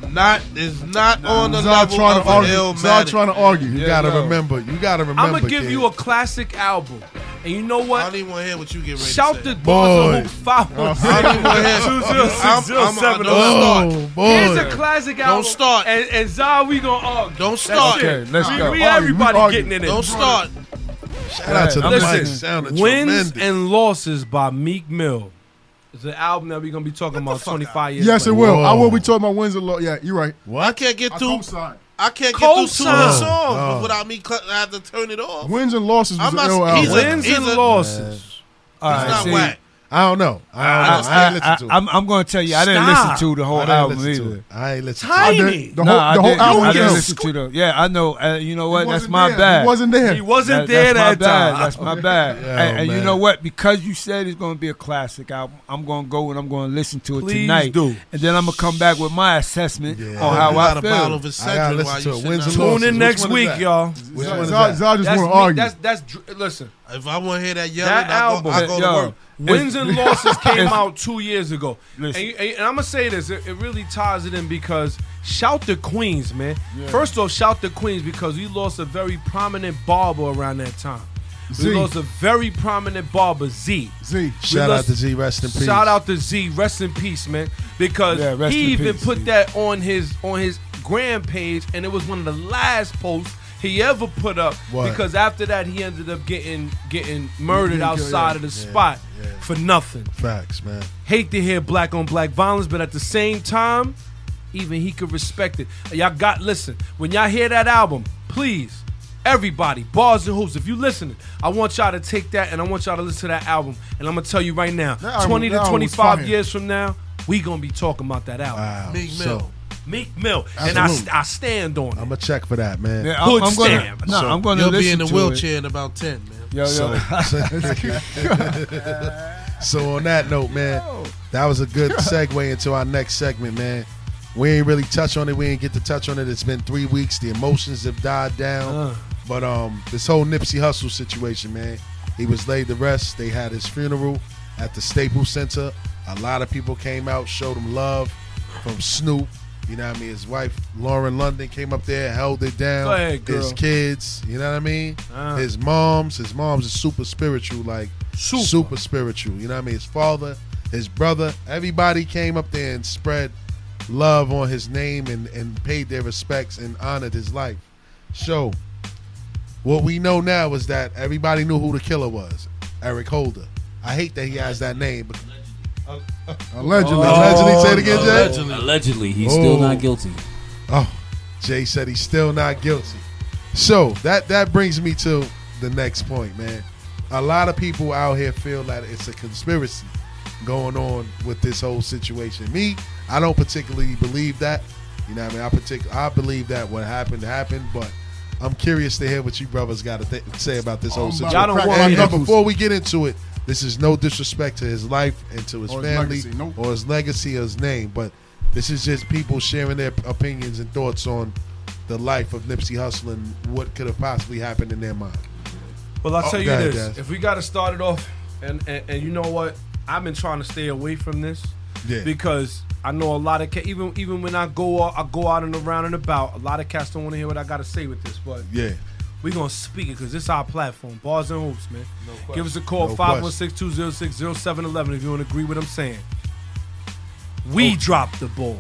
Not it's not on the Zod level trying of to argue. Zod Illmatic. trying to argue. You Yeah, gotta no. remember. You gotta remember. I'm gonna give kid. you a classic album, and you know what? I don't even want to hear what you get ready Shout to the say. doors of Boy. Hoop Five One Six I don't *laughs* even wanna hear- Two Zero I'm- Six Zero I'm- Seven. don't Don't start. start. Here's a Boy. classic Don't album. start. And, and Zah, we gonna argue. Don't start. That's it. Okay, let's we, go. We Argue, everybody argue. getting in it. Don't start. Shout out to the mic. Listen, Sounded wins and losses by Meek Mill. It's an album that we're gonna be talking about 25 years. Yes, it later. will. I will be talking about Windsor Law. Yeah, you're right. I can't get through. co-sign. I can't get through two Co-sign. of the Oh, songs oh. without me. Cl- I have to turn it off. Wins and losses was I'm not- an ill he's album. a- Wins he's and a- losses. All It's right, not see, whack. I don't know. I don't know. I, ain't listen to it. am I'm going to tell you, I didn't Stop. listen to the whole I didn't album listen to either. it. I ain't listen Tiny. to it. The whole- I the whole didn't- album I didn't was- listen to the. Yeah, I know. Uh, you know what? He That's wasn't my there. He bad. wasn't there. He wasn't there that's my that bad. time. That's my bad. Yeah, and and you man. know what? Because you said it's going to be a classic album, I'm going to go and I'm going to listen to it Please tonight. do. And then I'm going to come back with my assessment on You how I got a feel. bottle of Excedrin I gotta listen while you to it. sitting Wins down. and Tune losses. in Which next one is week, that? y'all. Which one is that? Zod just That's wanna me- argue. That's that's dr- listen. If I want to hear that yelling, that I go, album, I go to work. Wins *laughs* and losses *laughs* came out two years ago, and, Listen. you- and I'm gonna say this: it, it really ties it in because shout the Queens, man. Yeah. First off, shout the Queens because we lost a very prominent barber around that time. Z. We lost a very prominent barber, Z. Z. Shout out to Z. Rest in peace. Shout out to Z. Rest in peace, man. Because Yeah, rest he in even peace, put that on his on his gram page, and it was one of the last posts he ever put up. What? Because after that, he ended up getting getting murdered Yeah, outside yeah, of the yeah, spot for nothing. Facts, man. Hate to hear black on black violence, but at the same time, even he could respect it. Y'all got listen when y'all hear that album, please. Everybody, bars and hoops. If you listening, I want y'all to take that and I want y'all to listen to that album. And I'm gonna tell you right now, That album- twenty that to album was twenty five fire. years from now, we gonna be talking about that album. Meek Mill. so- Meek Mill, and I, Absolutely. I stand on it. I'm gonna check for that, man. Yeah, I'm- Hood I'm gonna- stamp. no, I'm gonna You'll be listen in the to wheelchair it. in about ten, man. Yo, yo. *laughs* So, *laughs* so on that note, man, that was a good segue into our next segment, man. We ain't really touch on it. We ain't get to touch on it. It's been three weeks. The emotions have died down. Uh. But um, this whole Nipsey Hustle situation, man, he was laid to rest. They had his funeral at the Staples Center A lot of people came out, showed him love from Snoop. You know what I mean? His wife, Lauren London, came up there, held it down. Go ahead, girl. His kids, you know what I mean? His moms, his moms is super spiritual, like super. spiritual. You know what I mean? His father, his brother, everybody came up there and spread love on his name and, and paid their respects and honored his life. So, what we know now is that everybody knew who the killer was Eric Holder. I hate that he has that name. But Allegedly. *laughs* Allegedly. Say it again, Jay. Allegedly. Allegedly, he's still not guilty. Oh, Jay said he's still not guilty. So that that brings me to the next point, man. A lot of people out here feel that it's a conspiracy going on with this whole situation. Me, I don't particularly believe that. You know, what I mean, I partic- I believe that what happened happened, but I'm curious to hear what you brothers got to th- say about this whole Oh, I'm about situation. to Y'all don't crack want And my knuckles. before we get into it, this is no disrespect to his life and to his Or his family legacy, nope. or his legacy or his name, but this is just people sharing their opinions and thoughts on the life of Nipsey Hussle and what could have possibly happened in their mind. Well, I'll Oh, tell you go ahead, this. guys. If we got to start it off, and, and, and you know what? I've been trying to stay away from this Yeah. because I know a lot of cats, even, even when I go, out- I go out and around and about, a lot of cats don't want to hear what I got to say with this, but Yeah. we going to speak it because this our platform, Bars and Hoops, man. question. Give us a call, No 516 206 0711 if you want to agree with what I'm saying. Oh. We dropped the ball.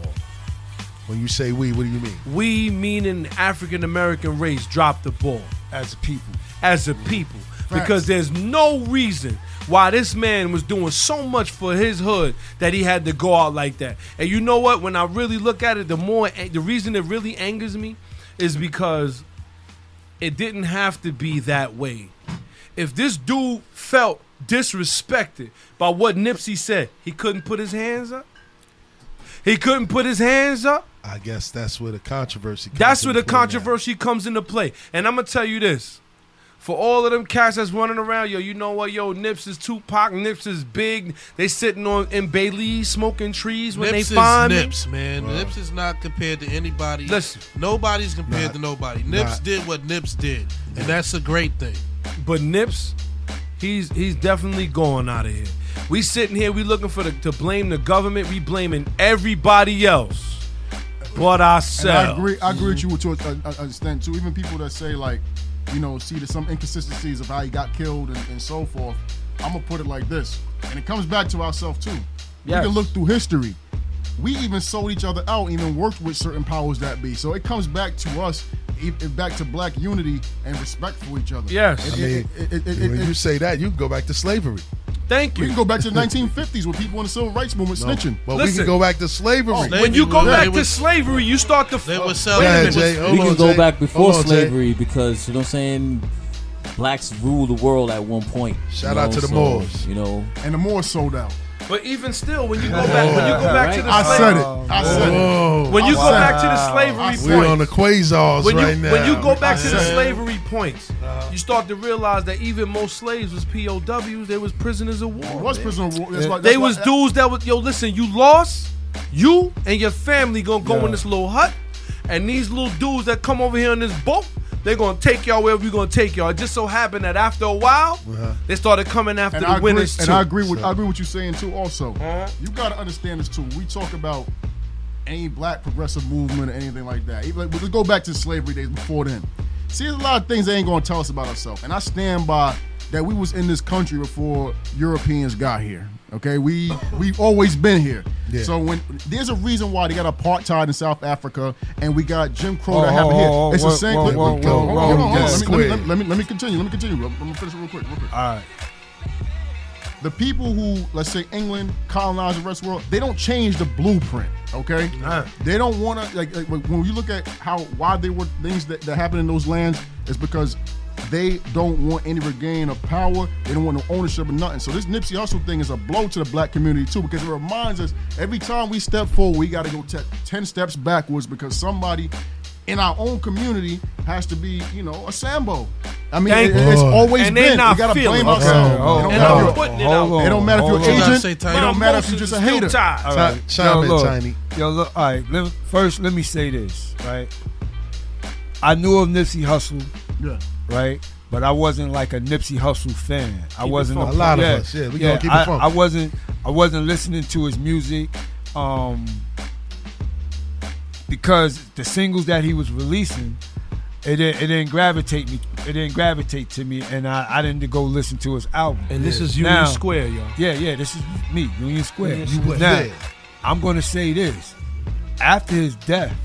When you say we, what do you mean? We, meaning the African American race, dropped the ball. As a people. As a people. Facts. Because there's no reason why this man was doing so much for his hood that he had to go out like that. And you know what? When I really look at it, the more the reason it really angers me is because it didn't have to be that way. If this dude felt disrespected by what Nipsey said, he couldn't put his hands up. He couldn't put his hands up. I guess that's where the controversy comes That's where the into play now. controversy comes into play. And I'm gonna tell you this. For all of them cats that's running around, yo, you know what, yo, Nips is Tupac, Nips is big. They sitting on in Bailey smoking trees when Nips they find is me. Nips, man. Nips is not compared to anybody. Listen. nobody's compared Not- to nobody. Nips not- did what Nips did, and that's a great thing. But Nips, he's he's definitely going out of here. We sitting here, we looking for the, to blame the government. We blaming everybody else, but And I ourselves. agree. I agree with you to a- a- a extent too. Even people that say like, you know, see there's some inconsistencies of how he got killed and, and so forth. I'm gonna put it like this, and it comes back to ourselves too. Yes. We can look through history. We even sold each other out, even worked with certain powers that be. So it comes back to us, e- back to black unity and respect for each other. I It- mean, it- it- it- it- when you say that, you can go back to slavery. Thank we can go back to the 1950s when people in the civil rights movement No, snitching. but we can Listen. go back to slavery. Oh, when you go yeah. back to slavery, you start to. They were we selling. can go back before slavery because you know what I'm saying. Blacks ruled the world at one point. Shout you out know, to the so, Moors. You know, and the more sold out. But even still, when you go back, when you go back to the I said it. slavery- I said it. When you I go said back it. to the slavery point, We're on the quasars when you, right now. When you go back to the I said- slavery points, you start to realize that even most slaves was POWs. They was prisoners of war. was man. prisoner of war. That's why- they that's why- was dudes that was yo. Listen, you lost. You and your family gonna go in this little hut, and these little dudes that come over here on this boat, they gonna take y'all wherever you gonna take y'all. It just so happened that after a while, they started coming after Uh-huh. and the I agree, winners and too. I agree with I agree with you saying too. Also, you gotta understand this too. We talk about any black progressive movement or anything like that. Even like, let's go back to slavery days before then. See, there's a lot of things they ain't gonna tell us about ourselves, and I stand by that. We was in this country before Europeans got here. Okay, we we've always been here. Yeah. So when there's a reason why they got apartheid in South Africa and we got Jim Crow Oh, that happened oh, here. oh, it's whoa, the same. whoa, let- whoa, hold on, whoa, hold on, whoa, hold on. Let me- let me- squid. let me let me continue. Let me continue. I'm gonna finish it real quick. Real quick. All right. The people who, let's say, England colonized the rest of the world, they don't change the blueprint. Okay. They don't want to like, like when you look at how why they were things that, that happen in those lands is because they don't want any regain of power. They don't want no ownership or nothing. So this Nipsey Hussle thing is a blow to the black community too, because it reminds us every time we step forward, we got to go te- ten steps backwards because somebody in our own community has to be, you know, a Sambo. I mean, Thank it- it's you. always And they been. not We gotta feeling blame it. ourselves. Okay, hold it, don't on, matter hold if on, you're- hold it don't matter if you're on, hold on. Asian. Say It Tiny. don't matter if you're Emotions just a is still hater. tied. All Ti- right. chime Yo, in, look. Tiny. Yo, look, all right. Let, first, let me say this, right? I knew of Nipsey Hussle, Yeah. right? But I wasn't like a Nipsey Hussle fan. I Keep it wasn't funky. A lot of us, yeah, we gonna keep it I, funky. I wasn't. I wasn't listening to his music um, because the singles that he was releasing, it didn't, it didn't gravitate me. It didn't gravitate to me, and I, I didn't go listen to his album. And this is Union Square, y'all. Yeah, yeah. This is me, Union Square. Union Square. Now, Yeah. I'm gonna say this: after his death,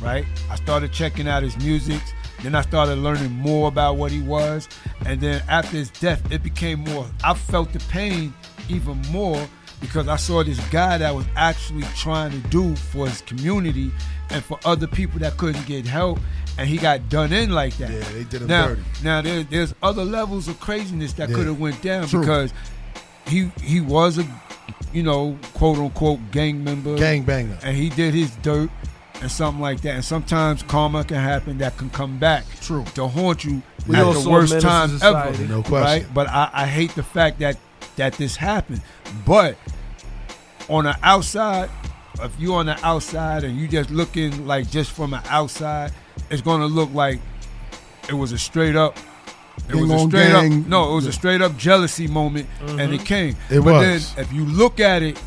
right? I started checking out his music. Then I started learning more about what he was. And then after his death, it became more. I felt the pain even more because I saw this guy that was actually trying to do for his community and for other people that couldn't get help. And he got done in like that. Yeah, they did him now, dirty. Now, there, there's other levels of craziness that Yeah. could have went down True. because he he was a you know quote unquote gang member Gang banger. and he did his dirt and something like that and sometimes karma can happen that can come back true to haunt you We at all the saw worst menace to time ever society. No question. right? but I, I hate the fact that that this happened but on the outside if you're on the outside and you just looking like just from the outside it's gonna look like it was a straight up it Gang was a on straight gang. up no it was a straight up jealousy moment and it Mhm. came It but was. then if you look at it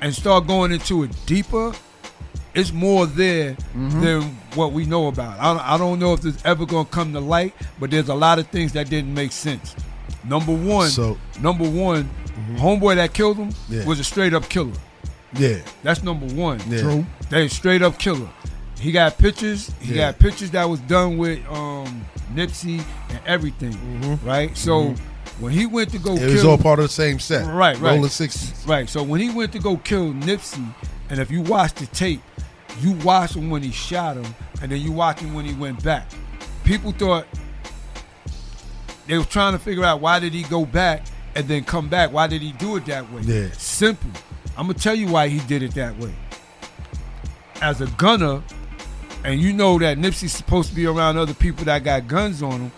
and start going into it deeper, it's more there Mm-hmm. than what we know about. I don't, I don't know if it's ever going to come to light, but there's a lot of things that didn't make sense. Number one, So- Mm-hmm. number one, homeboy that killed him Yeah. was a straight up killer. Yeah. That's number one. Yeah. True. They straight up killer. He got pictures. He Yeah. got pictures that was done with um, Nipsey and everything, right? So Mhm. when he went to go, It kill, was all part of the same set. Right, right. Rolling 60s. Right. So when he went to go kill Nipsey, and if you watch the tape, you watch him when he shot him, and then you watch him when he went back. People thought they were trying to figure out why did he go back and then come back? Why did he do it that way? Yeah. Simple. I'm gonna tell you why he did it that way. As a gunner, and you know that Nipsey's supposed to be around other people that got guns on him.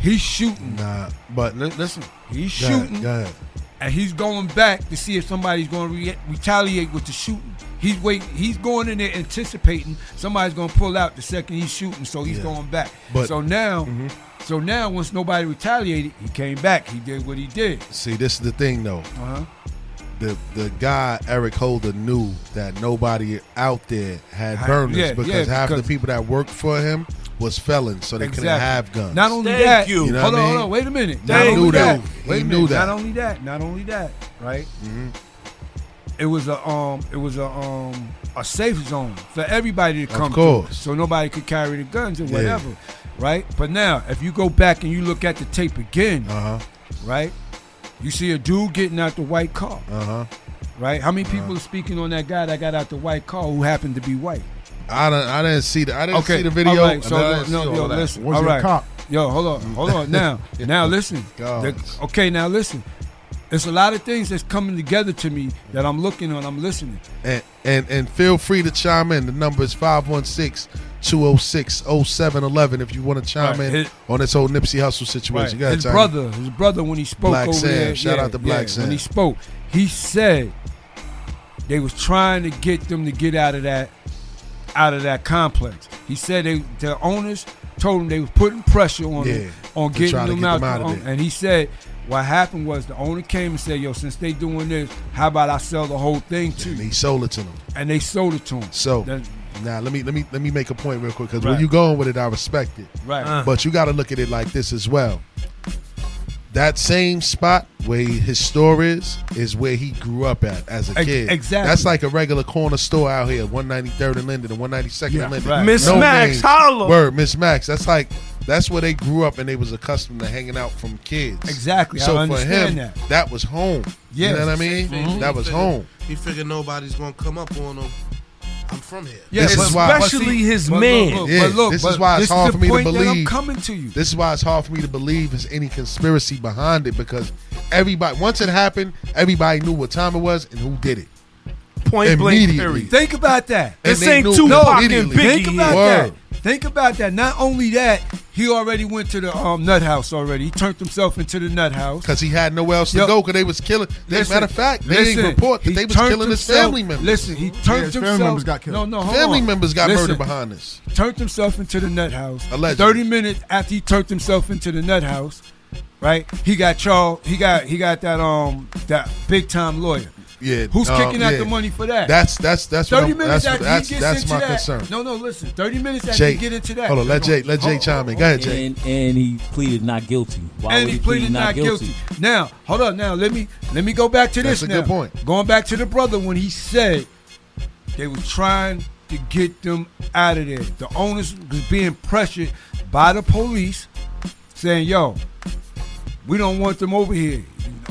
He's shooting. Nah, but listen, he's Go ahead, shooting go ahead. and he's going back to see if somebody's going to re- retaliate with the shooting. He's waiting. He's going in there anticipating somebody's going to pull out the second he's shooting, so he's Yeah. going back. But- Mm-hmm. so now, so now once nobody retaliated, he came back. He did what he did. See, this is the thing though. Uh-huh. The the guy Eric Holder knew that nobody out there had Had- burners yeah, because yeah, half because- the people that worked for him was felons, so they couldn't have guns. Not only that, know hold what on, I mean? hold on, wait a minute. He Not only knew that, that. wait he a minute. knew that. Mm-hmm. Not only that, not only that, right? It was a um, it was a um, a safe zone for everybody to Of come to, course. so nobody could carry the guns or Yeah. whatever, right? But now, if you go back and you look at the tape again, Uh-huh. right? You see a dude getting out the white car, uh-huh. right? How many people are speaking on that guy that got out the white car who happened to be white? I don't. I didn't see the. I didn't see the video. All right, so and I didn't no, see all yo, of that. listen. all right. Yo, hold on, hold *laughs* on. Now, now listen. Gosh. The- okay, now listen. It's a lot of things that's coming together to me that I'm looking on. I'm listening. and and and feel free to chime in. The number is 516-206-0711 if you want to chime Right. in His- on this whole Nipsey Hustle situation. Go ahead, His Johnny. brother, his brother, when he spoke Black over Sam. there, Shout yeah, out to Black yeah, Sam. When he spoke, he said they was trying to get them to get out of that, out of that complex. He said they, the owners told him they was putting pressure on Yeah, them, on to getting try to them get out. them out of on- there. and he said what happened was the owner came and said, "Yo, since they doing this, how about I sell the whole thing to you?" He sold it to them. And they sold it to him. So now let me let me let me make a point real quick because Right. where you going with it, I respect it. Right. Uh. But you got to look at it like this as well. That same spot where his store is is where he grew up at as a Ex- kid. exactly. That's like a regular corner store out here, 193rd and Linden and 192nd Yeah, and Linden. right. Miss Max, names. holla. Word, Miss Max. That's like that's where they grew up and they was accustomed to hanging out from kids. Exactly. I So for understand him, that. was home. You know what I mean? Mm-hmm. Mhm. That was He figured- home. He figured nobody's gonna come up on him. I'm from here. Yeah, This is why- especially his man. Look, Yeah, but look, this but is why it's this hard the for me to point that I'm believe. coming to you. This is why it's hard for me to believe there's any conspiracy behind it because everybody once it happened, everybody knew what time it was and who did it. Point blank Immediately. period. Think about that. And This they ain't knew Tupac and immediately. Biggie Think about here. that. Think about that. Not only that, he already went to the um, nut house already. He turned himself into the nut house because he had nowhere else to go because they was killing. They, Listen, matter of fact, they listen, didn't report that he they was turned killing his himself- family members. Listen, he turned his himself. No, no, hold family on. members got Listen, murdered behind this. Turned himself into the nut house. Allegedly. Thirty minutes after he turned himself into the nut house, right? He got Charles. He got he got that um that big time lawyer. Yeah, Who's um, kicking out yeah. the money for that? That's that's that's what thirty I'm- minutes that's after that's, he gets that's into my that. concern. No, no, listen. Thirty minutes after Jay, he get into that. hold on, let Jay let Jay chime in. Go ahead, Jay. And, and he pleaded not guilty. Why and would he pleaded plead not guilty. Now, hold on. Now, let me let me go back to this. That's a good now. point. Going back to the brother when he said they were trying to get them out of there. The owners was being pressured by the police, saying, "Yo, we don't want them over here."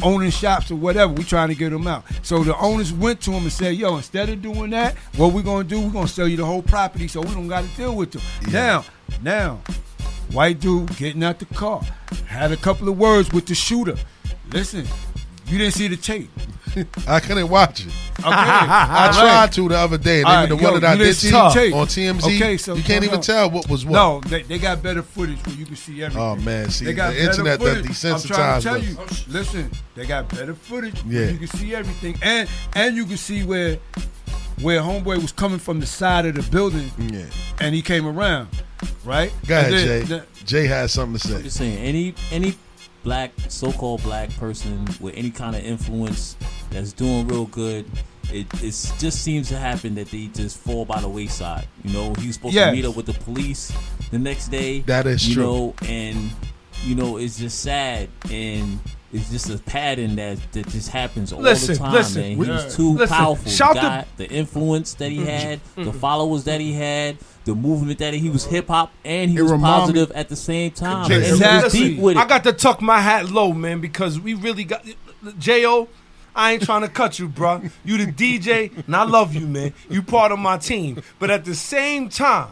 Owning shops or whatever, we trying to get them out. So the owners went to him and said, "Yo, instead of doing that, what we gonna do? We gonna sell you the whole property, so we don't got to deal with them." Now, now, White dude getting out the car. Had a couple of words with the shooter. Listen, you didn't see the tape. *laughs* I couldn't watch it. *laughs* Okay. I All right. tried to the other day. And All even the right, one yo, that I you didn't did see see the tape. on TMZ, Okay, so you can't no, even no. tell what was what. No, they, they got better footage where you can see everything. Oh, man, see, they got the better internet done footage. I'm desensitized trying to tell us. you, listen, they got better footage. Yeah. Yeah, you can see everything, and and you can see where where homeboy was coming from the side of the building. Yeah, and he came around, right? Go ahead, And then Jay. the- Jay has something to say. I'm just saying, any any black, so-called black person with any kind of influence that's doing real good, it it's just seems to happen that they just fall by the wayside. You know, he was supposed Yes. to meet up with the police the next day. That is you true. Know, and you know, it's just sad and. It's just a pattern that, that just happens all Listen, the time, listen, man. He we- uh, was too listen, powerful. shout the- God, the influence that he Mhm. had, the Mhm. followers that he had, the movement that he, he was hip hop and he It was remind me- positive at the same time. Jay, And he was Ah, deep with it. I got to tuck my hat low, man, because we really got Jo. I ain't trying to cut you, bruh. You the DJ, and I love you, man. You part of my team, but at the same time,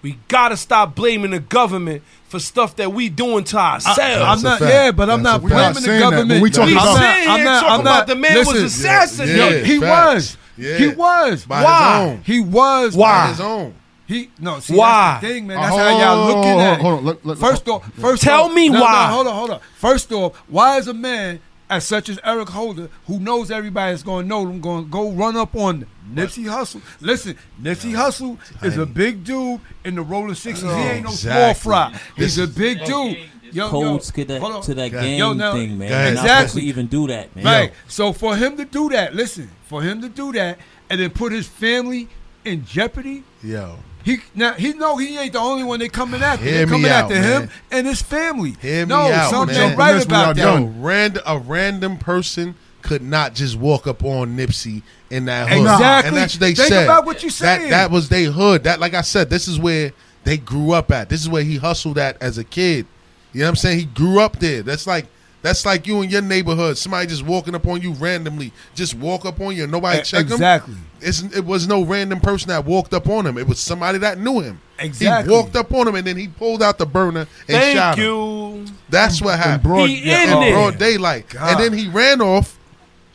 we gotta stop blaming the government for stuff that we doing to ourselves. I'm not, yeah, but I'm not blaming the government. We talking I'm about, not- I'm not- I'm not- the man was listen. assassinated. Yo, he was. He was. By his Why? own. He was. Why? by own. He no. See, Why? That's the thing, man. Uh, That's hold how y'all on, looking hold on, at. it. hold on, let- let- first off, first Tell off- me no, why. No, hold on, hold on. First off, why is a man as such as Eric Holder, who knows everybody's going to know them, going to go run up on them? Nipsey Hussle. Listen, Nipsey Hussle is a big dude in the Rolling Sixties. He ain't no small Exactly. fry. This He's a is- big dude. Yo, yo, Codes get that- hold on. to that Yo, gang now- thing, man. You're not supposed to Exactly. even do that, man. Right. Yo. So for him to do that, listen, for him to do that and then put his family in jeopardy, Yo, he now he know he ain't the only one they coming after. Hear they me coming out, after man. him and his family. Hear me no, out, something man. ain't right about Yo, that. rand- a random person could not just walk up on Nipsey in that hood. Exactly. And that's what they Think said. about what you That, saying. that was their hood. That, like I said, this is where they grew up at. This is where he hustled at as a kid. You know what I'm saying? He grew up there. That's like. That's like you in your neighborhood. Somebody just walking up on you randomly. Just walk up on you and nobody E- check him. exactly. It's, it was no random person that walked up on him. It was somebody that knew him. Exactly. He walked up on him and then he pulled out the burner and Thank shot him. you. That's what happened. broad- He yeah, in in it. broad daylight. God. And then he ran off,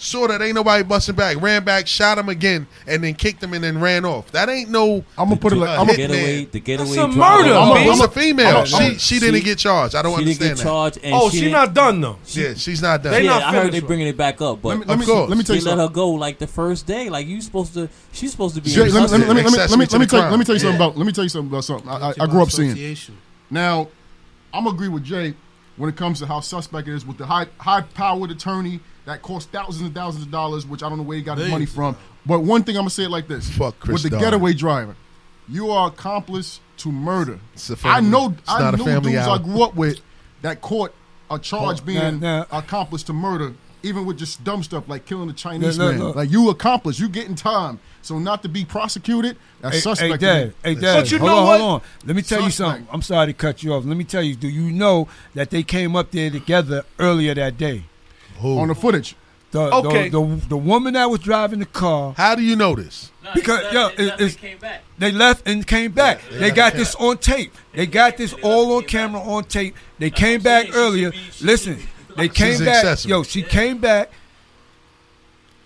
saw that ain't nobody busting back, ran back, shot him again, and then kicked him and then ran off. That ain't no. I'm gonna put it like- a I'm gonna- Getaway- hitman. the getaway That's a driver. murder. Oh, I'm a- It's I'm a a- female. I'm a- she she didn't Oh, she- get charged. I don't she didn't understand that. get charged and Oh, she she didn't- not done though. yeah, she's not done. yeah, I heard they bringing it back up, but Let me- let me- Of course. let me tell you they let her something. go like the first day. Like you supposed to, she's supposed to be. Jay, in let me, let me, let me, let me, let me, custody. let me tell, you- let me tell you something Yeah. about let me tell you something about something I, I, I grew up seeing. Association. Now, I'm gonna agree with Jay when it comes to how suspect it is with the high high powered attorney that cost thousands and thousands of dollars, which I don't know where he got his money Millions. from. But one thing I'm gonna say it like this: Fuck Chris with the Dodd. getaway driver, you are accomplice to murder. a family- I know it's I not a knew family dudes I album. grew up with that caught a charge Hold- being Nah, accomplice to murder. Even with just dumb stuff like killing a Chinese Look, look, man, look. like you accomplice, you getting time. So not to be prosecuted, that's Hey, suspect. hey, Dad. Hey, Dad. hold on, Hold on. Let me tell you something. I'm sorry to cut you off. Let me tell you. Do you know that they came up there together earlier that day? On the footage. The, Okay. The, the, the woman that was driving the car. How do you know this? Because yo, it- it's- they left and came back. they they left got and this on tape. They got this all on camera on tape. They came back earlier. Listen, they came She's back. accessible. Yo, she came back.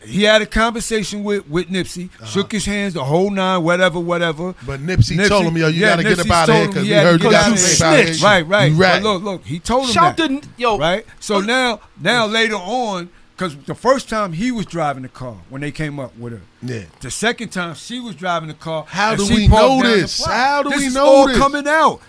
He had a conversation with with Nipsey, shook his hands, the whole nine, whatever, whatever. Uh-huh. But Nipsey told him, yo, you gotta get up Nipsey outta told here him 'cause he we had to heard get you out got of some there. snitch. Right, right. You But rat. look, look, he told him Shout that. the- yo, right. So now, now later on, because the first time he was driving the car when they came up with her. Yeah. The second time she was driving the car. How and do she we parked know down the this? block. How do this we is know all this? coming out?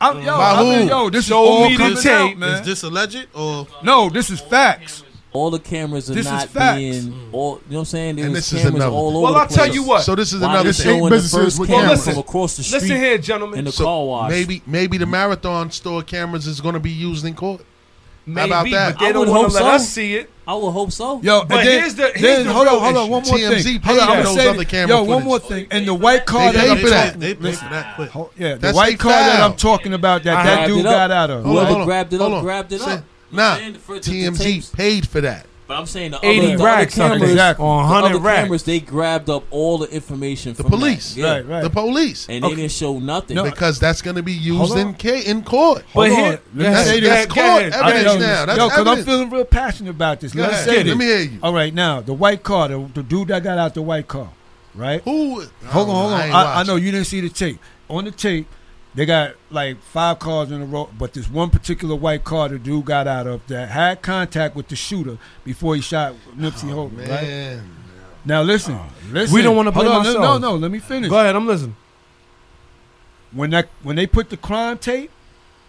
I'm, yo, By I mean, who? yo, this Show is all me the coming tape. out, man. Is this alleged or no? This is facts. All the cameras are This is not facts. being all. You know what I'm saying? There And was this is cameras another- all over Well, the I'll tell place. you what. So this is Why another they thing. showing the Businesses first with camera cameras. from across the street. Listen here, gentlemen. In the So car wash. Maybe maybe the marathon store cameras is going to be used in court. How Maybe, about that? but they I don't would wanna hope let so. us see it. I would hope so. Yo, But and then, here's the- here's then the hold real on, hold on, issue. one more TMZ paid thing. Hold on, for I'm those gonna say other th- camera Yo, one footage. more thing. And the white car They that I'm paid for that. talking- They paid for listen, that quick. hold- Yeah, the That's white they car that foul. I'm talking about that I that grabbed dude it up. got out of. Whoever Hold on, grabbed it hold up, on. grabbed it Say- up. You Nah, saying? For- to- to TMZ tapes. paid for that. But I'm saying the 80 other, the racks other on it. cameras, Exactly. On the 100 other racks. cameras, they grabbed up all the information. The from police. that. Yeah. Right, right. The police. and they didn't show nothing. because that's going to be used Hold in ca- in court. But Hold here- on. let me that's, say that's this. court Go ahead. evidence Yo, now. That's yo, because I'm evidence. feeling real passionate about this. Go Let's ahead. say Get it. this. Let me hear you. All right, now the white car, the, the dude that got out the white car, right? Who? Hold on, hold know. on. I I, ain't I, watching. know you didn't see the tape. On the tape, they got like five cars in a row, but this one particular white car the dude got out of that had contact with the shooter before he shot Nipsey Hope. Oh, Right? Man. Now listen, listen. We don't wanna Hold blame on, no, ourselves. No, no, let me finish. Go ahead, I'm listening. When that when they put the crime tape,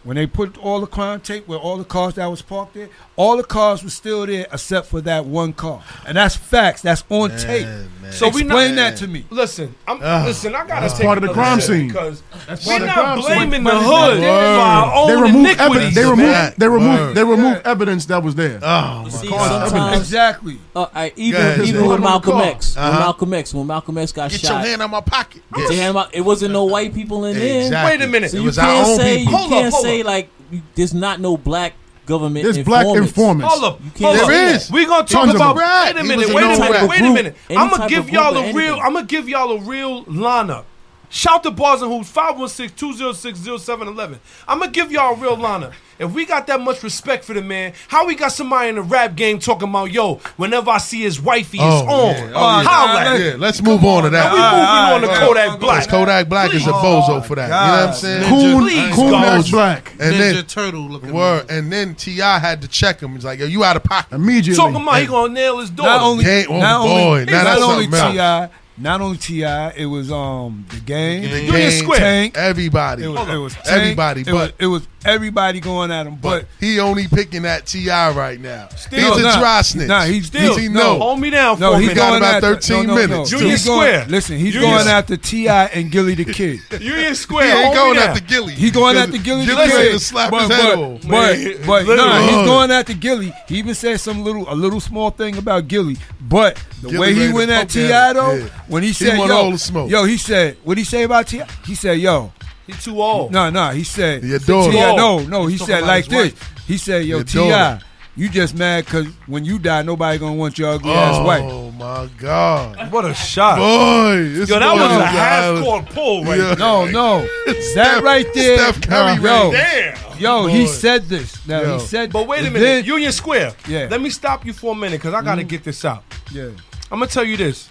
when they put all the crime tape where all the cars that was parked there, all the cars were still there except for that one car, and that's facts. That's on tape. So So we explain not, that to me. Listen, I'm, Ugh. listen. I gotta Ah. That's take part of the another crime sip scene. because That's we're part of the not crime scene. blaming the Money, hood for our own They remove iniquities. evidence. They remove. They remove. Word. They remove evidence that was there. Oh See, sometimes, exactly. Uh, I, even ahead, even Jay. with Malcolm Car. X, Uh-huh. when Malcolm X, when Malcolm X got Get shot, your hand out my pocket. Get your hand out- It wasn't no white people in there. Exactly. Wait a minute. So It you was our can't own say people. you Hold up, can't hold say up. like you- there's not no black government. There's black informants. Hold up, You hold can't up. say that. We gonna talk Tons of about. them. Wait a He minute. was Wait a any type minute. of Wait a group, minute. any I'm type gonna of give group y'all or a real. anything. I'm gonna give y'all a real lineup. Shout to Bars and Hoops 516-206-0711. I'm gonna give y'all a real lineup. If we got that much respect for the man, how we got somebody in the rap game talking about yo? Whenever I see his wifey, is Oh, on. yeah. Holla. yeah. Yeah, let's move on to that. We All right, moving on to all right. Kodak Black. 'Cause Kodak Black is a bozo for that. You know what I'm saying? Coon- Please, Coon God. Ass Black. And Ninja then, Turtle looking Word. And then T.I. had to check him. He's like, yo, you out of pocket. Immediately. Talking about he gonna nail his daughter. Not only, Gang- oh, not boy, only, now not that's only something else. Ti, not only Ti, it was um the game, The Union Gang, Square. Tank, everybody, It was, it was Tank, everybody, it but was, it was everybody going at him. But, he only picking at Ti right now. Still, he's a nah, dry snitch. nah, he's Because he no, know. no, he he's got going about after- 13 no, no, no. minutes. He's going- listen, he's Union going Square. after Ti and Gilly the Kid. Union Square. Oh, He ain't hold me going down. after Gilly. He going after Gilly. Gilly the ready to Kid. slap but, his but, head off. But, Man, but literally. nah, he's Ugh. going after Gilly. He even said some little, a little small thing about Gilly. But the Gilly way ready he to went at poke him. Ti though, Yeah. when he He said, want "Yo, all the smoke. yo," he said, "What he say about Ti?" He said, "Yo." He too old. No, no, he said. Your daughter. no, no, he He's said talking like about this. his He said, "Yo, Your Ti, daughter. you just mad because when you die, nobody gonna want your ugly ass Oh, wife." my God. What a shot. Boy, this Yo, that boy was a is half-court pull right there. No, no, that right there. Steph Curry yo, right there. Yo, he Boy. said this. Now Yo. he said. But wait a and minute, then- Union Square. Yeah. Let me stop you for a minute because I Mm. got to get this out. Yeah. I'm gonna tell you this.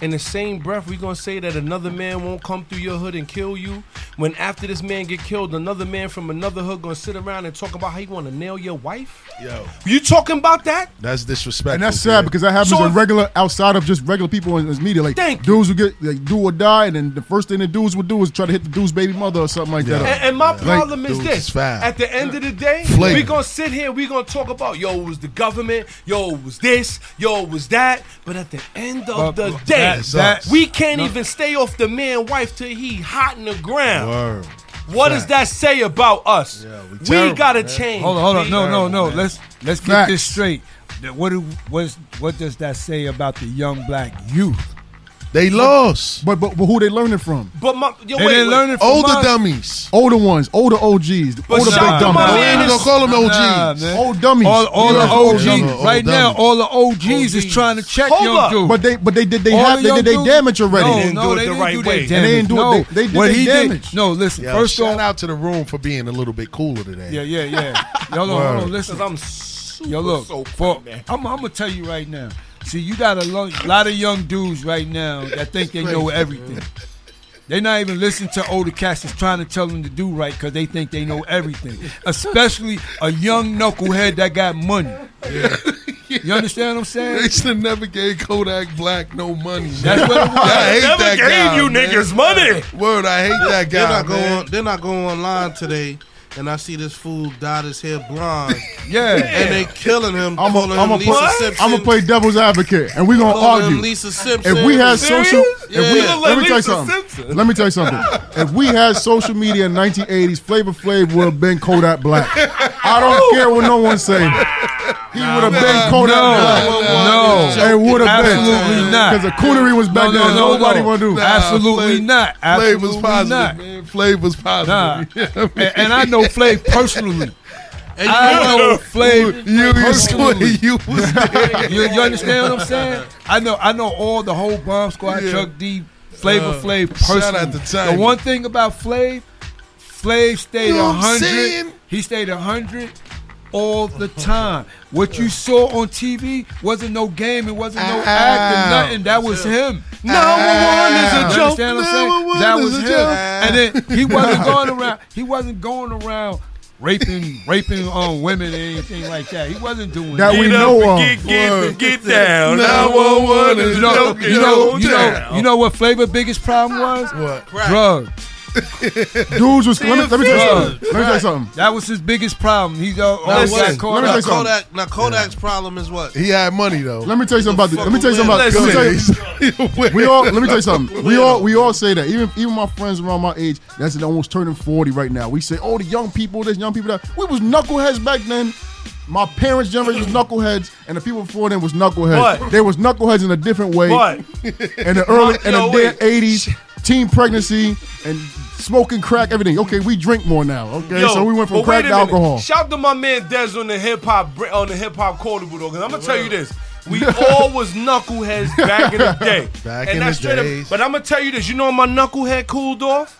In the same breath, we gonna say that another man won't come through your hood and kill you. When after this man get killed, another man from another hood gonna sit around and talk about how he wanna nail your wife. Yo, you talking about that? That's disrespectful. And that's sad because that happens So in if- regular, outside of just regular people in this media. Like dudes who get like do or die, and then the first thing the dudes would do is try to hit the dude's baby mother or something like that. And, and my Like, problem is dudes this: foul. at the end of the day, Flavor. we gonna sit here, we gonna talk about yo it was the government, yo it was this, yo it was that. But at the end But- of the but day, that sucks. we can't No. even stay off the man wife till he hot in the ground. Word. What does that say about us? we Terrible, gotta man. change. Hold on, hold on. We- No, no, no. Let's let's get Facts. this straight. That What do what's, what does that say about the young black youth? They lost. But but, but who they learning from? But my, yo, They wait, didn't wait. learn it from Older us. dummies, older ones, older OGs, But older shout big out to dummies. my man is- Nah, man. Old dummies. All, all Yeah. the OGs Yeah. Old right now, dummies. all the OGs, is trying to check Hold young up. dude. But they- but they did- they All have- the they young did they dudes- damage already. No, They didn't no, do it they the didn't right do way. their And damage. they didn't do it- no. they- they did what their he damage. Did, no, listen. Yo, first shout off, out to the room for being a little bit cooler today. *laughs* Yeah, yeah, yeah. Yo, look, hold on, Word. listen. 'Cause I'm super Yo, look, soaked for, right now. I'm, I'm gonna tell you right now. See, you got a lo- lot of young dudes right now that think they know everything. They not even listening to older cats that's trying to tell them to do right because they think they know everything. Especially a young knucklehead that got money. You understand what I'm saying? They should never gave Kodak Black no money. *laughs* That's what it *laughs* was. I hate Never that gave guy, you man. niggas money. Word, I hate that guy. Then I go man. on, then I go online today. And I see this fool dyed his hair blonde. yeah, and they killing him. I'm calling him gonna Lisa play, Simpson. I'ma play devil's advocate, and we're gonna Calling him argue. Lisa Simpson. If we had Serious? social, if we, Yeah. let me tell you Lisa something. Simpson. Let me tell you something. If we had social media in 1980s, Flavor Flav would have been Kodak Black. I don't care what no one say. He would have been Kodak Black. No, it would have been Absolutely not. because the coonery was back No, no, then. no, Nobody no. want to do. Absolutely not. Flav was Absolutely positive, not. man. Flav was *laughs* positive. Nah. and, and I know Flav personally. And I you know know- Flav You was- personally. *laughs* you *laughs* you, you *laughs* understand what I'm saying? I know. I know all the whole bomb squad. Yeah. Chuck D, Flavor Uh, Flav personally. shout out to Tiny. The one thing about Flav, Flav stayed You know what I'm saying? hundred. He stayed hundred. All the time. What you saw on TV wasn't no game. It wasn't no acting, Ow. nothing. That was him. Number Ah, one is a You joke. understand what I'm saying? Number one That is was a him. joke. Ah. And then he wasn't going around. He wasn't going around raping, raping on women or anything like that. He wasn't doing That that. we Get know up and of. get- get- Word. get down. 911 is You know, joking you know, on you know, down. you know what Flavor biggest problem was? What? *laughs* Drugs. Dudes was. Let me, let me tell you something. Let me tell you Right. something. That was his biggest problem. He uh, Now, always got listen, caught now, up. Kodak, now Kodak's problem is what? He had money though. Let me tell you something about this. Let me tell you something about Listen. let me tell you- We all *laughs* let me tell you something. We all we all say that. Even even my friends around my age, that's almost turning 40 right now. We say, oh, the young people, this young people that we was knuckleheads back then. My parents' generation was knuckleheads, and the people before them was knuckleheads. But- They was knuckleheads in a different way. But- in the early in Yo, the wait. dead 80s, teen pregnancy and smoking crack, everything. Okay, we drink more now. Okay, Yo, so we went from but wait crack a to minute. alcohol. Shout to my man Dez on the hip hop br- on the hip hop quotable though, because I'm gonna tell you this. We *laughs* all was knuckleheads back in the day. Back in the straight up- days. but I'm gonna tell you this. You know when my knucklehead cooled off?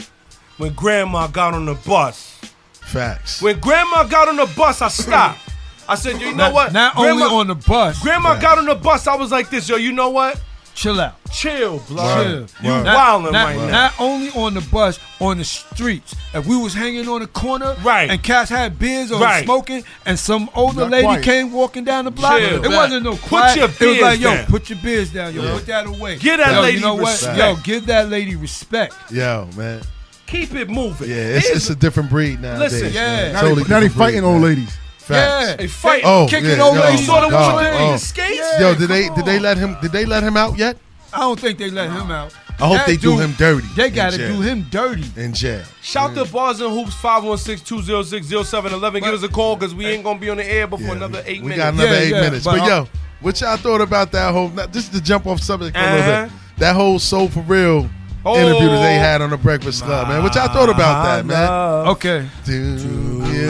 When grandma got on the bus. Facts. When grandma got on the bus, I stopped. I said, yo, you know Not- what? not only on the bus. Grandma Yeah. got on the bus, I was like this, yo, you know what? Chill out. Chill, blood. Chill. You Not- wildin' not, right now. Not only on the bus, on the streets. If we was hanging on the corner, right. and cats had beers or Right. smoking, and some older Not lady quiet. came walking down the block, Chill. it wasn't no Put quiet. your it was like, beers yo, down. put your beers down, yo, Yeah. put that away. Give that yo, lady you know respect. What? Yo, give that lady respect. Yo, man. Keep it moving. Yeah, it's, it's a different breed now. Listen, yeah. Now they- now they fighting old ladies. Facts. Oh, Yeah, they fight- kicking old yo, ladies. You saw the God, one with the oh. skates? Yo, did they did they let him did they let him out yet? I don't think they let him out. I hope That they do dude- him dirty. They in gotta jail. do him dirty. in jail. Shout to Bars and Hoops 516-206-0711. Give us a call because we ain't gonna be on the air before another eight We minutes. got another eight minutes. uh, But, um, yo, what y'all thought about that whole? Now, this is the jump off subject for a Uh-huh. little bit. That whole soul for real interview that they had on the Breakfast Club, man. What y'all thought about that, man? Okay.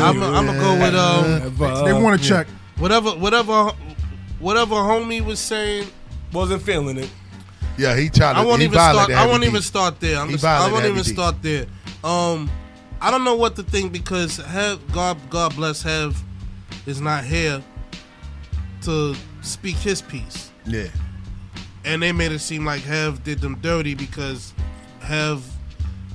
I'm gonna go with um. They uh, wanna check. Whatever, whatever, whatever, homie was saying. Wasn't feeling it. Yeah, he tried. To, I won't he even start. violated I won't Heavy even D. start there. I'm He just, I violated won't Heavy even D. start there. Um, I don't know what to think because have God, God bless Hev is not here to speak his piece, Yeah. and they made it seem like Hev did them dirty because Hev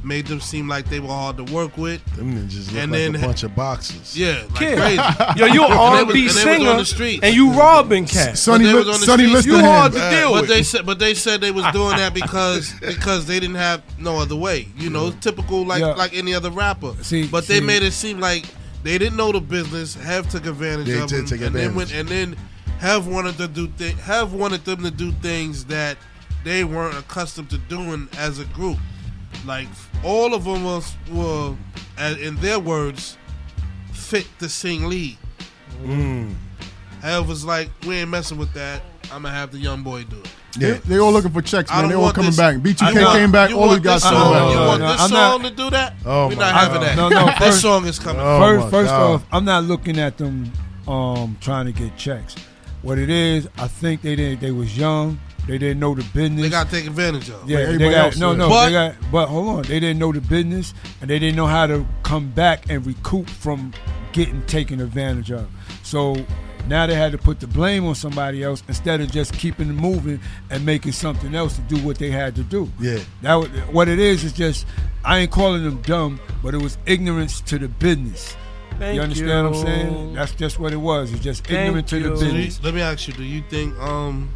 made them seem like they were hard to work with. Them ninjas look And like then- a bunch of boxers. Yeah, like Kid. crazy. Yo, you *laughs* And an they was- R&B and they was singer, on the streets. and you robbing cats. Sonny But they Li- was on the Sonny streets. Liston You hard to him. deal But with. they said, but they said they was doing that because because they didn't have no other way. You know, typical like Yeah. like any other rapper. See, but they see. made it seem like they didn't know the business. Have took advantage They of did them, take and then went, and then have wanted to do thi- have wanted them to do things that they weren't accustomed to doing as a group. Like all of them was, were, a- in their words, fit to sing lead. Mm. Hev was like, we ain't messing with that. I'm gonna have the young boy do it. They, they all looking for checks, I man. don't They all want coming this- back. I B2K don't want- came back. you All the want guys this coming song- back. you want this I'm song not- to do that? Oh We're my not God. having that. No, no. That first- song is coming. First, Oh my first God. off, I'm not looking at them um, trying to get checks. What it is, I think they didn't. They was young. They didn't know the business. They got to take advantage of. Yeah, Like they everybody got, else no, did. no, But- they got, but hold on, they didn't know the business, and they didn't know how to come back and recoup from getting taken advantage of. So Now they had to put the blame on somebody else instead of just keeping it moving and making something else to do what they had to do. Yeah. That was, what it is is just I ain't calling them dumb, but it was ignorance to the business. Thank you understand what you. I'm saying? That's just what it was. It's just Thank ignorant to the you. business. Let me ask you: Do you think um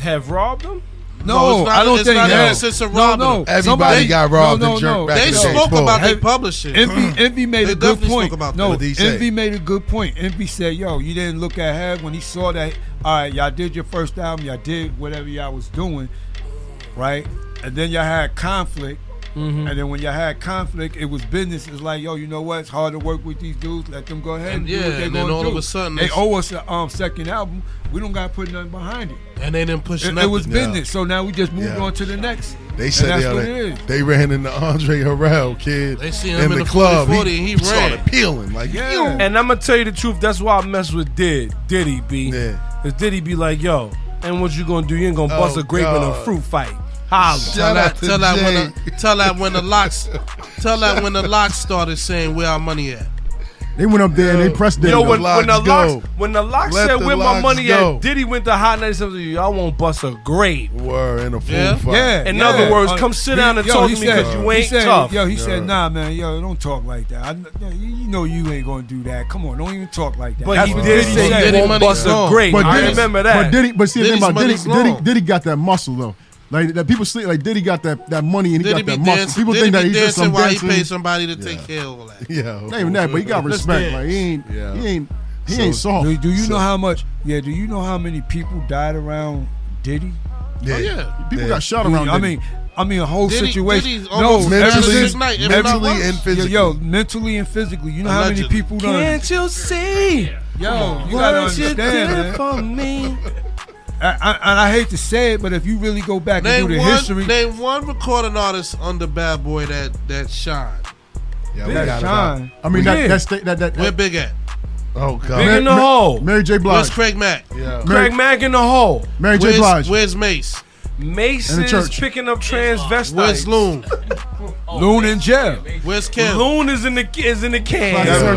have robbed them? No, I don't it's think not no. that. It's a No, robbing no. them. Everybody Somebody- got robbed no, and no, jerked no. back They in the spoke baseball. about their Have- publishing. Envy, Envy made They a good definitely point. Spoke about no, that. Envy made a good point. Envy said, "Yo, you didn't look at Hev when he saw that. All right, y'all did your first album, y'all did whatever y'all was doing, right? And then y'all had conflict." Mm-hmm. And then when y'all had conflict, it was business. It's like, yo, you know what? It's hard to work with these dudes. Let them go ahead and, And do yeah, what they and then gonna all do. of a sudden they it's- owe us a um, second album. We don't got to put nothing behind it. And they didn't push It, it nothing. was Yeah. business. So now we just moved Yeah. on to the next. They And said that's they, what they, it is. they ran into Andre Harrell, kid. They seen in him the, in the club. 40, and he started ran. peeling like And I'm gonna tell you the truth. That's why I mess with Did Diddy B. Cause Diddy be like, yo, and what you gonna do? You ain't gonna bust Oh, a grape in a God. fruit fight. Holla. Tell that, tell that when, the, tell that when the locks, tell that when the locks started saying where our money at. They went up there and they pressed them. Yo, when, when the locks, when the locks Let said the where my locks money go." at, Diddy went to Hot 97. Y'all won't bust a grape. Word in a fool yeah? In other Uh, words, come sit down and talk to me because you ain't tough. Yo, uh, he said, nah, man, yo, don't talk like that. I, kn- yo, you you know you ain't gonna do that. Come on, don't even talk like that. But That's he what did Diddy say said. he won't Money's bust a gone. grape. I remember that. But Diddy, but see, the thing Diddy's about Diddy, money's Diddy, long. Diddy got that muscle though. Like that people sleep like Diddy got that, that money and he Diddy got be that muscle. dancing. people Diddy think that be he's just dancing some while dancing- he paid somebody to take care of all that. Yeah. Not even that, but he got Let's respect. dance. Like he ain't, he ain't, he ain't So, soft. Do, do you know how much? Yeah. Do you know how many people died around Diddy? Oh, Yeah. yeah. People got shot around I Diddy. mean, I mean, a whole Diddy- situation. Diddy's almost no, dead ever this since- night, if ever- not worse. Yo, yo, mentally and physically. You know how many Allegedly. people done. Can't you see? Yo, you what gotta you understand, did man. for me. I, I, and I hate to say it, but if you really go back Name and do the one, history, name one recording artist under Bad Boy that that shine. Yeah, we got it. I mean, that, that's that, that, that, Where Big at? Oh God. Big in the hole. Mary J. Blige. Where's Craig Mack? Yeah. Craig Mack in the hole. Mary J. Where's- Blige. Where's Mace? Mace In the is church. picking up transvestites. Where's Loon? *laughs* Loon in jail. Where's Kim? Loon is in the is in the can.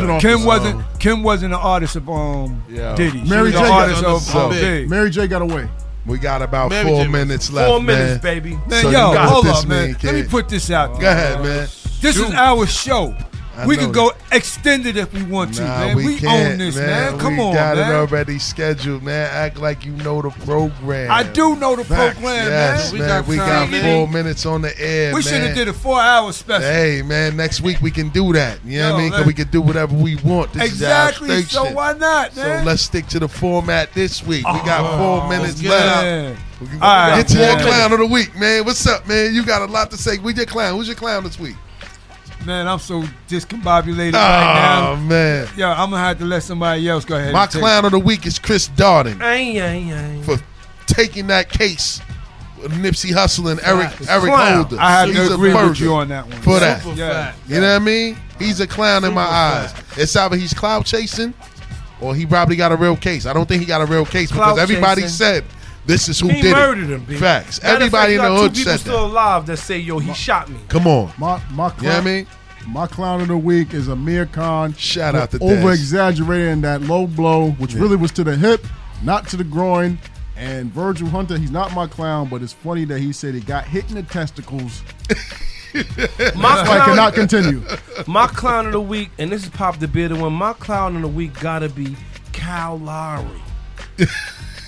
uh, Kim wasn't Kim wasn't an artist of um Yeah. Diddy. She Mary was an J. artist got of so um, Big. Mary J. got away. We got about Mary four J. minutes Four left. minutes, man. baby. So Man, you yo, got hold this, up, man. Let me kid. put this out there. Go ahead, man. This is Shoot. our show. I we know can it. go extended if we want to, Nah, man. We, own can't, this, man. Come we on, got man. it already scheduled, man. Act like you know the program. I do know the Facts. program, yes, man. man. We got, four minutes on the air. We man. should have did a four-hour special. Hey, man. Next week we can do that. You know what I mean? 'Cause let- we can do whatever we want. This Exactly. Is our So station. why not, So man? let's stick to the format this week. We got four minutes Oh, get left. it out. We All right, get to your man. clown of the week, man. What's up, man? You got a lot to say. We your clown. Who's your clown this week? Man, I'm so discombobulated Oh, right now. man. Yo, I'm gonna have to let somebody else go ahead. My and take clown it. of the week is Chris Darden. Ay, ay, ay. for taking that case with Nipsey Hussle and Eric Facts. Eric Clown. Holder. I have to He's a agree with murderer you on that one. For that. Super fact. You know what I mean? He's a clown in my eyes. It's either he's cloud chasing or he probably got a real case. I don't think he got a real case Clout because everybody chasing. said this is who he did murdered it. him. B. Facts. Matter of everybody in fact, you the got hood Two people said still that. alive that say, "Yo, he shot me." Come on. My my clown, You know what I mean? My clown of the week is Amir Khan. Shout out to Dez. over exaggerating that low blow, which Yeah. really was to the hip, not to the groin. And Virgil Hunter, he's not my clown, but it's funny that he said he got hit in the testicles. My That's why I cannot continue. My clown of the week, and this is Pop the Beard, and when my clown of the week gotta be Kyle *laughs* Lowry.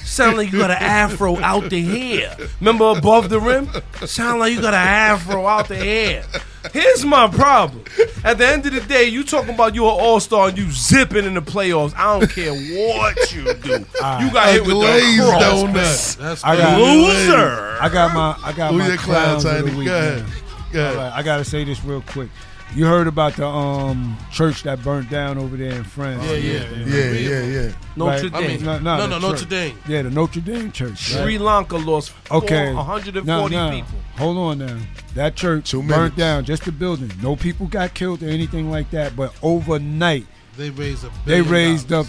Sound like you got an afro out the hair. Remember above the rim? Sound like you got an afro out the hair. Here's my problem. At the end of the day, you talking about you an all star and you zipping in the playoffs. I don't care what you do. Ah. You got hit with the cross. I got loser. I got my I got Who my your clown, clowns of Tiny? the week. Go ahead. man. Go ahead. All right, I gotta say this real quick. You heard about the um church that burnt down over there in France? Oh, Yeah, yeah, yeah. Yeah, yeah, yeah. Notre Dame. No, no, the Notre church. Dame. Yeah, the Notre Dame church. Sri Lanka lost four- Okay, 140 Now, now, people. Hold on now. That church burnt minutes. down, just the building. No people got killed or anything like that. But overnight, They raised a. they billion raised up.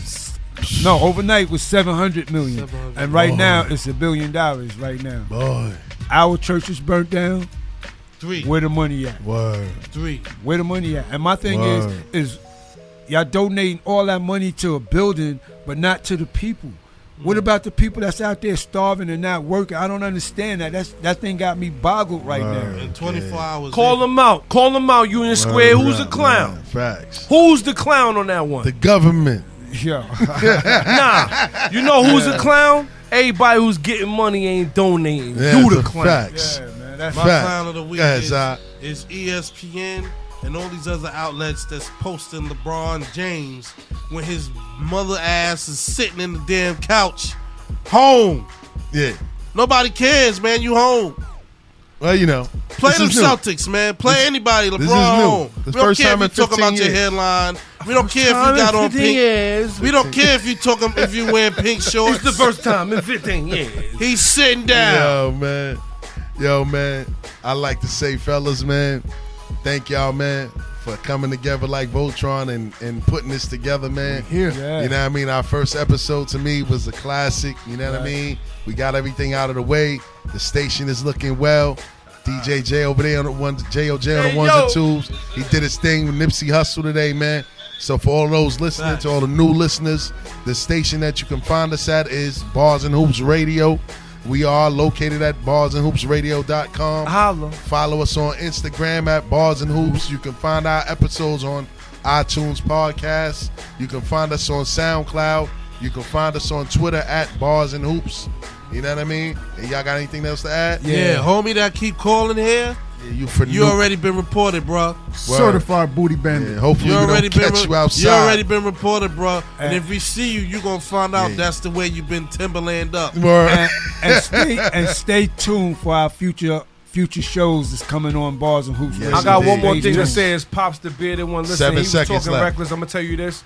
No, overnight was seven hundred million, and right Boy. now it's a billion dollars. Right now, Boy. our church is burnt down. Three. Where the money at? Word. Three. Where the money at? And my thing Word. is, is Y'all donating all that money to a building, but not to the people. Mm. What about the people that's out there starving and not working? I don't understand that. That's that thing got me boggled right now. In 24 hours. Call them out. Call them out, Union Square. Who's the clown? Facts. Who's the clown on that one? The government. nah. You know who's a clown? Everybody who's getting money ain't donating. Yeah, you the that's a clown. facts. Yeah, man, that's my Facts. clown of the week Go ahead, is, Zai. is E ESPN and all these other outlets that's posting LeBron James when his mother ass is sitting in the damn couch, home. Yeah. Nobody cares, man. You home. Well, you know. Play this them is new. Celtics, man. Play This- anybody. LeBron this is new. home. The we don't first care time in if you talk 15 about your years. headline. We don't care if you time in got on 15 pink. years. We don't care if you talking if you wearing pink shorts. It's the first time in 15 years. He's sitting down. Yo, man. Yo, man. I like to say, fellas, man, thank y'all, man, for coming together like Voltron and, and putting this together, man. Here. Yeah. You know what I mean? Our first episode to me was a classic. You know what I Right. mean? We got everything out of the way. The station is looking well. DJ J over there on the ones, JOJ on the Hey, ones yo. and twos. He did his thing with Nipsey Hustle today, man. So for all those listening, to all the new listeners, the station that you can find us at is Bars and Hoops Radio. We are located at barsandhoopsradio.com. Holla. Follow us on Instagram at Bars and Hoops. You can find our episodes on iTunes Podcast. You can find us on SoundCloud. You can find us on Twitter at Bars and Hoops. You know what I mean? And y'all got anything else to add? Yeah, homie that keep calling here. you for you nuke. already been reported, bro. Certified booty bandit. hopefully you we don't already been catch re- you outside. You already been reported, bro. And Eh. if we see you, you gonna find out that's the way you been Timberland up. and, *laughs* and stay, and stay tuned for our future future shows that's coming on Bars and Hoops. I got one more thing to say is Pops the Beard and one. Listen, Seven he was seconds talking left. reckless. I'm gonna tell you this.